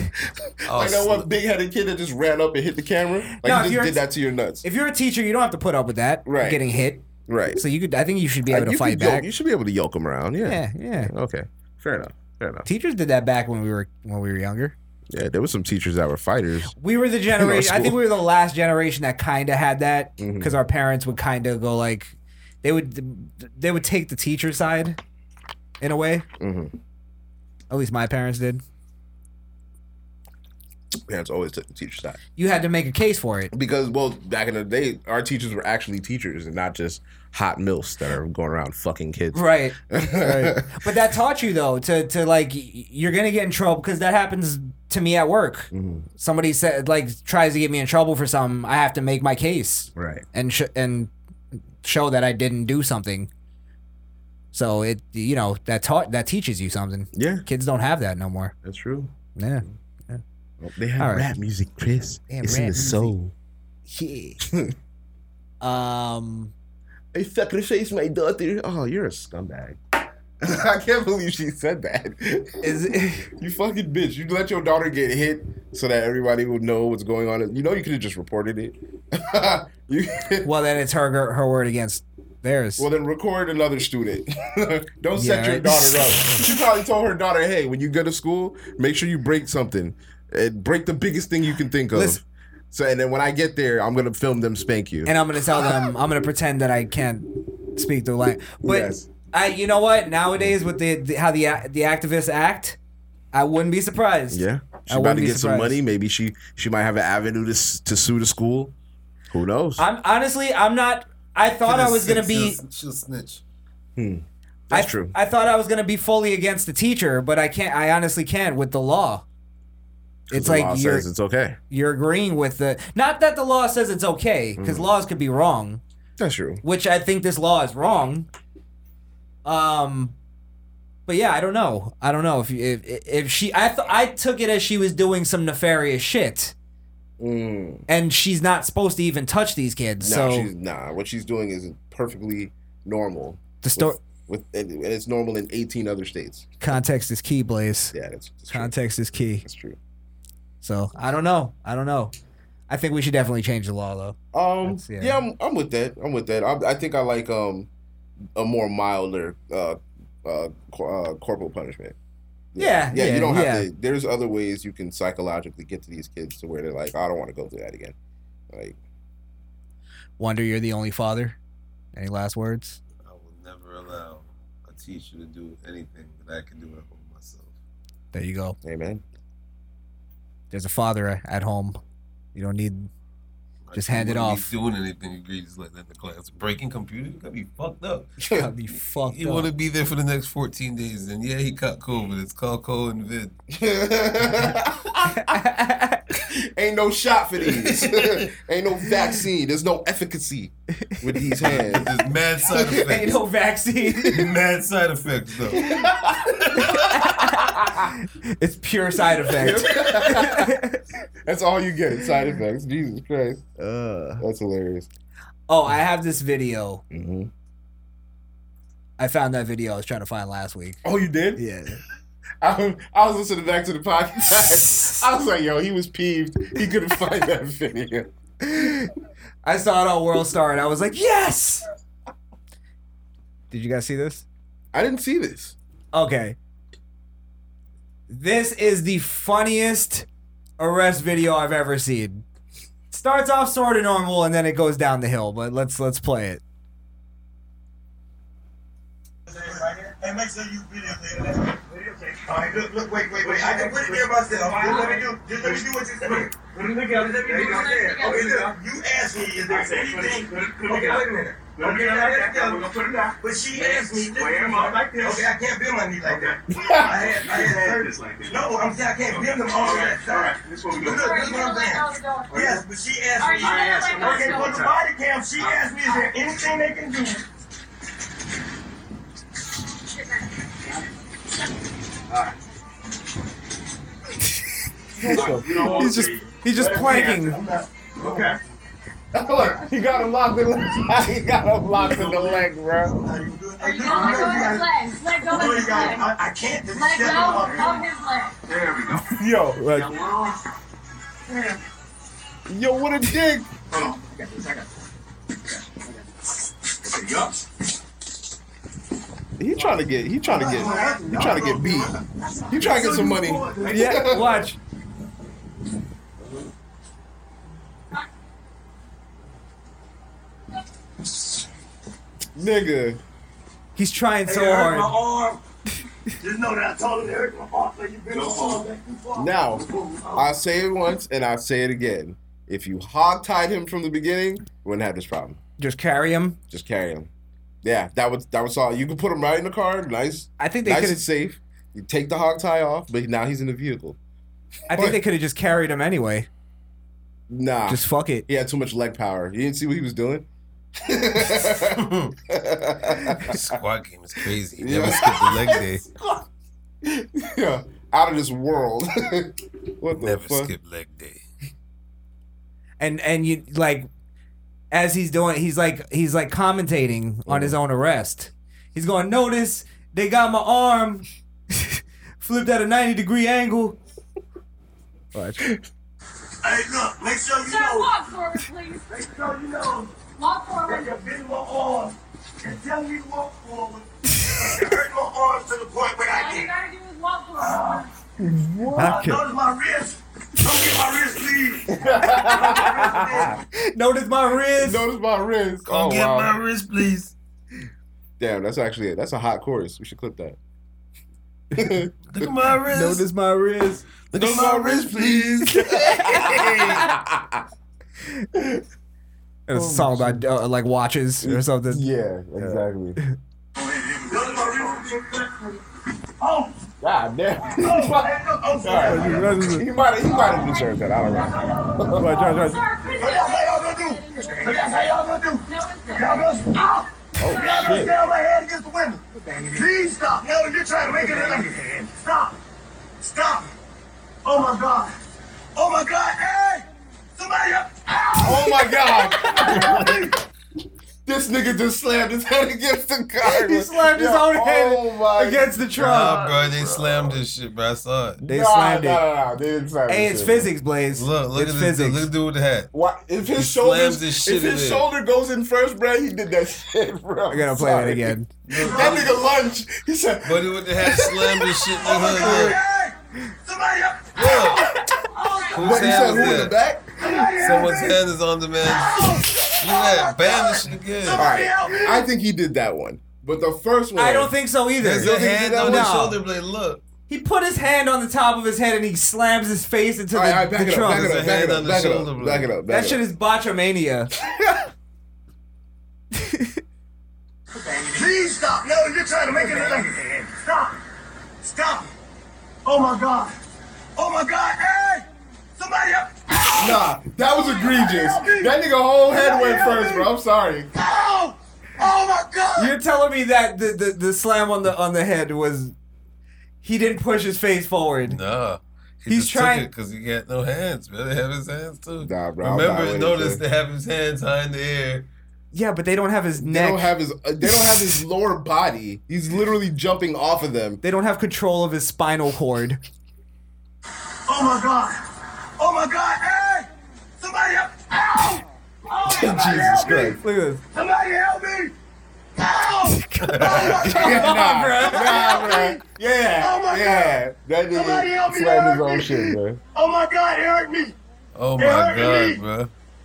Oh, like that one big headed kid that just ran up and hit the camera. Like No, if you you're- just did that to your nuts. If you're a teacher, you don't have to put up with that. Right. Getting hit. Right. So you could I think you should be able Like, to Uh, you fight could yoke- back. you should be able to yoke them around. Yeah. Yeah, yeah. Okay. Fair enough. Fair enough. Teachers did that back when we were when we were younger. Yeah, there was some teachers that were fighters. We [LAUGHS] were the generation. I think school. we were the last generation that kind of had that because Mhm. our parents would kind of go like, they would they would take the teacher side, in a way. Mm-hmm. At least my parents did. Parents always took the teacher side. You had to make a case for it. Because well, back in the day, our teachers were actually teachers and not just hot milfs that are going around fucking kids. [LAUGHS] Right. right. But that taught you though to to like y- you're gonna get in trouble because that happens to me at work. Mm-hmm. Somebody said like tries to get me in trouble for something. I have to make my case. Right. and sh- and show that I didn't do something. So it you know that taught that teaches you something. Yeah. kids don't have that no more. That's true. Yeah. They have All right. rap music, Chris. They have it's in the rap music. soul. Yeah. [LAUGHS] um, I sacrificed my daughter. Oh, you're a scumbag. [LAUGHS] I can't believe she said that. Is it, [LAUGHS] you fucking bitch? You let your daughter get hit so that everybody would know what's going on. You know you could have just reported it. [LAUGHS] well, then it's her her word against theirs. Well, then record another student. [LAUGHS] Don't Yeah, set your right. daughter up. She probably told her daughter, "Hey, when you go to school, make sure you break something. Uh, break the biggest thing you can think of." Listen- So, and then when I get there, I'm gonna film them spank you. and I'm gonna tell them I'm gonna pretend that I can't speak the language. But I, you know what? Nowadays, with the, the how the a- the activists act, I wouldn't be surprised. Yeah, she I wouldn't about to be get some surprised. money. Maybe she she might have an avenue to s- to sue the school. Who knows? I'm honestly, I'm not. I thought I was gonna be. She'll, she'll snitch. Hmm. I, That's true. I thought I was gonna be fully against the teacher, but I can't. I honestly can't with the law. It's The like law you're says it's okay. you're agreeing with the. Not that the law says it's okay, because Mm. laws could be wrong. That's true. Which I think this law is wrong. Um, but yeah, I don't know. I don't know if you- if if- if she. I th- I took it as she was doing some nefarious shit, and she's not supposed to even touch these Mm. No, kids. so she's nah. What she's doing is perfectly normal. The sto- with, with and, and it's normal in 18 other states. context is key, Blaze. Yeah, that's, that's context is key. That's true. So I don't know. I don't know. I think we should definitely change the law though. Um, That's- yeah. yeah, I'm, I'm with that. I'm with that. I, I think I like um a more milder uh, uh, cor- uh corporal punishment. Yeah, yeah. yeah, you don't have yeah. to. There's other ways you can psychologically get to these kids to where they're like, I don't want to go through that again. Like, [LAUGHS] Wonder you're the only father. Any last words? I will never allow a teacher to do anything that I can do at home myself. There you go. Amen. There's a father at home. You don't need. Just hand it wouldn't be off. Doing anything, you could just let that in the class. Breaking computers, you gotta be fucked up. [LAUGHS] You gotta be fucked You up. want to be there for the next 14 days, and yeah, he caught COVID. It's called COVID and [LAUGHS] vid. ain't no shot for these. [LAUGHS] ain't no vaccine. There's no efficacy with these hands. There's mad [LAUGHS] side effects. Ain't no vaccine. mad side effects though. It's pure [LAUGHS] side effect. That's all you get. Side effects. Jesus Christ. That's hilarious. Oh, I have this video. Mm-hmm. I found that video I was trying to find last week. Oh, you did? Yeah. [LAUGHS] I, I was listening back to the [LAUGHS] podcast. I was like, yo, he was peeved. He couldn't find that [LAUGHS] video. I saw it on World Star and I was like, yes. Did you guys see this? I didn't see this. Okay. This is the funniest arrest video I've ever seen. Starts off sort of normal and then it goes down the hill, but let's let's play it. Hey, make sure you videotape it. All right, look, look, wait, wait, wait. I can put it there myself. Just let me do, just let me do what you said. Put it together. Let me do what you said. Okay, look, you asked me if there's anything. Okay, wait a minute. Okay, now that's together. We're gonna put it out. But she asked me. Where am I? Like this. Okay, I can't bend my knee like that. I had, I had arthritis like that. No, I'm saying I can't bend them all that side. All right, this is what we do. Look, this is what I'm saying. Yes, but she asked me. Okay, for the body cam, she asked me, is there anything they can do? He's just he's just planking. Okay. Look, he got him locked in the leg. [LAUGHS] He got him locked in the leg, bro. Let go of his legs. Let go of his legs. I I can't. This is Let stepping go off. of his leg. There we go. Yo, Yeah. yo, what a dick. Hold on. I got this. I got this. Okay, yup. He trying to get. He trying to get. He trying to get beat. He trying to get some money. Yeah, watch. Nigga. He's trying Hey, so it hard. hurt my arm. Just know that I told him it hurt my arm. So you been on arm back too far. Now, I say it once and I say it again. If you hog tied him from the beginning, you wouldn't have this problem. Just carry him. Just carry him. Yeah, that was that was all. You could put him right in the car. Nice. I think they nice could've- and safe. You take the hog tie off, but now he's in the vehicle. I think they could have just carried him anyway. Nah. Just fuck it. He had too much leg power. You didn't see what he was doing. Squad game is crazy. You never skip the leg day. [LAUGHS] Yeah. out of this world. [LAUGHS] what the Never fuck? skip leg day. and and you like as he's doing he's like he's like commentating on his own arrest he's going notice they got my arm [LAUGHS] flipped at a 90 degree angle Hey, look, make sure you Now know. walk forward, please. Make sure you know. Walk That forward. your big little arm can tell me to walk forward. [LAUGHS] It hurt my arm to the point where I All you get. gotta do is walk forward. Uh, notice my wrist. Look at my wrist leave. notice my wrist notice my wrist Come oh, get wow. my wrist please damn that's actually that's a hot chorus we should clip that Look at my wrist. notice my wrist Look at my wrist, please. and it's a song about uh, like watches or something Oh, yeah exactly Oh, god damn oh, hey, look, oh, sorry. Alright, he might he might have deserved that I don't know Right, right, right. Look, that's how y'all gonna do. Look, that's how y'all gonna do. Y'all gonna stop. Oh, y'all gonna shit. stand my head against the window. Please stop. Elder, you're trying to make it illegal. Stop. Stop. Oh my god. Oh my god. Hey! Somebody up. oh my god [LAUGHS] this nigga just slammed his head against the car he slammed his Yeah, own head oh my against the Nah, truck bro, they slammed this shit, bro. I saw it. They slammed nah, it. [LAUGHS] nah, nah, they didn't slam Hey, this it's shit. physics, Blaze. Look, look it's at this dude. physics. Look at the dude with the hat. Why, if He his slammed shoulders, his shit if in his it. shoulder goes in first, bro, he did that [LAUGHS] shit, bro. I gotta play that again. That nigga lunch. He said, But he with the hat slammed this shit in the hood. Look. Whose What, you said hand who in is the that? back? Someone's hand is on the man. Look at that. Bam, this shit All again. right, I think he did that one, but the first one, I don't think so either. There's a hand on No. the shoulder blade. Look. He put his hand on the top of his head and he slams his face into All right, all right, the, back, the it up, trunk. back it There's up, a back it hand up, on the back it shoulder up, blade. back it up, back that it shit up. is botchamania. Please stop. No, you're trying to make it illegal. Stop. Stop. Oh my god. Oh my god. Hey! Somebody up. Nah, that was egregious. That nigga whole head went first, bro. I'm sorry. Ow! Oh my god. You're telling me that the, the, the slam on the on the head was he didn't push his face forward. Nah. He He's just trying- because he got no hands, bro. They have his hands too. Nah, bro, I'm not with Remember, it, notice they bro. have his hands high in the air. Yeah, but they don't have his They neck. don't have his. uh, They don't have his lower body. He's literally jumping off of them. control of his spinal cord. Oh my god. Oh my god. Hey! Somebody help. Ow! Oh, [LAUGHS] [LAUGHS] somebody Jesus help me. Christ. Look [LAUGHS] at this. Somebody help me. Oh, [LAUGHS] Ow! nah, bruh. Nah, bruh. Yeah. Oh my yeah. That Somebody help nigga me, slammed his help own me. shit, bro. Oh my god, it hurt me. Oh It my hurt me. god,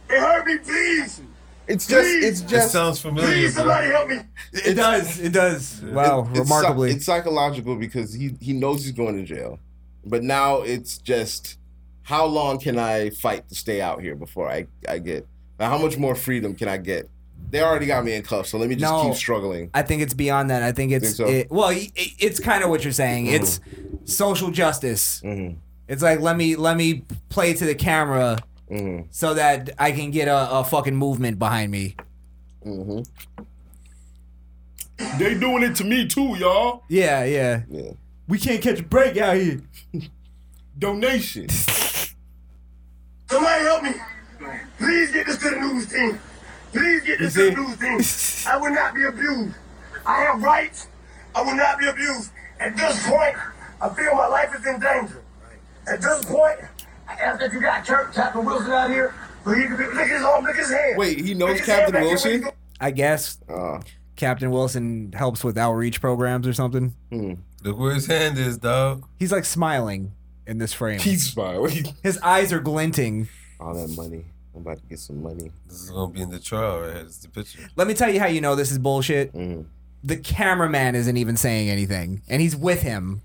bro. It hurt me, please. It's just, Please. it's It just. sounds familiar, Please, somebody bro. help me. It does. It does. Wow, It- it's psy- remarkably. it's psychological because he he knows he's going to jail, but now it's just how long can I fight to stay out here before I I get now how much more freedom can I get? They already got me in cuffs, so let me just No. keep struggling. I think it's beyond that. I think it's Think so? Mm-hmm. it, well, i i- it's kind of what you're saying. It's social justice. It's like let me let me play to the camera Mm-hmm. so that I can get a, a fucking movement behind me. Mm-hmm. They doing it to me too, y'all. Yeah, yeah. Yeah, We can't catch a break out here. [LAUGHS] donation. Somebody help me. Please get this to the news team. Please get this to the news team. I will not be abused. I have rights. I will not be abused. At this point, I feel my life is in danger. At this point, I ask that you got Church Captain Wilson out here. So he can be, look at his arm, look at his hand. Wait, he Look knows his hand Captain back here. Wilson. I guess Uh, Captain Wilson helps with outreach programs or something. Hmm. Look where his hand is, dog. He's like smiling in this frame. he's fine. [LAUGHS] His eyes are glinting. All that money. I'm about to get some money. This is gonna be in the trial right here. This is the picture. Let me tell you how you know this is bullshit. Mm. The cameraman isn't even saying anything, and he's with him.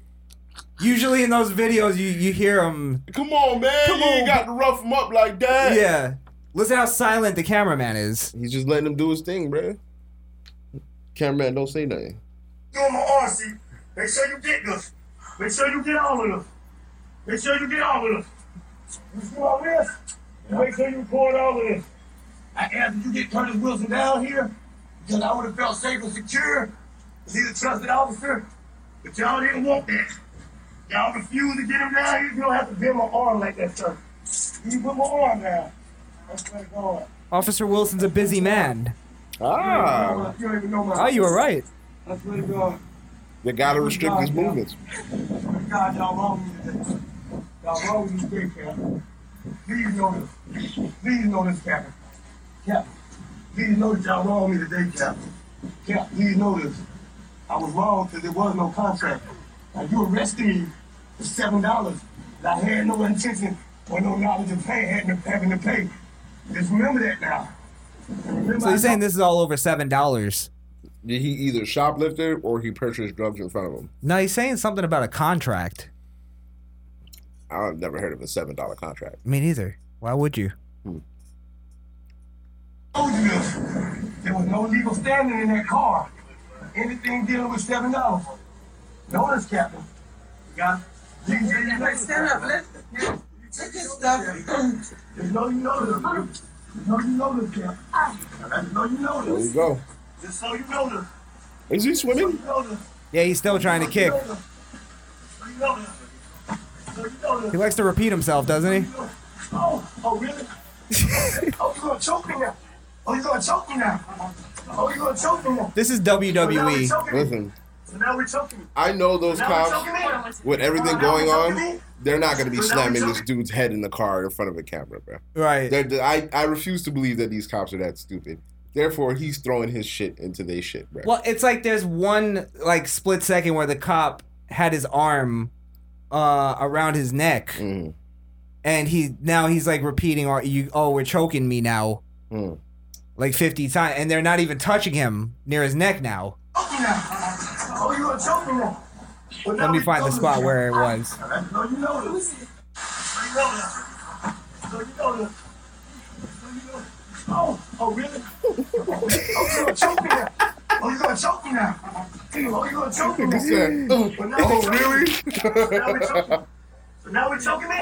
Usually in those videos, you you hear him. Come on, man. Come on. to rough him up like that. Yeah, listen how silent the cameraman is. He's just letting him do his thing, bro. Cameraman don't say nothing. doing my RC. Make sure you get this. Make sure you get all of this. Make sure you get all of this. You see all this? Make sure you pour all of this. I asked if you get Curtis Wilson down here because I would have felt safe and secure. 'cause He's a trusted officer, but y'all didn't want that. Y'all refuse to get him down. You don't have to bend my arm like that, sir. You put my arm down. I swear to God. Officer Wilson's a busy man. Ah. You don't even know my. Oh, you were right. I swear to God. They gotta restrict his movements. God, y'all wrong with this. Y'all wrong with this great Captain. Please know this. Please know this, Captain. Captain, please know that y'all wrong with me today, Captain. Captain, please know this. I was wrong because there was no contract. Now, you arrested me for seven dollars, and I had no intention or no knowledge of pay, having to, having to pay. Just remember that now. And remember So I he's saying this is all over seven dollars. Did he either shoplifted or he purchased drugs in front of him? No, he's saying something about a contract. I've never heard of a seven dollar contract. Me neither. Why would you? Hmm. told you this. There was no legal standing in that car. Anything dealing with seven dollars. Notice, Captain. You got stand up, let's take this stuff. You know you know this. You know you know this, Captain. You know you know There you this. go. Just so you know this. Is he swimming? You know this. Yeah, he's still trying to kick. You know this. So you know this. He likes to repeat himself, doesn't he? Oh, oh really? oh, you're gonna choke me now. Oh, you're gonna choke me now. Oh, you're gonna choke me now. This is E. WWE. Listen, So now we're choking. I know those Now we're choking cops. me. With everything Now we're going choking on, me. they're not going to be So now slamming we're this choking- dude's head in the car in front of a camera, bro. Right. They're, I I refuse to believe that these cops are that stupid. Therefore, he's throwing his shit into their shit, bro. Well, it's like there's one like split second where the cop had his arm uh around his neck. And he now he's like repeating "Are you oh we're choking me now. Like 50 times and they're not even touching him near his neck now. Choke me now. Oh, you're gonna choke me now. Well, now Let me we find the choking spot you. where it was. No, you know this. So you know this. So you know this. So you know this. Oh, oh really? oh, you're gonna choke me now. Oh, you're gonna choke me now. Oh, you're gonna choke me now. "Oh, Well, now we're choking. So now we're choking.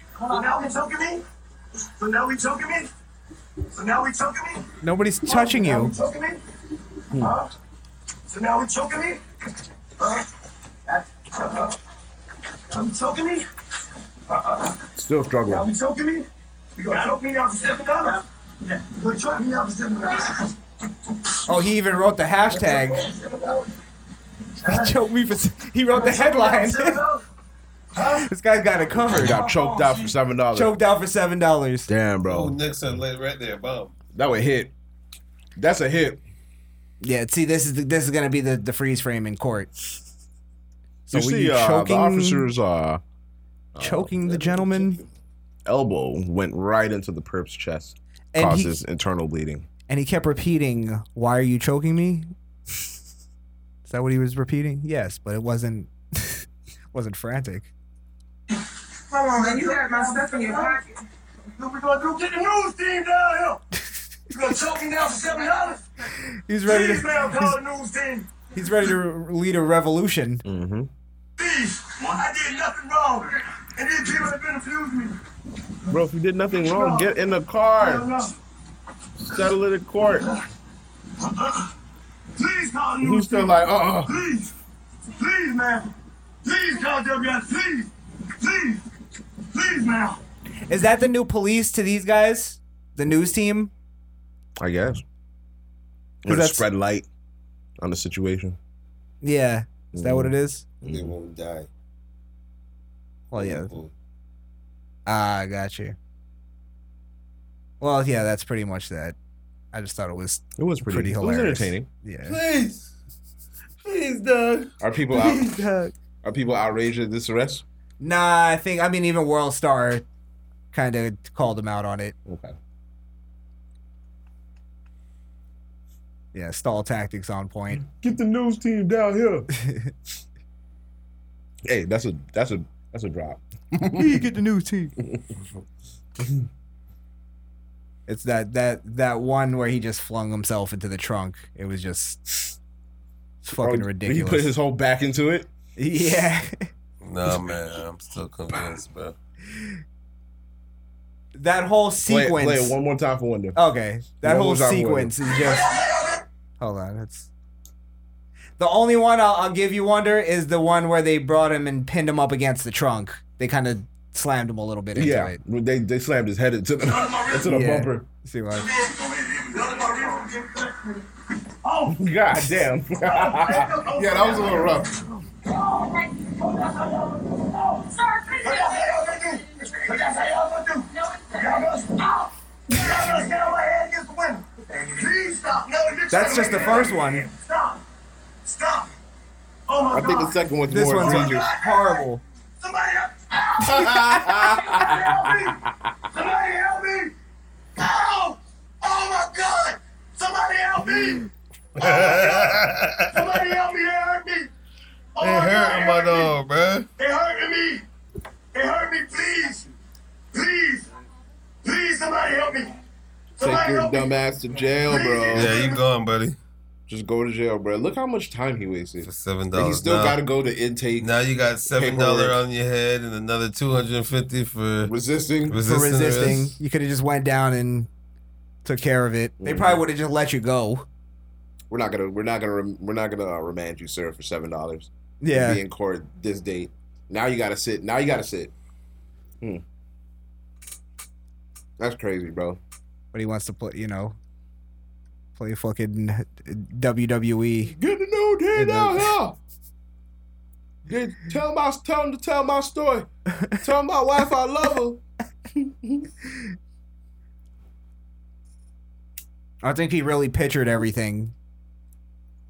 So now we're choking me. So now we're choking me. So now we're choking me. So now we're choking me. Nobody's touching Now you. Hmm. we choking me. Huh? So now we're choking me. Huh? Uh-huh. Now we choking me. Uh-uh. Still Now struggling. we choking me. You gonna choke me now for seven dollars? Yeah. You gonna choke me now for seven dollars? Oh, he even wrote the hashtag. [LAUGHS] He choked me for s- he wrote the headline. [LAUGHS] [LAUGHS] this guy's got it covered. Got choked out for seven dollars. Choked out for seven dollars. Oh, Damn, bro, Nick's laid right there, bomb. that would hit. That's a hit. Yeah, see, this is the, this is gonna be the, the freeze frame in court. So you were see, you uh, the choking- officers uh, choking the gentleman, elbow went right into the perp's chest, And he- causes internal bleeding. and he kept repeating, "Why are you choking me?" Is that what he was repeating? Yes, but it wasn't [LAUGHS] wasn't frantic. Come on, man. You got my stuff in your pocket. What we gonna do? Get the news team down here. You gonna choke me now for seven dollars? He's ready Please, man, to call the news team. he's, he's ready to lead a revolution. Mm-hmm. Please, I did nothing wrong, and these people have been abusing me. Bro, if you did nothing wrong, get in the car. Settle it in court. Please call the news He's still team. like, uh-uh. Please, please, man. Please call WS. Please, please, please, man. Is that the new police to these guys? The news team? I guess. Gonna that's- spread light on the situation. Mm-hmm. Yeah, is that what it is? They won't die. Well, yeah. Ah, I got you. Well, yeah, that's pretty much that. I just thought it was It was pretty- it was hilarious. entertaining. Yeah. Please. Please, Doug. [LAUGHS] Are people Please, out, Doug. are people outraged at this arrest? Nah, I think I mean even World Star kind of called him out on it. Okay. Yeah, stall tactics on point. Get the news team [LAUGHS] down here. hey, that's a that's a that's a drop. hey, get the news team. [LAUGHS] It's that that that one where he just flung himself into the trunk. It was just it's fucking Bro, ridiculous. He put his whole back into it. [LAUGHS] yeah. Nah, man, I'm still convinced, bro. That whole Play sequence. it, play it one more time for Wonder. Okay, that One whole more time for Wonder. sequence is just. Hold on, that's. The only one I'll, I'll give you wonder is the one where they brought him and pinned him up against the trunk. They kind of slammed him a little bit into yeah, it. they they slammed his head into the [LAUGHS] into the Yeah. bumper. See why? [LAUGHS] Oh god [LAUGHS] damn! yeah, that was a little rough. That's just the first one. Stop! Stop! Oh my I think the God. second one's This more one's egregious. horrible. Somebody help! Somebody help me! Somebody help me! Ow! Oh my God! Somebody help me! Oh my God! Somebody help me! They hurt me! Oh They hurting my God, they hurt me. dog, man. They hurting me! They hurt me! Please! Please! Please! Somebody help me! Take your dumb ass to jail, bro. Yeah, you gone, buddy. Just go to jail, bro. Look how much time he wasted. For seven He dollars. still Nah. gotta go to intake. Now you got seven dollar paperwork. on your head and another two hundred and fifty for resisting. For resisting, you could have just went down and took care of it. Mm-hmm. They probably would have just let you go. We're not gonna. We're not gonna. Rem, we're not gonna uh, remand you, sir, for seven dollars. Yeah. Be in court this date. Now you gotta sit. Now you gotta sit. Hmm. That's crazy, bro. But he wants to play, you know, play fucking WWE. Get to know And Dad then- out here. Dad, tell my tell him to tell my story. Tell my wife I love her. I think he really pictured everything,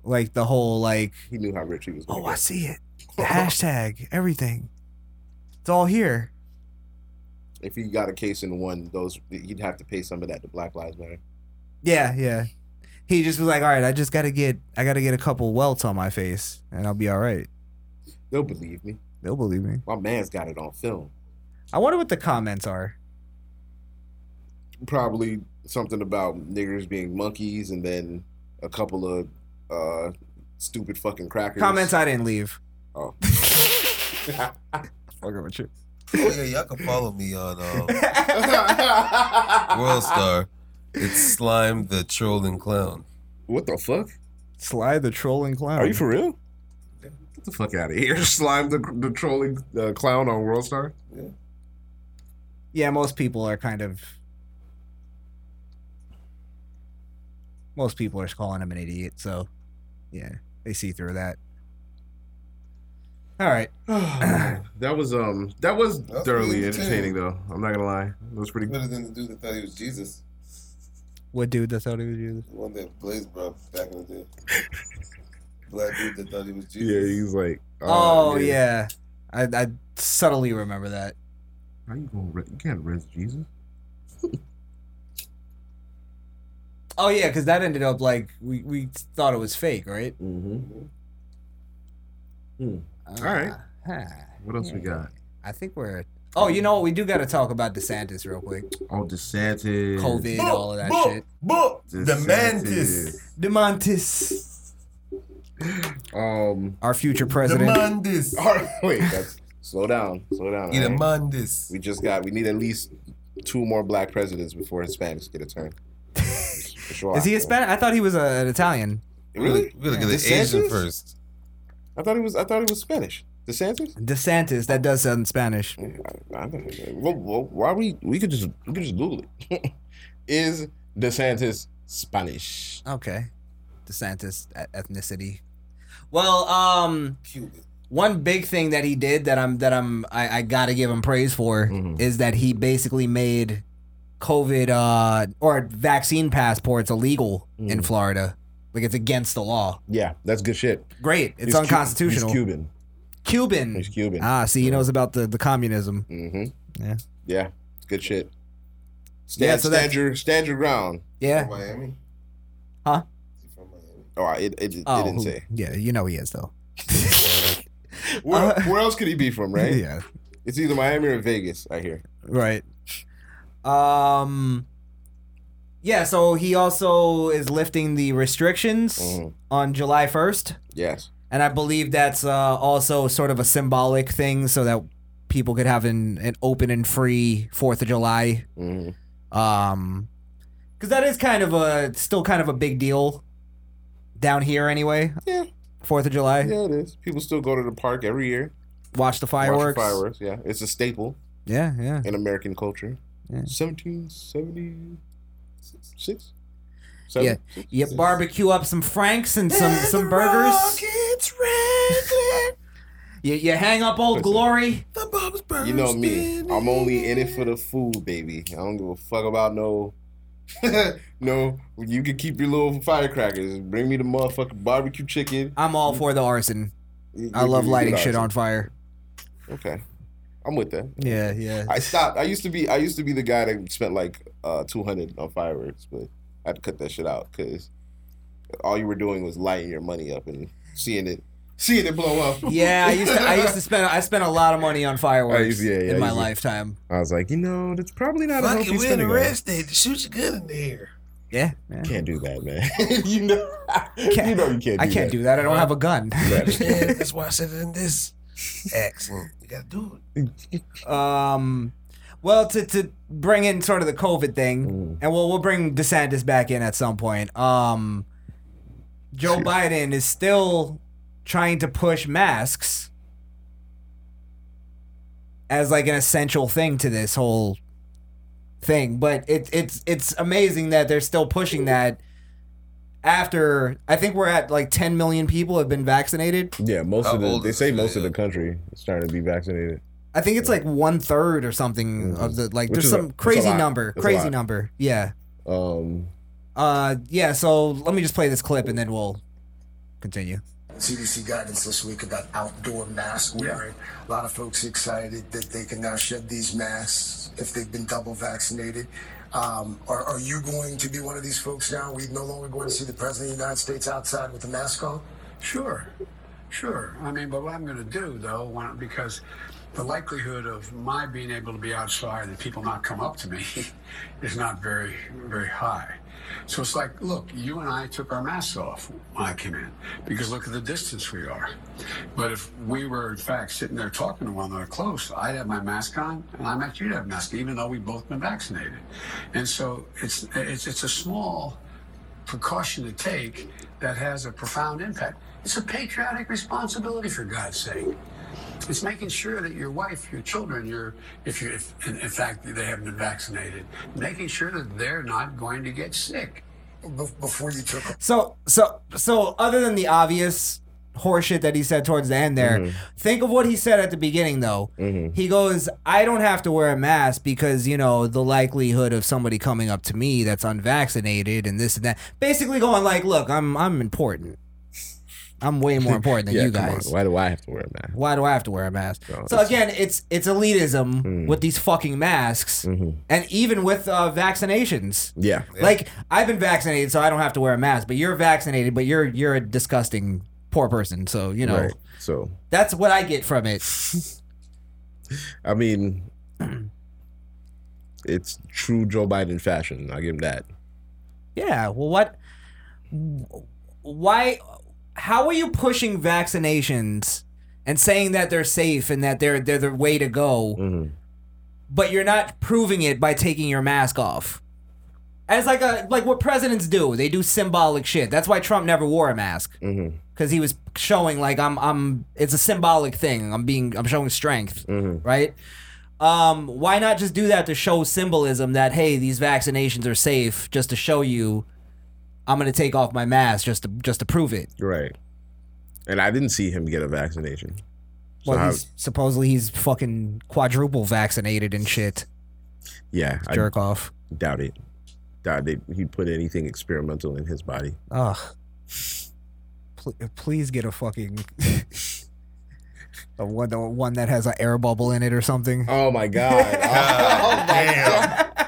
like the whole like. He knew how rich he was. Oh, I see it. The hashtag, everything. It's all here. if he got a case in one, those he'd have to pay some of that to Black Lives Matter. Yeah, yeah. He just was like, "All right, I just gotta get, I gotta get a couple welts on my face, and I'll be all right." They'll believe me. They'll believe me. My man's got it on film. I wonder what the comments are. Probably something about niggers being monkeys, and then a couple of uh, stupid fucking crackers. Comments I didn't leave. [LAUGHS] Oh. Fucking with [LAUGHS] you. Nigga, y'all can follow me on um, World Star. It's slime the troll and clown. What the fuck? Sly the trolling clown. Are you for real? Get the fuck out of here! Slime the, the trolling uh, clown on Worldstar. Yeah, most people are kind of. Most people are calling him an idiot, so yeah, they see through that. All right. [SIGHS] that was um, that was That's thoroughly pretty entertaining entertaining. though. I'm not gonna lie, that was pretty. Better than the dude that thought he was Jesus. What dude that thought he was using? The one that Blaze brought back in the day. Black dude that thought he was Jesus. Yeah, he was like, uh, Oh, Um, yeah. I, I subtly remember that. How you gonna? Re- you can't rest Jesus. Oh yeah, because that ended up like we, we thought it was fake, right? Uh, Mm-hmm. Hmm. All right. What else we got? I think we're. Oh, you know what? We do got to talk about DeSantis real quick. Oh, DeSantis. COVID, all of that Boop, shit. boop, DeSantis. DeMantis. Demantis. Um, Our future president. [LAUGHS] wait, that's slow down, slow down. He all right? Demandis. We just got. We need at least two more black presidents before Hispanics get a turn. For [LAUGHS] sure. Is he Hispanic? I thought he was uh, an Italian. Really? We gotta get DeSantis? the Asian first. I thought he was. I thought he was Spanish. DeSantis. DeSantis. That does sound Spanish. I don't- Well, well, why we? We could just. We could just Google it. [LAUGHS] Is DeSantis Spanish? Okay. DeSantis e- ethnicity. Well, um, one big thing that he did that I'm that I'm I, I gotta give him praise for Mm-hmm. is that he basically made COVID uh or vaccine passports illegal in Florida. Like it's against the law. Yeah, that's good Mm. shit. Great. It's He's Cu- unconstitutional. he's Cuban. Cuban. He's Cuban. Ah, see, he knows about the the communism. Mm-hmm. Yeah. Yeah. It's good shit. Stand, Yeah, so stand that's- your stand your ground. Yeah. Miami. Oh, I- it it, it Oh, didn't who- [LAUGHS] say. Yeah, you know he is though. Where, where else could he be from, right? Uh-huh. [LAUGHS] Yeah. It's either Miami or Vegas, I hear. Right. Um Yeah, so he also is lifting the restrictions Mhm. on July 1st, Yes. and I believe that's uh, also sort of a symbolic thing so that people could have an an open and free 4th of July. Mhm. Um cuz that is kind of a still kind of a big deal down here anyway. Yeah. Fourth of July. Yeah, it is. People still go to the park every year. Watch the Watch fireworks. the fireworks. Yeah, it's a staple Yeah, yeah. in American culture. Yeah. 1776. Yeah, you barbecue up some franks and some some burgers. You, you hang up old Listen. glory. You know me. I'm only in it for the food, baby. I don't give a fuck about no. [LAUGHS] no, you can keep your little firecrackers. Bring me the motherfucking barbecue chicken. I'm all for the arson. You- I you love can do lighting that. shit on fire. Okay, I'm with that. Yeah, yeah. I stopped. I used to be. I used to be the guy that spent like uh, 200 on fireworks, but I had to cut that shit out because all you were doing was lighting your money up and seeing it, seeing it blow up. Yeah, I used to I [LAUGHS] used to spend I spent a lot of money on I fireworks used- Uh, yeah, yeah, in my I used to- lifetime. I was like, you know, that's probably not a Fuck healthy it, we're in spending. the habit. rest day to shoot you good in there. Yeah, can't do that, man. [LAUGHS] you know, you know, you can't. I can't do that. I don't have a gun. [LAUGHS] Yeah, that's why I said it in this accent. You gotta do it. Um, well, to to bring in sort of the COVID thing, Mm. and we'll we'll bring DeSantis back in at some point. Um, Joe Biden is still trying to push masks as like an essential thing to this whole thing, but it it's it's amazing that they're still pushing that. After I think we're at like 10 million people have been vaccinated. Yeah, most How of the old they is say this most of man? the country is starting to be vaccinated. I think it's like one third or something of the like. Mm-hmm. Which there's is a- some it's a crazy lot. number, It's a crazy lot. number. Yeah. Um. Uh. Yeah. So let me just play this clip and then we'll continue. CDC guidance this week about outdoor mask wearing. A lot of folks excited that they can now shed these masks if they've been double vaccinated. Um, are, are you going to be one of [LAUGHS] these folks now? Are we no longer going to see the President of the United States outside with a mask on? Sure, sure. I mean, but what I'm going to do, though, why- because the likelihood of my being able to be outside and people not come up to me [LAUGHS] is not very, very high. So it's like, look, you and I took our masks off when I came in because look at the distance we are. But if we were, in fact, sitting there talking to one another close, I'd have my mask on and I meant you'd have a mask, even though we've both been vaccinated. And so it's, it's, it's a small precaution to take that has a profound impact. It's a patriotic responsibility, for God's sake. It's making sure that your wife, your children, your if you if in, in fact they haven't been vaccinated, making sure that they're not going to get sick. Before you took So so so other than the obvious horseshit that he said towards the end there, Mm-hmm. Mhm. think of what he said at the beginning though. He goes, "I don't have to wear a mask because you know the likelihood of somebody coming up to me that's unvaccinated and this and that." Basically, going like, "Look, I'm I'm important. I'm way more important than [LAUGHS] Yeah, you come on. guys." Why do I have to wear a mask? Why do I have to wear a mask? So Oh, that's- again, it's it's elitism Mm. Mm-hmm. with these fucking masks, and even with uh, vaccinations. Yeah. Like I've been vaccinated, so I don't have to wear a mask. But you're vaccinated, but you're you're a disgusting poor person. So you know Right. Oh. So that's what I get from it. [CLEARS THROAT] I mean, it's true Joe Biden fashion. I'll give him that. yeah. Well, what? Why? How are you pushing vaccinations and saying that they're safe and that they're they're the way to go? But you're not proving it by taking your mask off. As like a like what presidents do, they do symbolic shit. That's why Trump never wore a mask because he was showing like I'm I'm. It's a symbolic thing. I'm being I'm showing strength, right? Um, why not just do that to show symbolism that hey, these vaccinations are safe, just to show you I'm gonna take off my mask just to just to prove it. Right. And I didn't see him get a vaccination. So Well, how- he's, supposedly he's fucking quadruple vaccinated and shit. yeah, jerk off. Doubt it. Doubt they he put anything experimental in his body. Ugh. Pl- please get a fucking a one the one that has an air bubble in it or something. Oh [LAUGHS] my god. Oh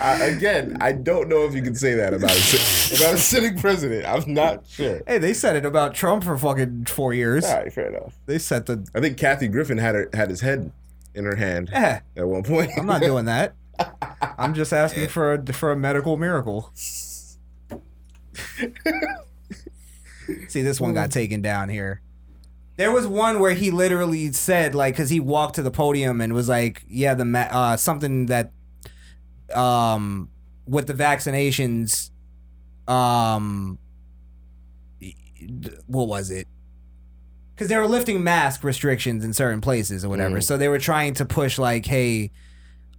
I, again, I don't know if you can say that about a, si- [LAUGHS] about a sitting president. I'm not sure. Hey, they said it about Trump for fucking four years. All right, fair enough. They set the. I think Kathy Griffin had her had his head in her hand Yeah. at one point. Eh. I'm not doing [LAUGHS] that. I'm just asking for a for a medical miracle. See, this one got taken down here. There was one where he literally said, like, because he walked to the podium and was like, "Yeah, the ma- uh, something that, um, with the vaccinations, um, what was it? Because they were lifting mask restrictions in certain places or whatever. So they were trying to push like, hey,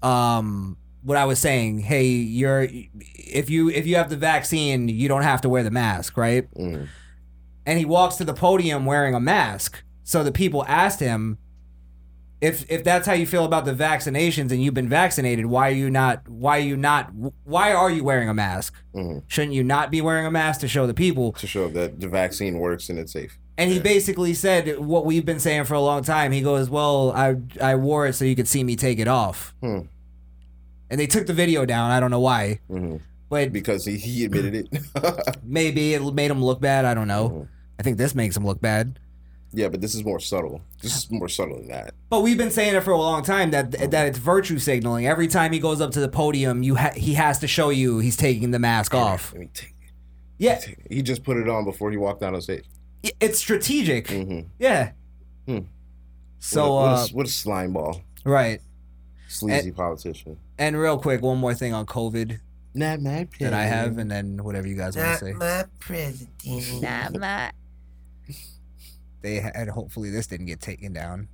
um, what I was saying, hey, you're if you if you have the vaccine, you don't have to wear the mask, right? And he walks to the podium wearing a mask. So the people asked him, if if that's how you feel about the vaccinations and you've been vaccinated, why are you not? Why are you not? Why are you wearing a mask? Shouldn't you not be wearing a mask to show the people? Mm-hmm. To show that the vaccine works and it's safe. And he basically said what we've been saying for a long time. He goes, "Well, I I wore it so you could see me take it off." Hmm. And they took the video down. I don't know why, but Mm-hmm. because he, he admitted [LAUGHS] it. Mm-hmm. maybe it made him look bad. I don't know. I think this makes him look bad. Yeah, but this is more subtle. This is more subtle than that. But we've been saying it for a long time that Oh. that it's virtue signaling. Every time he goes up to the podium, you ha- he has to show you he's taking the mask off. Yeah, He just put it on before he walked out on stage. Mm-hmm. it's strategic. Yeah. Hmm. So what a, what a- uh, what a slime ball, right. sleazy And- politician. And real quick, one more thing on COVID Not my that I have, and then whatever you guys want to say. president. Not my. they had hopefully this didn't get taken down.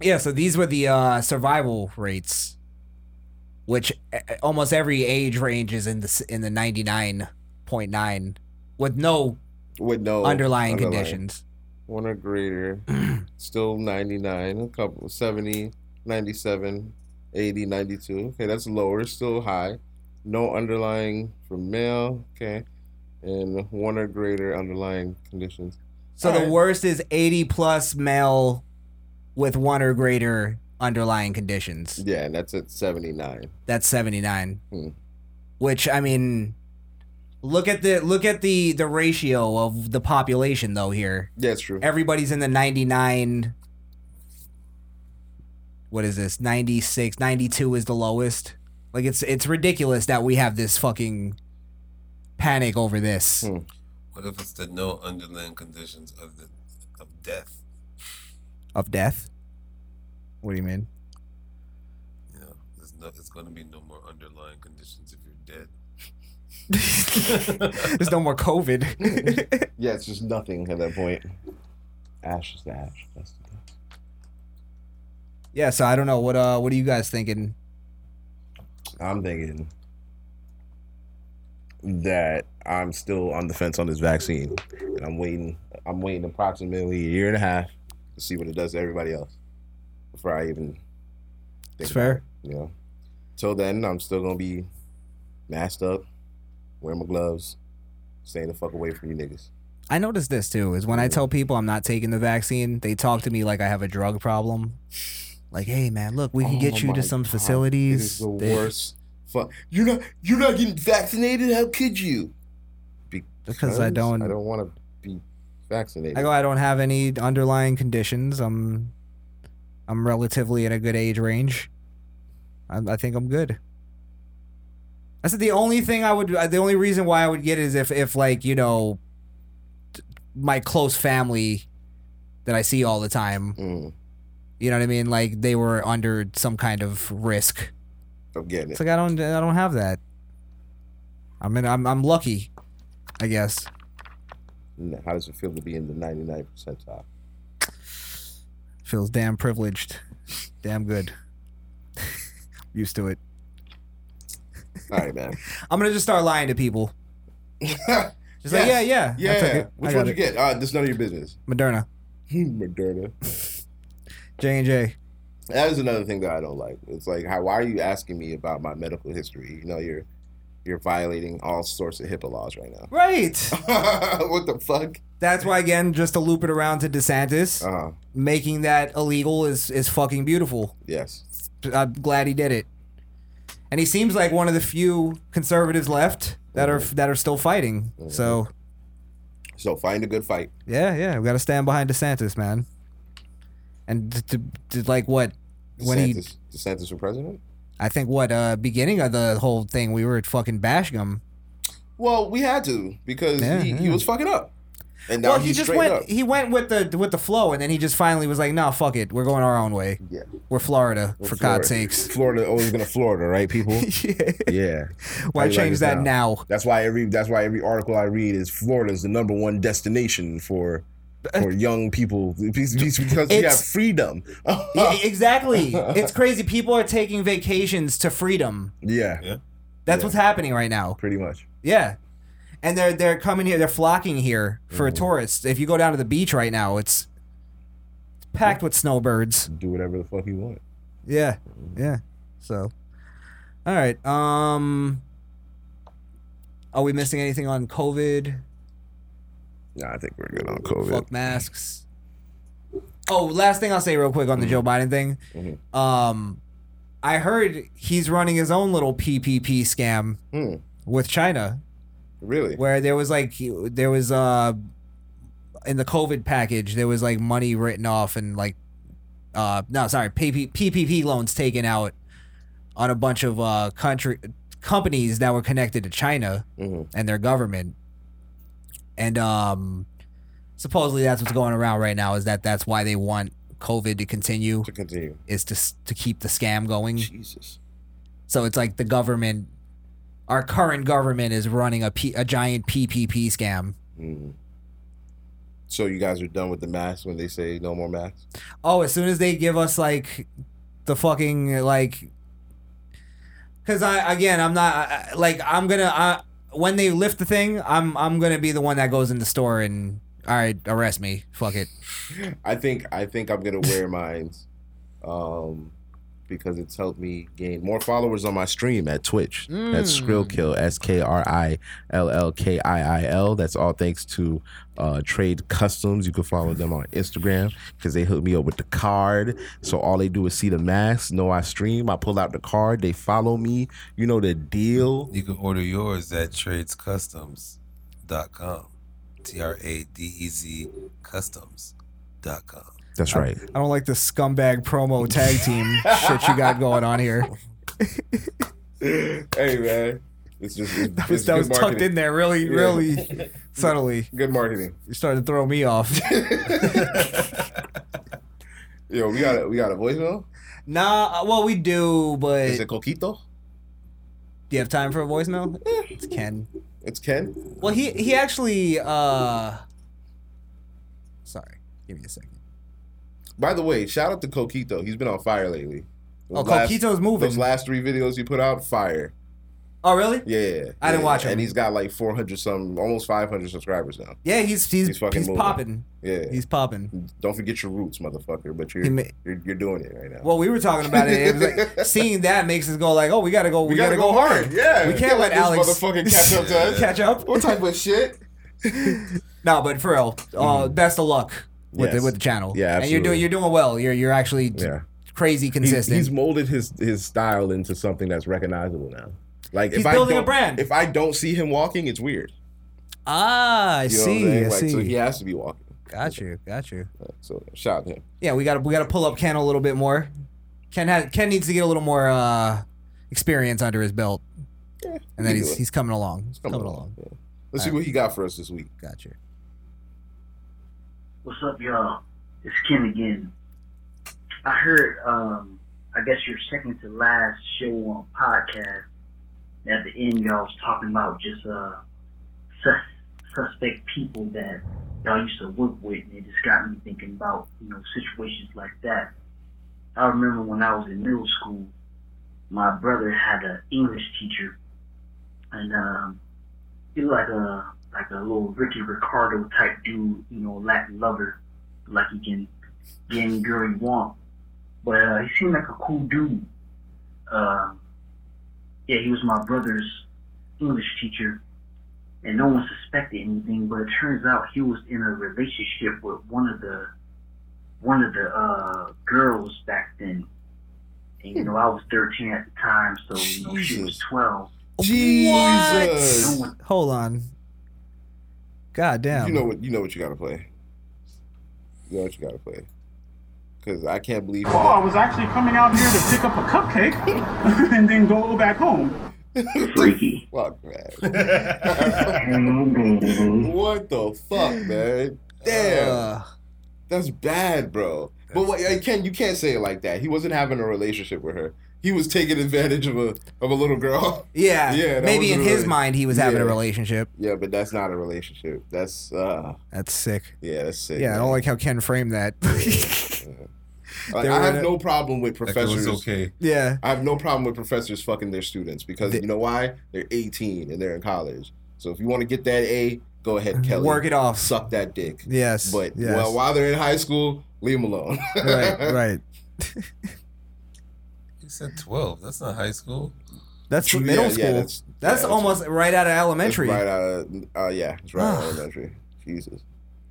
Yeah, so these were the uh, survival rates, which uh, almost every age range is in the s- in the ninety nine point nine, with no with no underlying, conditions. One [CLEARS THROAT] or greater, still 99, a couple 70, 97, 80, 92. Okay, that's lower, still high. No underlying for male, okay, and one or greater underlying conditions. Eh. So the worst is eighty plus male with one or greater underlying conditions. Yeah, and that's at Hmm. 79. That's seventy nine, which I mean, look at the look at the the ratio of the population though here. Yeah, it's true. everybody's in the 99 what is this 96 92 is the lowest like it's it's ridiculous that we have this fucking panic over this Hmm. What if it's the no underlying conditions of the of death? of death what do you mean You know, there's no, it's going to be no more underlying conditions if you're dead. there's no more covid Yeah, it's just nothing at that point. [LAUGHS] Ash is the ash. That's the yeah so i don't know what uh what are you guys thinking I'm thinking that I'm still on the fence on this vaccine, and I'm waiting. I'm waiting approximately a year and a half to see what it does to everybody else before I even. It's about fair. it, You know, till then I'm still gonna be masked up, wearing my gloves, staying the fuck away from you niggas. i noticed this too is when i tell people i'm not taking the vaccine they talk to me like i have a drug problem like hey man look we can Oh get you my to some God, facilities It is the They- worst. Fuck. You're not. You're not getting vaccinated. How could you? because i don't I don't want to be vaccinated. I go. I don't have any underlying conditions. I'm, I'm relatively in a good age range. I, I think I'm good. I said the only thing I would, the only reason why I would get it is if, if like you know, t- my close family that I see all the time. Mm. You know what I mean? Like they were under some kind of risk. I'm getting It's like I don't, I don't have that. I mean, I'm, I'm lucky, I guess. And How does it feel to be in the 99 percentile? Feels damn privileged. Damn good. [LAUGHS] Used to it. All right, man. [LAUGHS] I'm gonna just start lying to people. [LAUGHS] Just like, yeah, yeah, I Yeah. took it. I Which got one did it. you get? Uh, this is none of your business. Moderna. Moderna. [LAUGHS] J and J. That is another thing that I don't like. It's like, how, why are you asking me about my medical history? You know, you're you're violating all sorts of HIPAA laws right now. Right. [LAUGHS] what the fuck? That's why again, just to loop it around to DeSantis, Uh-huh. making that illegal is is fucking beautiful. Yes. I'm glad he did it. And he seems like one of the few conservatives left that Mm-hmm. are that are still fighting. So So find a good fight. Yeah, yeah, we got to stand behind DeSantis, man. And to, to, to like what when he, DeSantis, DeSantis for president? I think what uh beginning of the whole thing, we were fucking bashing him. Well, we had to because Yeah, he, he yeah. was fucking up. And now well, he he's just straight went. up. He went with the with the flow, and then he just finally was like, "No, fuck it, we're going our own way. Yeah, we're Florida We're for Florida. God's sakes. Florida always gonna Florida, right, [LAUGHS] people? yeah. Yeah. Why How you change this that That's why every that's why every article I read is Florida is the number one destination for for young people because, because you have Uh, It's- freedom. [LAUGHS] yeah, E, exactly. It's crazy. People are taking vacations to freedom. Yeah. Yeah. That's what's happening right now. Pretty much. Yeah. And they're they're coming here. They're flocking here Mm. for tourists. If you go down to the beach right now, it's packed with snowbirds. Do whatever the fuck you want. Yeah. Yeah. So, all right. Um, are we missing anything on COVID? Nah, I think we're good on COVID. Fuck masks. Oh, last thing I'll say real quick on Mm-hmm. the Joe Biden thing. Um, I heard he's running his own little PPP scam with China. Hmm. Really? Where there was like there was uh in the COVID package there was like money written off and like uh no sorry PP, PPP loans taken out on a bunch of uh country companies that were connected to China Mm-hmm. and their government and um supposedly that's what's going around right now is that that's why they want covid to continue to continue is to s- to keep the scam going jesus so it's like the government our current government is running a, P, a giant ppp scam Mm. So you guys are done with the masks when they say no more masks? oh as soon as they give us like the fucking like because i again i'm not I- I- like i'm gonna I, when they lift the thing i'm i'm gonna be the one that goes in the store and all right arrest me fuck it I think I think I'm gonna wear mine, um, because it's helped me gain more followers on my stream at Twitch. That's Skrillkill, S K R I L L K I I L. That's all thanks to uh, Trade Customs. You can follow them on Instagram because they hooked me up with the card. So all they do is see the mask, know I stream. I pull out the card, they follow me. You know the deal. You can order yours at tradescustoms.com. T R A D E Z customs.com. That's right. I don't like the scumbag promo tag [LAUGHS] team shit you got going on here. [LAUGHS] hey man, it's just [LAUGHS] it's, That was, that was tucked in there really, [LAUGHS] really subtly. Good marketing. You started to throw me off. [LAUGHS] [LAUGHS] Yo, we got a, we got a voicemail. nah, uh, well, we do, but. Is it Coquito? Eh. Do you have time for a voicemail? It's Ken. It's Ken? Well, he, he actually. uh Sorry. Give me a second. By the way, shout out to Coquito. He's been on fire lately. Oh, last- Coquito's moving. Those last three videos he put out, fire. Oh, really? Yeah, I didn't yeah. watch him. And he's got like 400 some, almost 500 subscribers now. Yeah, he's he's he's, moving. popping. Yeah, He's popping. Don't forget your roots, motherfucker. But you're He ma- you're, you're doing it right now. Well, we were talking about it. It was [LAUGHS] like seeing that makes us go like, oh, we gotta go. We, gotta, go, hard. Yeah, we can't let this Alex motherfucker [LAUGHS] catch up to us. catch up. What type of shit? No, but for real, uh, best of luck with Mm-hmm. Yes. the with the channel. Yeah, and you're doing absolutely. you're doing well. You're you're actually t- Yeah. crazy He's- consistent. He's, molded his his style into something that's recognizable now. Like He's if building I a don't, brand. If I don't see him walking, it's weird. ah, I You know what I'm see. saying? I Like, see. So he has to be walking. Got you. Got you. So shout out to him. Yeah, we got we got to pull up Ken a little bit more. Ken has, Ken needs to get a little more uh, experience under his belt, and he then can do he's it. he's coming along. He's coming coming, along. Let's see what he got for us this week. Got you. What's up, y'all? It's Ken again. I heard, um, I guess your second to last show on podcast. At the end, y'all was talking about just uh, sus- suspect people that y'all used to work with, and it just got me thinking about you know situations like that. I remember when I was in middle school, my brother had an English teacher, and um, he was like a like a little Ricky Ricardo type dude, you know, Latin lover, like he can get any girl you want. But uh, he seemed like a cool dude. Uh, yeah, he was my brother's English teacher, and no one suspected anything. But it turns out he was in a relationship with one of the one of the uh, girls back then. And you know, I was 13 at the time, so you know, she was 12. Jesus. Hold on. God damn. You know what? You know what you gotta play. You know what you gotta play. Because I can't believe. Oh, I was actually coming out here to pick up a cupcake [LAUGHS] and then go back home. [LAUGHS] Freaky. Fuck, man. what the fuck, man? was bad, bro. But what, I can you can't say it like that. He wasn't having a relationship with her. He was taking advantage of a of a little girl. [LAUGHS] Yeah, that maybe in wasn't a his rela- mind he was having a Yeah. relationship. Yeah, but that's not a relationship. That's uh That's sick. Yeah, that's sick. Yeah, I man. don't like how Ken framed that. [LAUGHS] Like, They I were have in a- no problem with Like, it was professors. okay. Yeah. I have no problem with professors fucking their students because you know why? They're 18 and they're in college. So if you want to get that A, go ahead, Kelly. Uh, Work it off. Suck that dick. Yes, But yes. Well, while they're in high school, leave them alone. [LAUGHS] right, right. You said 12. That's not high school. That's True, middle yeah, yeah, school. that's that's- yeah, that's- almost right out of elementary. Ah. It's right out of, uh, yeah, it's right out of elementary. Jesus.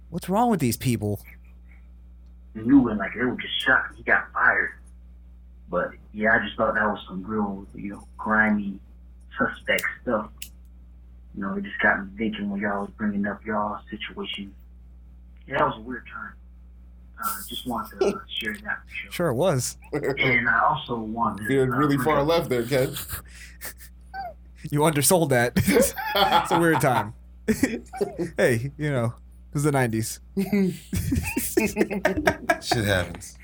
What's wrong with these people? knew and like they were just shocked he got fired. But yeah, I just thought that was some real, you know, grimy, suspect stuff. You know, it just got me thinking when y'all was bringing up y'all situation. Yeah, that was a weird time. Uh, just wanted to uh, share [LAUGHS] that. Sure, it was. And I also wanted. Veered uh, really bring far up- left there, Ken. [LAUGHS] You undersold that. [LAUGHS] it's a weird time. [LAUGHS] hey, you know, it was the 90s. [LAUGHS] [LAUGHS] Shit happens.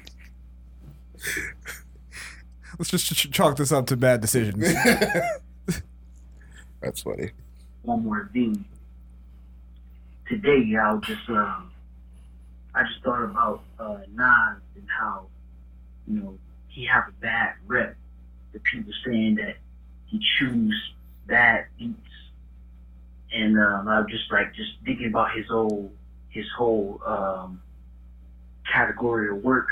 Let's just ch- chalk this up to bad decisions. [LAUGHS] [LAUGHS] That's funny. one more thing. Today, I was just um, I just thought about uh, Nas and how you know he have a bad rep. The people saying that he choose bad beats, and um, I was just like just thinking about his whole his whole um, category of work.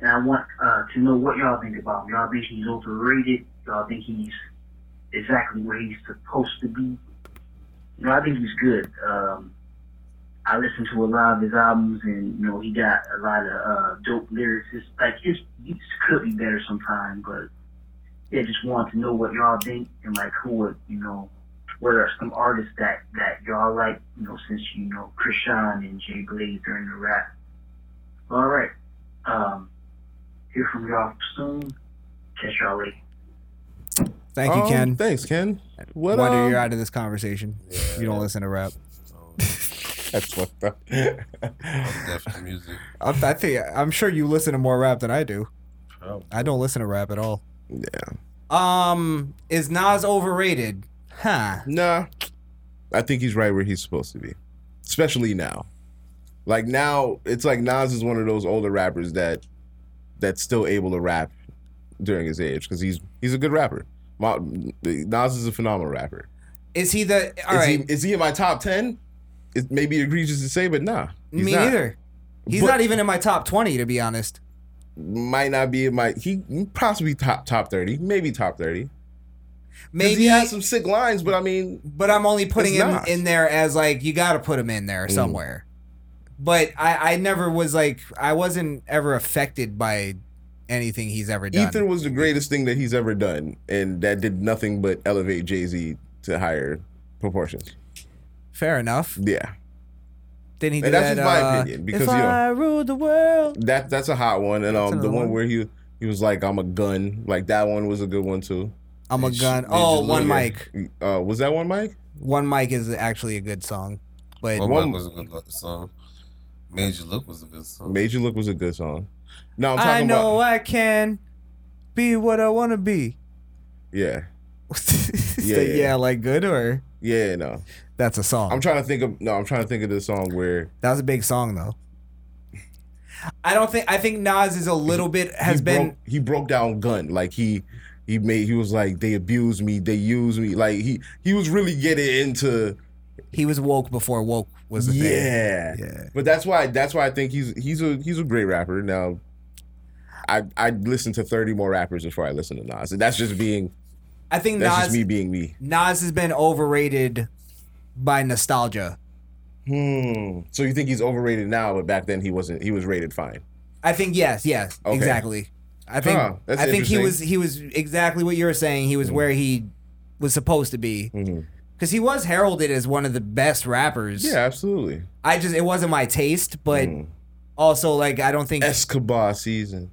And I want uh, to know what y'all think about him. Y'all think he's overrated? Y'all think he's exactly where he's supposed to be. You know, I think he's good. Um, I listened to a lot of his albums, and you know, he got a lot of uh, dope lyrics. It's like his beats could be better sometime, but yeah, just want to know what y'all think and like who would you know, what are some artists that that y'all like? You know, since you know Krishan and Jay Blaze are in the rap. All right, um, hear from y'all soon. Catch y'all later. Thank you, Um, Ken. Thanks, Ken. What, Wonder um, you're out of this conversation. You don't listen to rap. Oh. That's fucked up. Deaf to music. I, I think [LAUGHS] I'm sure you listen to more rap than I do. Probably. I don't listen to rap at all. Yeah. Um, is Nas overrated? Huh. Nah. I think he's right where he's supposed to be, especially now. Like now, it's like Nas is one of those older rappers that that's still able to rap during his age because he's he's a good rapper. Ma- Nas is a phenomenal rapper. Is he the all is right? He, is he in my top ten? It may be egregious to say, but nah. he's Me not. neither. He's But- not even in my top twenty, to be honest. Might not be in my he he possibly top top thirty, maybe top thirty. Maybe he has some sick lines, but I mean, but I'm only putting it's him not. in there as like you got to put him in there Mm. somewhere. But I, I never was like I wasn't ever affected by anything he's ever done. Ether was the greatest thing that he's ever done, and that did nothing but elevate Jay Z to higher proportions. Fair enough. Yeah, Then he And did that, that's just my uh, opinion, because, if you know- I ruled the world. that that's a hot one, and um, the another one, one. where he he was like, "I'm a gun," like that one was a good one too. I'm a They sh- gun. they Oh, just one literally- mic. Uh, was that one mic? One mic is actually a good song, but One Mic was a good lo- song. Major Look was a good song. Major Look was a good song. No, I'm I talking know about I can be what I want to be. yeah. [LAUGHS] Yeah, yeah. like good or yeah, no. That's a song. I'm trying to think of no. I'm trying to think of the song where That was a big song though. I don't think I think Nas is a little bit has he been broke, he broke down gun like he he made he was like they abused me they used me like he he was really getting into he was woke before woke was the thing. yeah yeah but that's why that's why I think he's he's a he's a great rapper now I I listen to thirty more rappers before I listen to Nas and that's just being I think that's Nas just me being me Nas has been overrated by nostalgia. hmm so you think he's overrated now but back then he wasn't he was rated fine I think yes, yes, Okay. exactly. I think Huh, that's I think he interesting. Mm-hmm. was he was exactly what you were saying. He was where he was supposed to be because he was heralded as one of the best rappers. yeah absolutely Mm. I just it wasn't my taste, but also like I don't think Escobar season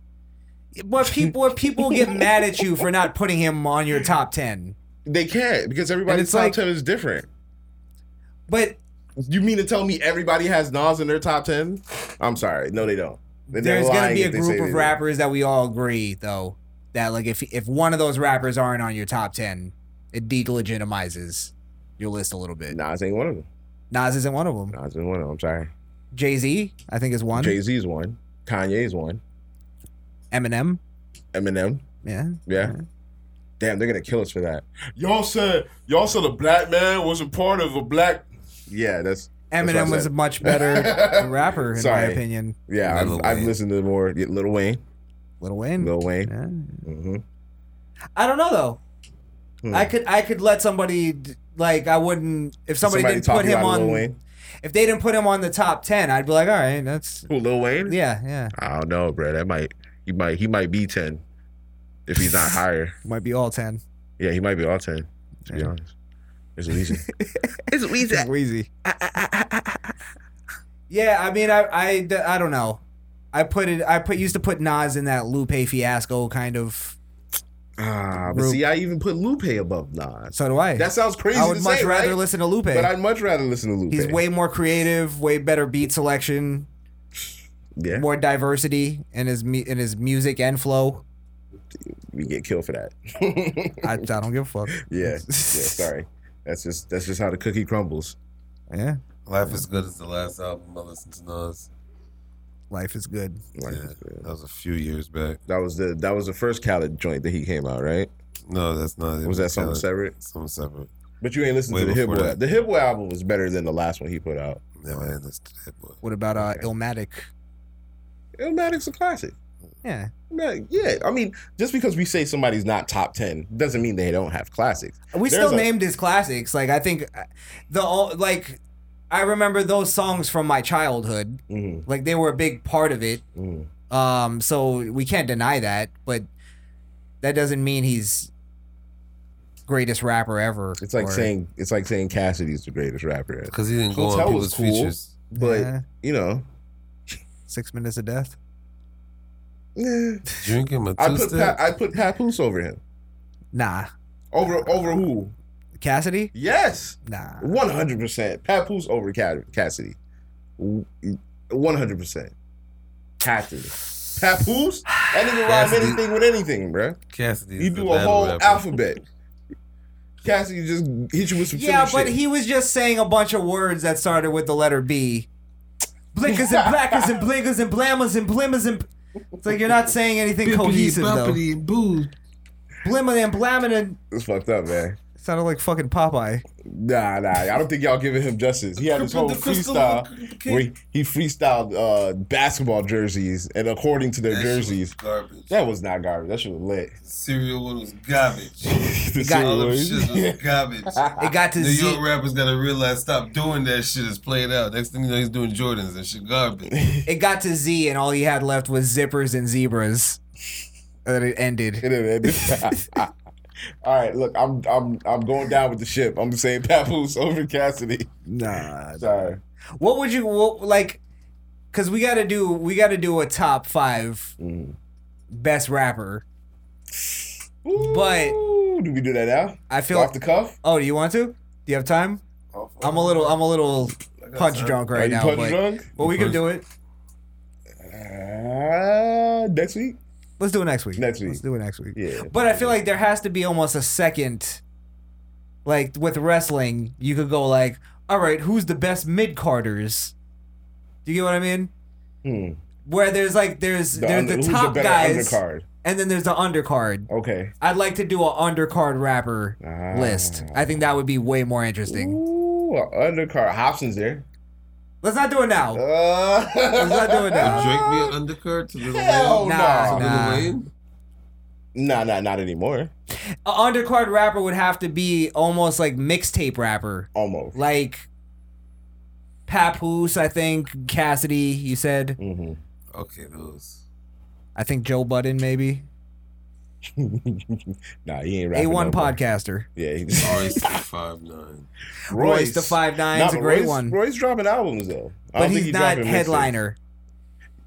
But people, where people get mad at you for not putting him on your top ten. they can't because everybody's it's top like- ten is different But You mean to tell me everybody has Nas in their top ten? I'm sorry, no, they don't. They're There's gonna lying be a if they say group they of don't. rappers that we all agree though that like if if one of those rappers aren't on your top ten, it delegitimizes your list a little bit. Nas ain't one of them. Nas isn't one of them. Nas isn't one of them. I'm sorry. Jay Z, I think is one. Jay Z's one. Kanye's one. Eminem. Eminem. Yeah. Yeah. Damn, they're gonna kill us for that. Y'all said y'all said a black man was a part of a black. Yeah, that's. that's what I Eminem was a said. much [LAUGHS] better rapper in my Sorry. opinion. Yeah, I've, Lil I've Wayne. listened to more yeah, Little Wayne. Little Wayne. Little Wayne. hmm I don't know though. Hmm. I could I could let somebody d- like I wouldn't if somebody, Somebody didn't put talking him about Lil on Wayne? if they didn't put him on the top ten, I'd be like, all right, that's Who, Lil Wayne? yeah, yeah. I don't know, bro. That might he might he might be ten if he's [LAUGHS] not higher. Might be all ten. Yeah, he might be all ten. To be honest, it's easy. [LAUGHS] It's Wheezy. It's Wheezy. yeah, I mean, I, I, I don't know. I put it. I put used to put Nas in that Lupe fiasco kind of. Ah, but Group. see, I even put Lupe above Nas. So do I. That sounds crazy. I would to much say, rather right? listen to Lupe. But I'd much rather listen to Lupe. He's way more creative, way better beat selection, yeah. more diversity in his mu- in his music and flow. We get killed for that. [LAUGHS] I, I don't give a fuck. [LAUGHS] Yeah. yeah. Sorry. That's just that's just how the cookie crumbles. Yeah. Life is good is the last album I listened to Nas. Life is good. Life yeah, that was a few years back. That was the that was the first Khaled joint that he came out, right? No, that's not. it. Was that something Khaled- separate? Something separate. But you ain't listened Way to the Hit before Boy. that. The Hit Boy album was better than the last one he put out. No, I ain't listened to Hit Boy. What about uh, Illmatic? Illmatic's a classic. Yeah. Yeah, yeah, I mean, just because we say somebody's not top ten doesn't mean they don't have classics. We There's still a- named his classics. Like I think uh, the all like I remember those songs from my childhood. Mm-hmm. Like they were a big part of it. Um, so we can't deny that, but that doesn't mean he's greatest rapper ever. It's like or- saying it's like saying Cassidy's the greatest rapper because he didn't go on people's features. But Yeah. you know, six minutes of death. Drinking my I two put step. pa- I put Papoose over him. Nah, Over over who? Cassidy. Yes. Nah. One hundred percent. Papoose over Ca- Cassidy. One hundred percent. Cassidy. Papoose. That nigga rhyme Cassidy- anything with anything, bruh. Cassidy. He do a whole [LAUGHS] alphabet. Cassidy just hit you with some Yeah, silly but shit. he was just saying a bunch of words that started with the letter B. Blinkers and blackers and blinkers and blammers and blimmers and. It's like you're not saying anything cohesive though. boo. Blimmer and blammer and. It's fucked up, man. Sounded like fucking Popeye. Nah, nah. I don't think y'all giving him justice. He had this whole The crystal- freestyle where he, he freestyled uh, basketball jerseys, and according to their That shit was jerseys, garbage. that was not garbage. That shit was lit. Cereal one was garbage. [LAUGHS] The got- All them cereal shit was [LAUGHS] garbage. It got to New Z- York rappers gotta realize stop doing that shit. It's played out. Next thing you know, he's doing Jordans and shit [LAUGHS] garbage. It got to Z, and all he had left was zippers and zebras. And then it ended. It ended. All right, look, I'm I'm I'm going down with the ship. I'm saying Papoose over Cassidy. Nah. Sorry. [LAUGHS] What would you what, like? Because we got to do we got to do a top five Mm. best rapper. But Ooh, do we do that now? I feel off the cuff. Oh, do you want to? Do you have time? I'm a little I'm a little punch time. drunk Are right you now. punch but, drunk? but we can do it. Uh, next week. Let's do it next week. Next week. Let's do it next week. Yeah. But I feel like there has to be almost a second. Like with wrestling, you could go like, all right, who's the best mid carders? Do you get what I mean? Hmm. Where there's like there's The there's under- the who's the top better guys, undercard? and then there's the undercard. Okay. Ah. I'd like to do an undercard rapper list. I think that would be way more interesting. Ooh, uh, a undercard. Hobson's there. Let's not do it now. uh, Let's not do it Would now. Drake be an undercard to Lil Hell Wayne? Nah, no. To nah. Lil Wayne? Nah, nah, not anymore. An undercard rapper would have to be almost like mixtape rapper. Almost. Like Papoose, I think, Cassidy, you said. Mm-hmm. Okay, those. I think Joe Budden, maybe. [LAUGHS] Nah, he ain't rapping. A1 no more. podcaster. Yeah, he [LAUGHS] Royce the five nine. Royce the Five Nine's a but great Royce- one. Royce dropping albums though. I But don't think he's he not dropping mixtapes. headliner.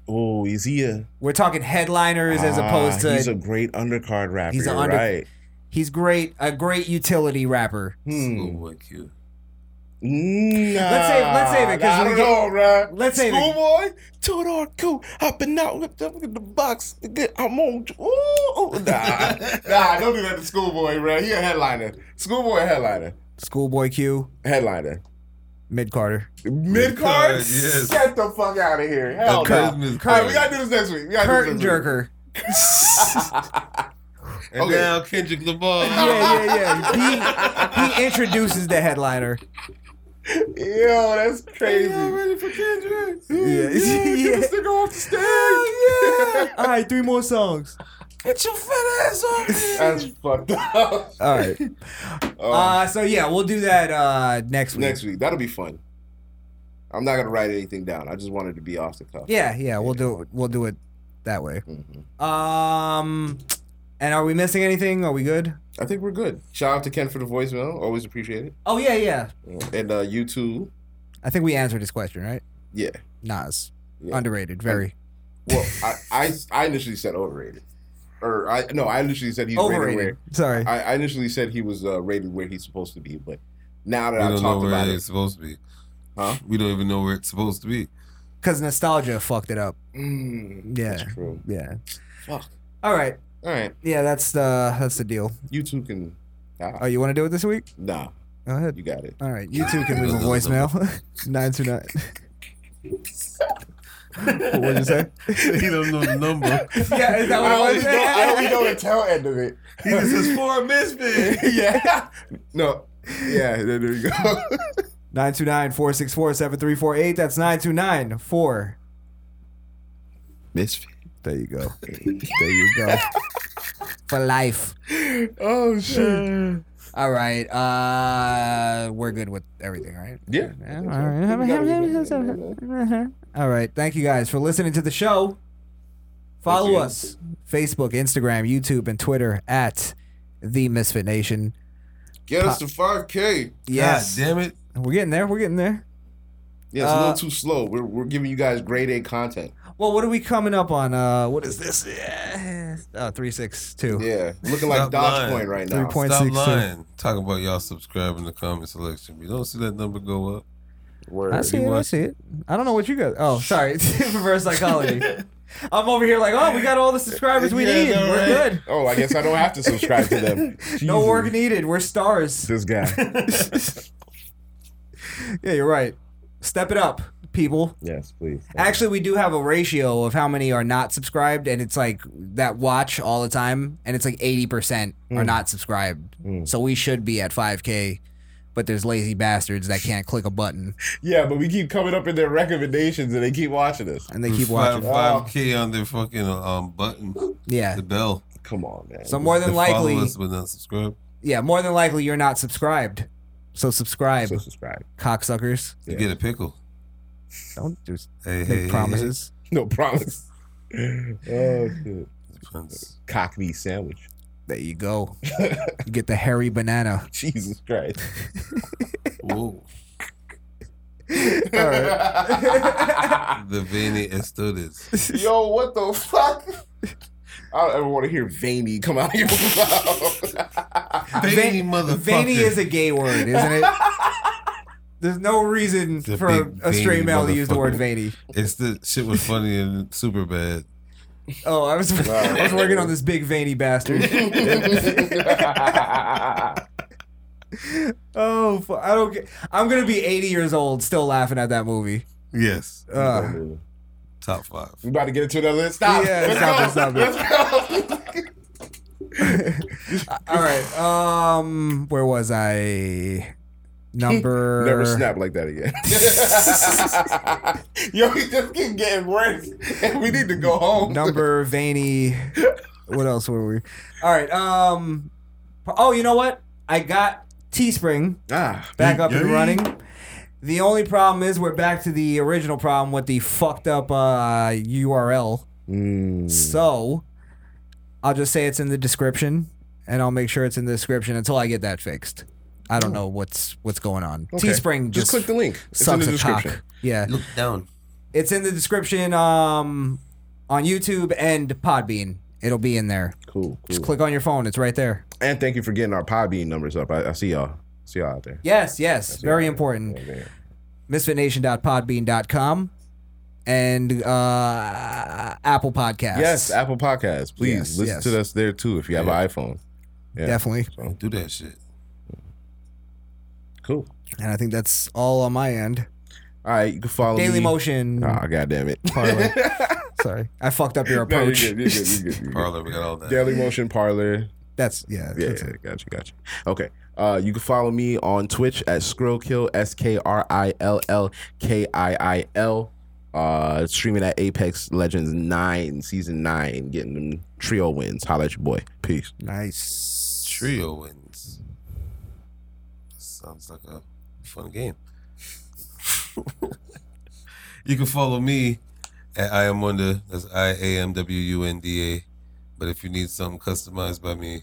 Oh, is he a? We're talking headliners as opposed to Ah, he's a great undercard rapper. He's He's a an under- right. he's great, a great utility rapper. Hmm. Schoolboy Q. Nah, Let's save- let's save it, 'cause I we don't get- know, bruh. let's save it. Schoolboy, two door cool, hopping out with the, with the box. nigga, I'm on. Ooh, ooh. [LAUGHS] nah, nah, don't do that to Schoolboy, bruh. He a headliner. Schoolboy headliner. Schoolboy Q. Headliner. Mid Carter. Mid card. Mid-card, yes. Get the fuck out of here. A Hell no. curtain is All right, closed. we gotta do this next week. We gotta Curtain do this jerker. [LAUGHS] And now Kendrick Lamar. yeah, yeah, yeah. He, he introduces the headliner. Yo, that's crazy. Yeah, ready for Kendrick. Yeah, [LAUGHS] Yeah. get this nigga off the stage. yeah. All right, three more songs. Get your fat ass [LAUGHS] off. That's fucked up. Oh. All [LAUGHS] right. [LAUGHS] Uh, so yeah, we'll do that uh, next week. Next week. That'll be fun. I'm not gonna write anything down. I just wanted to be off the cuff. Yeah, yeah, we'll do it. We'll do it that way. Mm-hmm. Um, and are we missing anything? Are we good? I think we're good. Shout out to Ken for the voicemail. Always appreciate it. Oh yeah, yeah. And uh, you too. I think we answered his question, right? Yeah. Nas, Yeah. underrated, very. Well, I, I I initially said overrated, or I no, I initially said he's Overrated. rated where. Sorry. I, I initially said he was uh, rated where he's supposed to be, but now that we I've don't know talked where about it's it, supposed to be. Huh? We don't even know where it's supposed to be. Because nostalgia fucked [LAUGHS] it up. Mm, Yeah. that's true. Yeah. Fuck. All right. All right, Yeah, that's the that's the deal. you two can. Nah, Oh, you want to do it this week? nah, Go ahead. you got it. All right. You two can [LAUGHS] leave a voicemail. Nine two nine. What'd you say? [LAUGHS] he don't know the number. Yeah, is that what I it was? always know. I only know the tail end of it. He just [LAUGHS] is for a misfit. yeah. No. Yeah. There there you [LAUGHS] go. 929 464 7348. That's 929 4. Misfit. There you [LAUGHS] go. There you go. For life. Oh shit. [SIGHS] All right. Uh we're good with everything, right? Yeah. All right. All right. Thank you guys for listening to the show. Follow us Facebook, Instagram, YouTube, and Twitter at the Misfit Nation. Get us to 5K. Yes. God damn it. We're getting there. We're getting there. Yeah, it's a Uh, little too slow. We're, we're giving you guys grade A content. Well, what are we coming up on? Uh what is this? Yeah. Oh, 362. Yeah, looking like Stop Dodge lying. Point right Three now. point- Stop 0.62. lying. Talking about y'all subscribing to comment selection. You don't see that number go up. Word. I see it. I see it. I don't know what you got. [LAUGHS] Oh, sorry. [LAUGHS] Reverse psychology. I'm over here like, oh, we got all the subscribers we Yeah, need. I know, We're right? good. Oh, I guess I don't have to subscribe to [LAUGHS] them. No Jesus. work needed. We're stars. This guy. [LAUGHS] Yeah, you're right. Step it up, people. yes, please. Actually, we do have a ratio of how many are not subscribed, and it's like that watch all the time, and it's like 80% are Mm. not subscribed. So we should be at 5K, but there's lazy bastards that can't click a button, Yeah, but we keep coming up in their recommendations and they keep watching us. and they keep Five- watching. 5K on their fucking um, button. Yeah. The bell. Come on, man. So more They than Follow likely, us but not subscribe. yeah, more than likely you're not subscribed. So subscribe, So subscribe. cocksuckers. You get a pickle. Don't just Hey, hey, make hey, promises. No promise. [LAUGHS] oh, shit. hey. Depends. Cock meat sandwich. There you [LAUGHS] go. You get the hairy banana. Jesus [LAUGHS] Christ. Whoa. All right. The veiny estudies. [LAUGHS] Yo, what the fuck? I don't ever want to hear veiny come out of your [LAUGHS] mouth. Veiny Vein- motherfucker. Veiny is a gay word, isn't [LAUGHS] it? [LAUGHS] There's no reason The for a, big a straight veiny male to use the word motherfucker. veiny. It's the shit was funny and super bad. Oh, I was, [LAUGHS] I was working on this big veiny [LAUGHS] bastard. oh, fu- I don't get. I'm gonna be 80 years old still laughing at that movie. Yes. Uh, Top five. we about to get into another list. Stop. Yeah, stop it, stop it. all right. Um, where was I? Number. [LAUGHS] Never snap like [LAUGHS] that again. [LAUGHS] Yo, we just keep getting worse. [LAUGHS] And we need to go home. number [LAUGHS] veiny what else were we all right um oh you know what i got teespring Ah, back up and Yay. running the only problem is we're back to the original problem with the fucked up uh url Mm. so i'll just say it's in the description and i'll make sure it's in the description until i get that fixed i don't know what's what's going on Oh. Okay. teespring Just just, click the link. It's in sucks the a cock. description. yeah Look down. it's in the description um on YouTube and Podbean. It'll be in there. Cool, Just cool. click on your phone. It's right there. And thank you for getting our Podbean numbers up. I, I see y'all. See y'all out there. Yes, yes. Very important. MisfitNation.podbean.com and uh, Apple Podcasts. Yes, Apple Podcasts. Please Yes, listen yes. to us there too if you have an iPhone. Yeah. Definitely. Do that shit. Cool. And I think that's all on my end. All right, Oh, you can follow Daily me. Motion. Ah, goddamn it. [LAUGHS] [LAUGHS] Parlay. Sorry, I fucked up your No, you're approach. good, you're good, you're good, you're good. Parlor, we got all that. Daily Motion Parlor. That's yeah. Yeah, that's yeah, gotcha, gotcha. Okay. Uh, you can follow me on Twitch at Skrillkill, S K R I L L K I I L. Uh, streaming at Apex Legends 9, Season 9, getting them trio wins. Holla at your boy. Peace. Nice. Trio wins. Sounds like a fun game. [LAUGHS] you can follow me at I am Wonder. That's I A M W U N D A. But if you need something customized by me,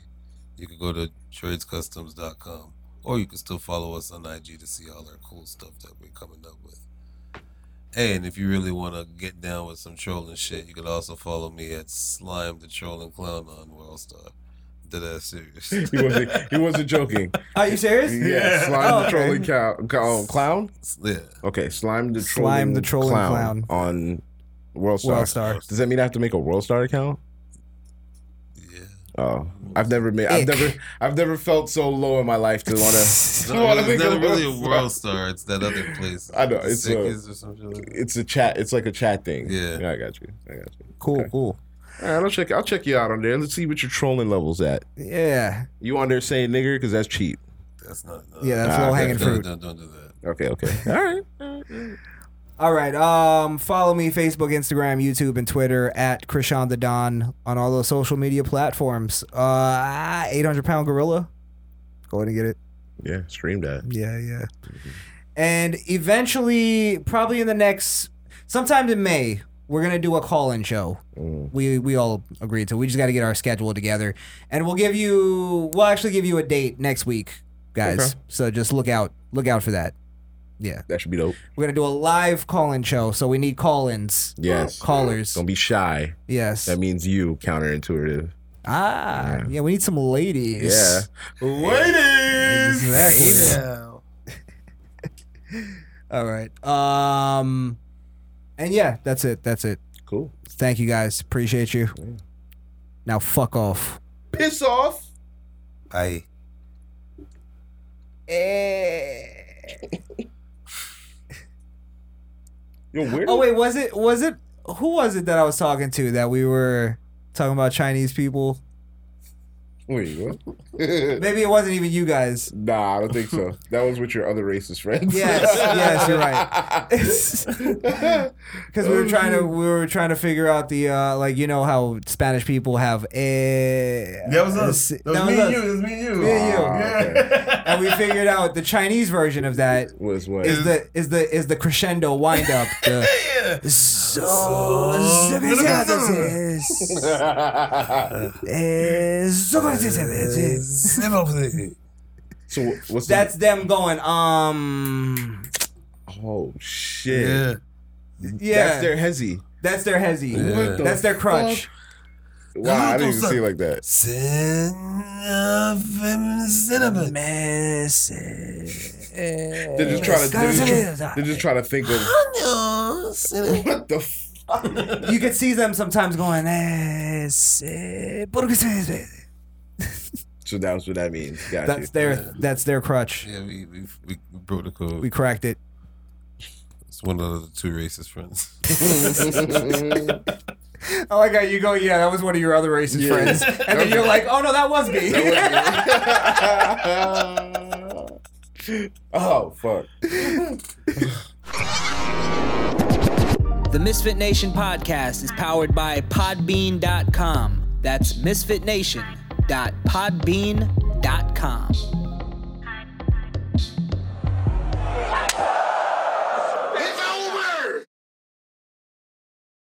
you can go to tradescustoms.com or you can still follow us on IG to see all our cool stuff that we're coming up with. And if you really want to get down with some trolling shit, you can also follow me at Slime the Trolling Clown on Worldstar. Did I serious? [LAUGHS] He wasn't, he wasn't joking. [LAUGHS] Are you serious? Yeah, Yeah. Slime Oh, the okay. Trolling cow, cow, Clown? Yeah. Okay, Slime the Trolling, Slime the Trolling clown, on World Star. World Star. Does that mean I have to make a World Star account? Yeah. Oh, I've never made. I've Ick. never. I've never felt so low in my life [LAUGHS] to want It's to. not, want to really, make it's not a really World a Star. world star. It's that other place. [LAUGHS] I know it's a. Sickies or some shit like that. It's a chat. It's like a chat thing. Yeah. yeah I got you. I got you. Cool, cool. All right, I'll check. I'll check you out on there. Let's see what your trolling levels at. Yeah. You on there saying nigger because that's cheap. That's not. Yeah, that's Ah, low hanging okay. fruit. Don't, don't do that. Okay, okay. All right. All right. Um, follow me Facebook, Instagram, YouTube, and Twitter at Krishan the Don on all those social media platforms. Uh, 800 pound gorilla. Go ahead and get it. Yeah, stream that. Mm-hmm. Yeah, yeah. And eventually, probably in the next, sometime in May, we're gonna do a call-in show. Mm. We we all agreed to. We just got to get our schedule together, and we'll give you. We'll actually give you a date next week, guys. Okay. So just look out, look out for that. Yeah, That should be dope. we're gonna do a live call-in show, so we need call-ins. Yes. callers. Don't be shy. Yes. That means you counterintuitive. Ah, yeah. we need some ladies. Yeah. Ladies. Exactly. All right. Um, and yeah, that's it. That's it. Cool. Thank you guys. Appreciate you. Now fuck off. Piss off. I. Eh. Yo, where? Oh wait, was it was it who was it that I was talking to that we were talking about Chinese people? Wait, what? [LAUGHS] Maybe it wasn't even you guys. Nah, I don't think [LAUGHS] so. That was with your other racist friends. Yes, yes, you're [LAUGHS] right. [LAUGHS] Because Oh, we were trying to we were trying to figure out the uh like you know how Spanish people have eh. That was us. That was me and you. That was me and you. Me and you. Yeah. and we figured out the Chinese version of that [LAUGHS] Was what? is the is the is the crescendo wind [LAUGHS] up. The, Oh, [LAUGHS] Uh, eh, so wha- what's the- That's them going, um Oh shit. Yeah. Yeah. That's their hezzy. that's their hezzy. What the That's their crutch. Wow, I didn't even see it like that. They're just trying to they're just, they're just trying to think of what the f- You could see them sometimes going, eh, se- ¿por qué se- So that was what that means. Got that's you. their that's their crutch. Yeah, we we we broke the code. We cracked it. it's one of the two racist [LAUGHS] friends. [LAUGHS] I like how you go, yeah, that was one of your other racist friends. And then you're like, oh no, that was me. Oh fuck. The Misfit Nation podcast is powered by Podbean.com. That's misfitnation.podbean.com.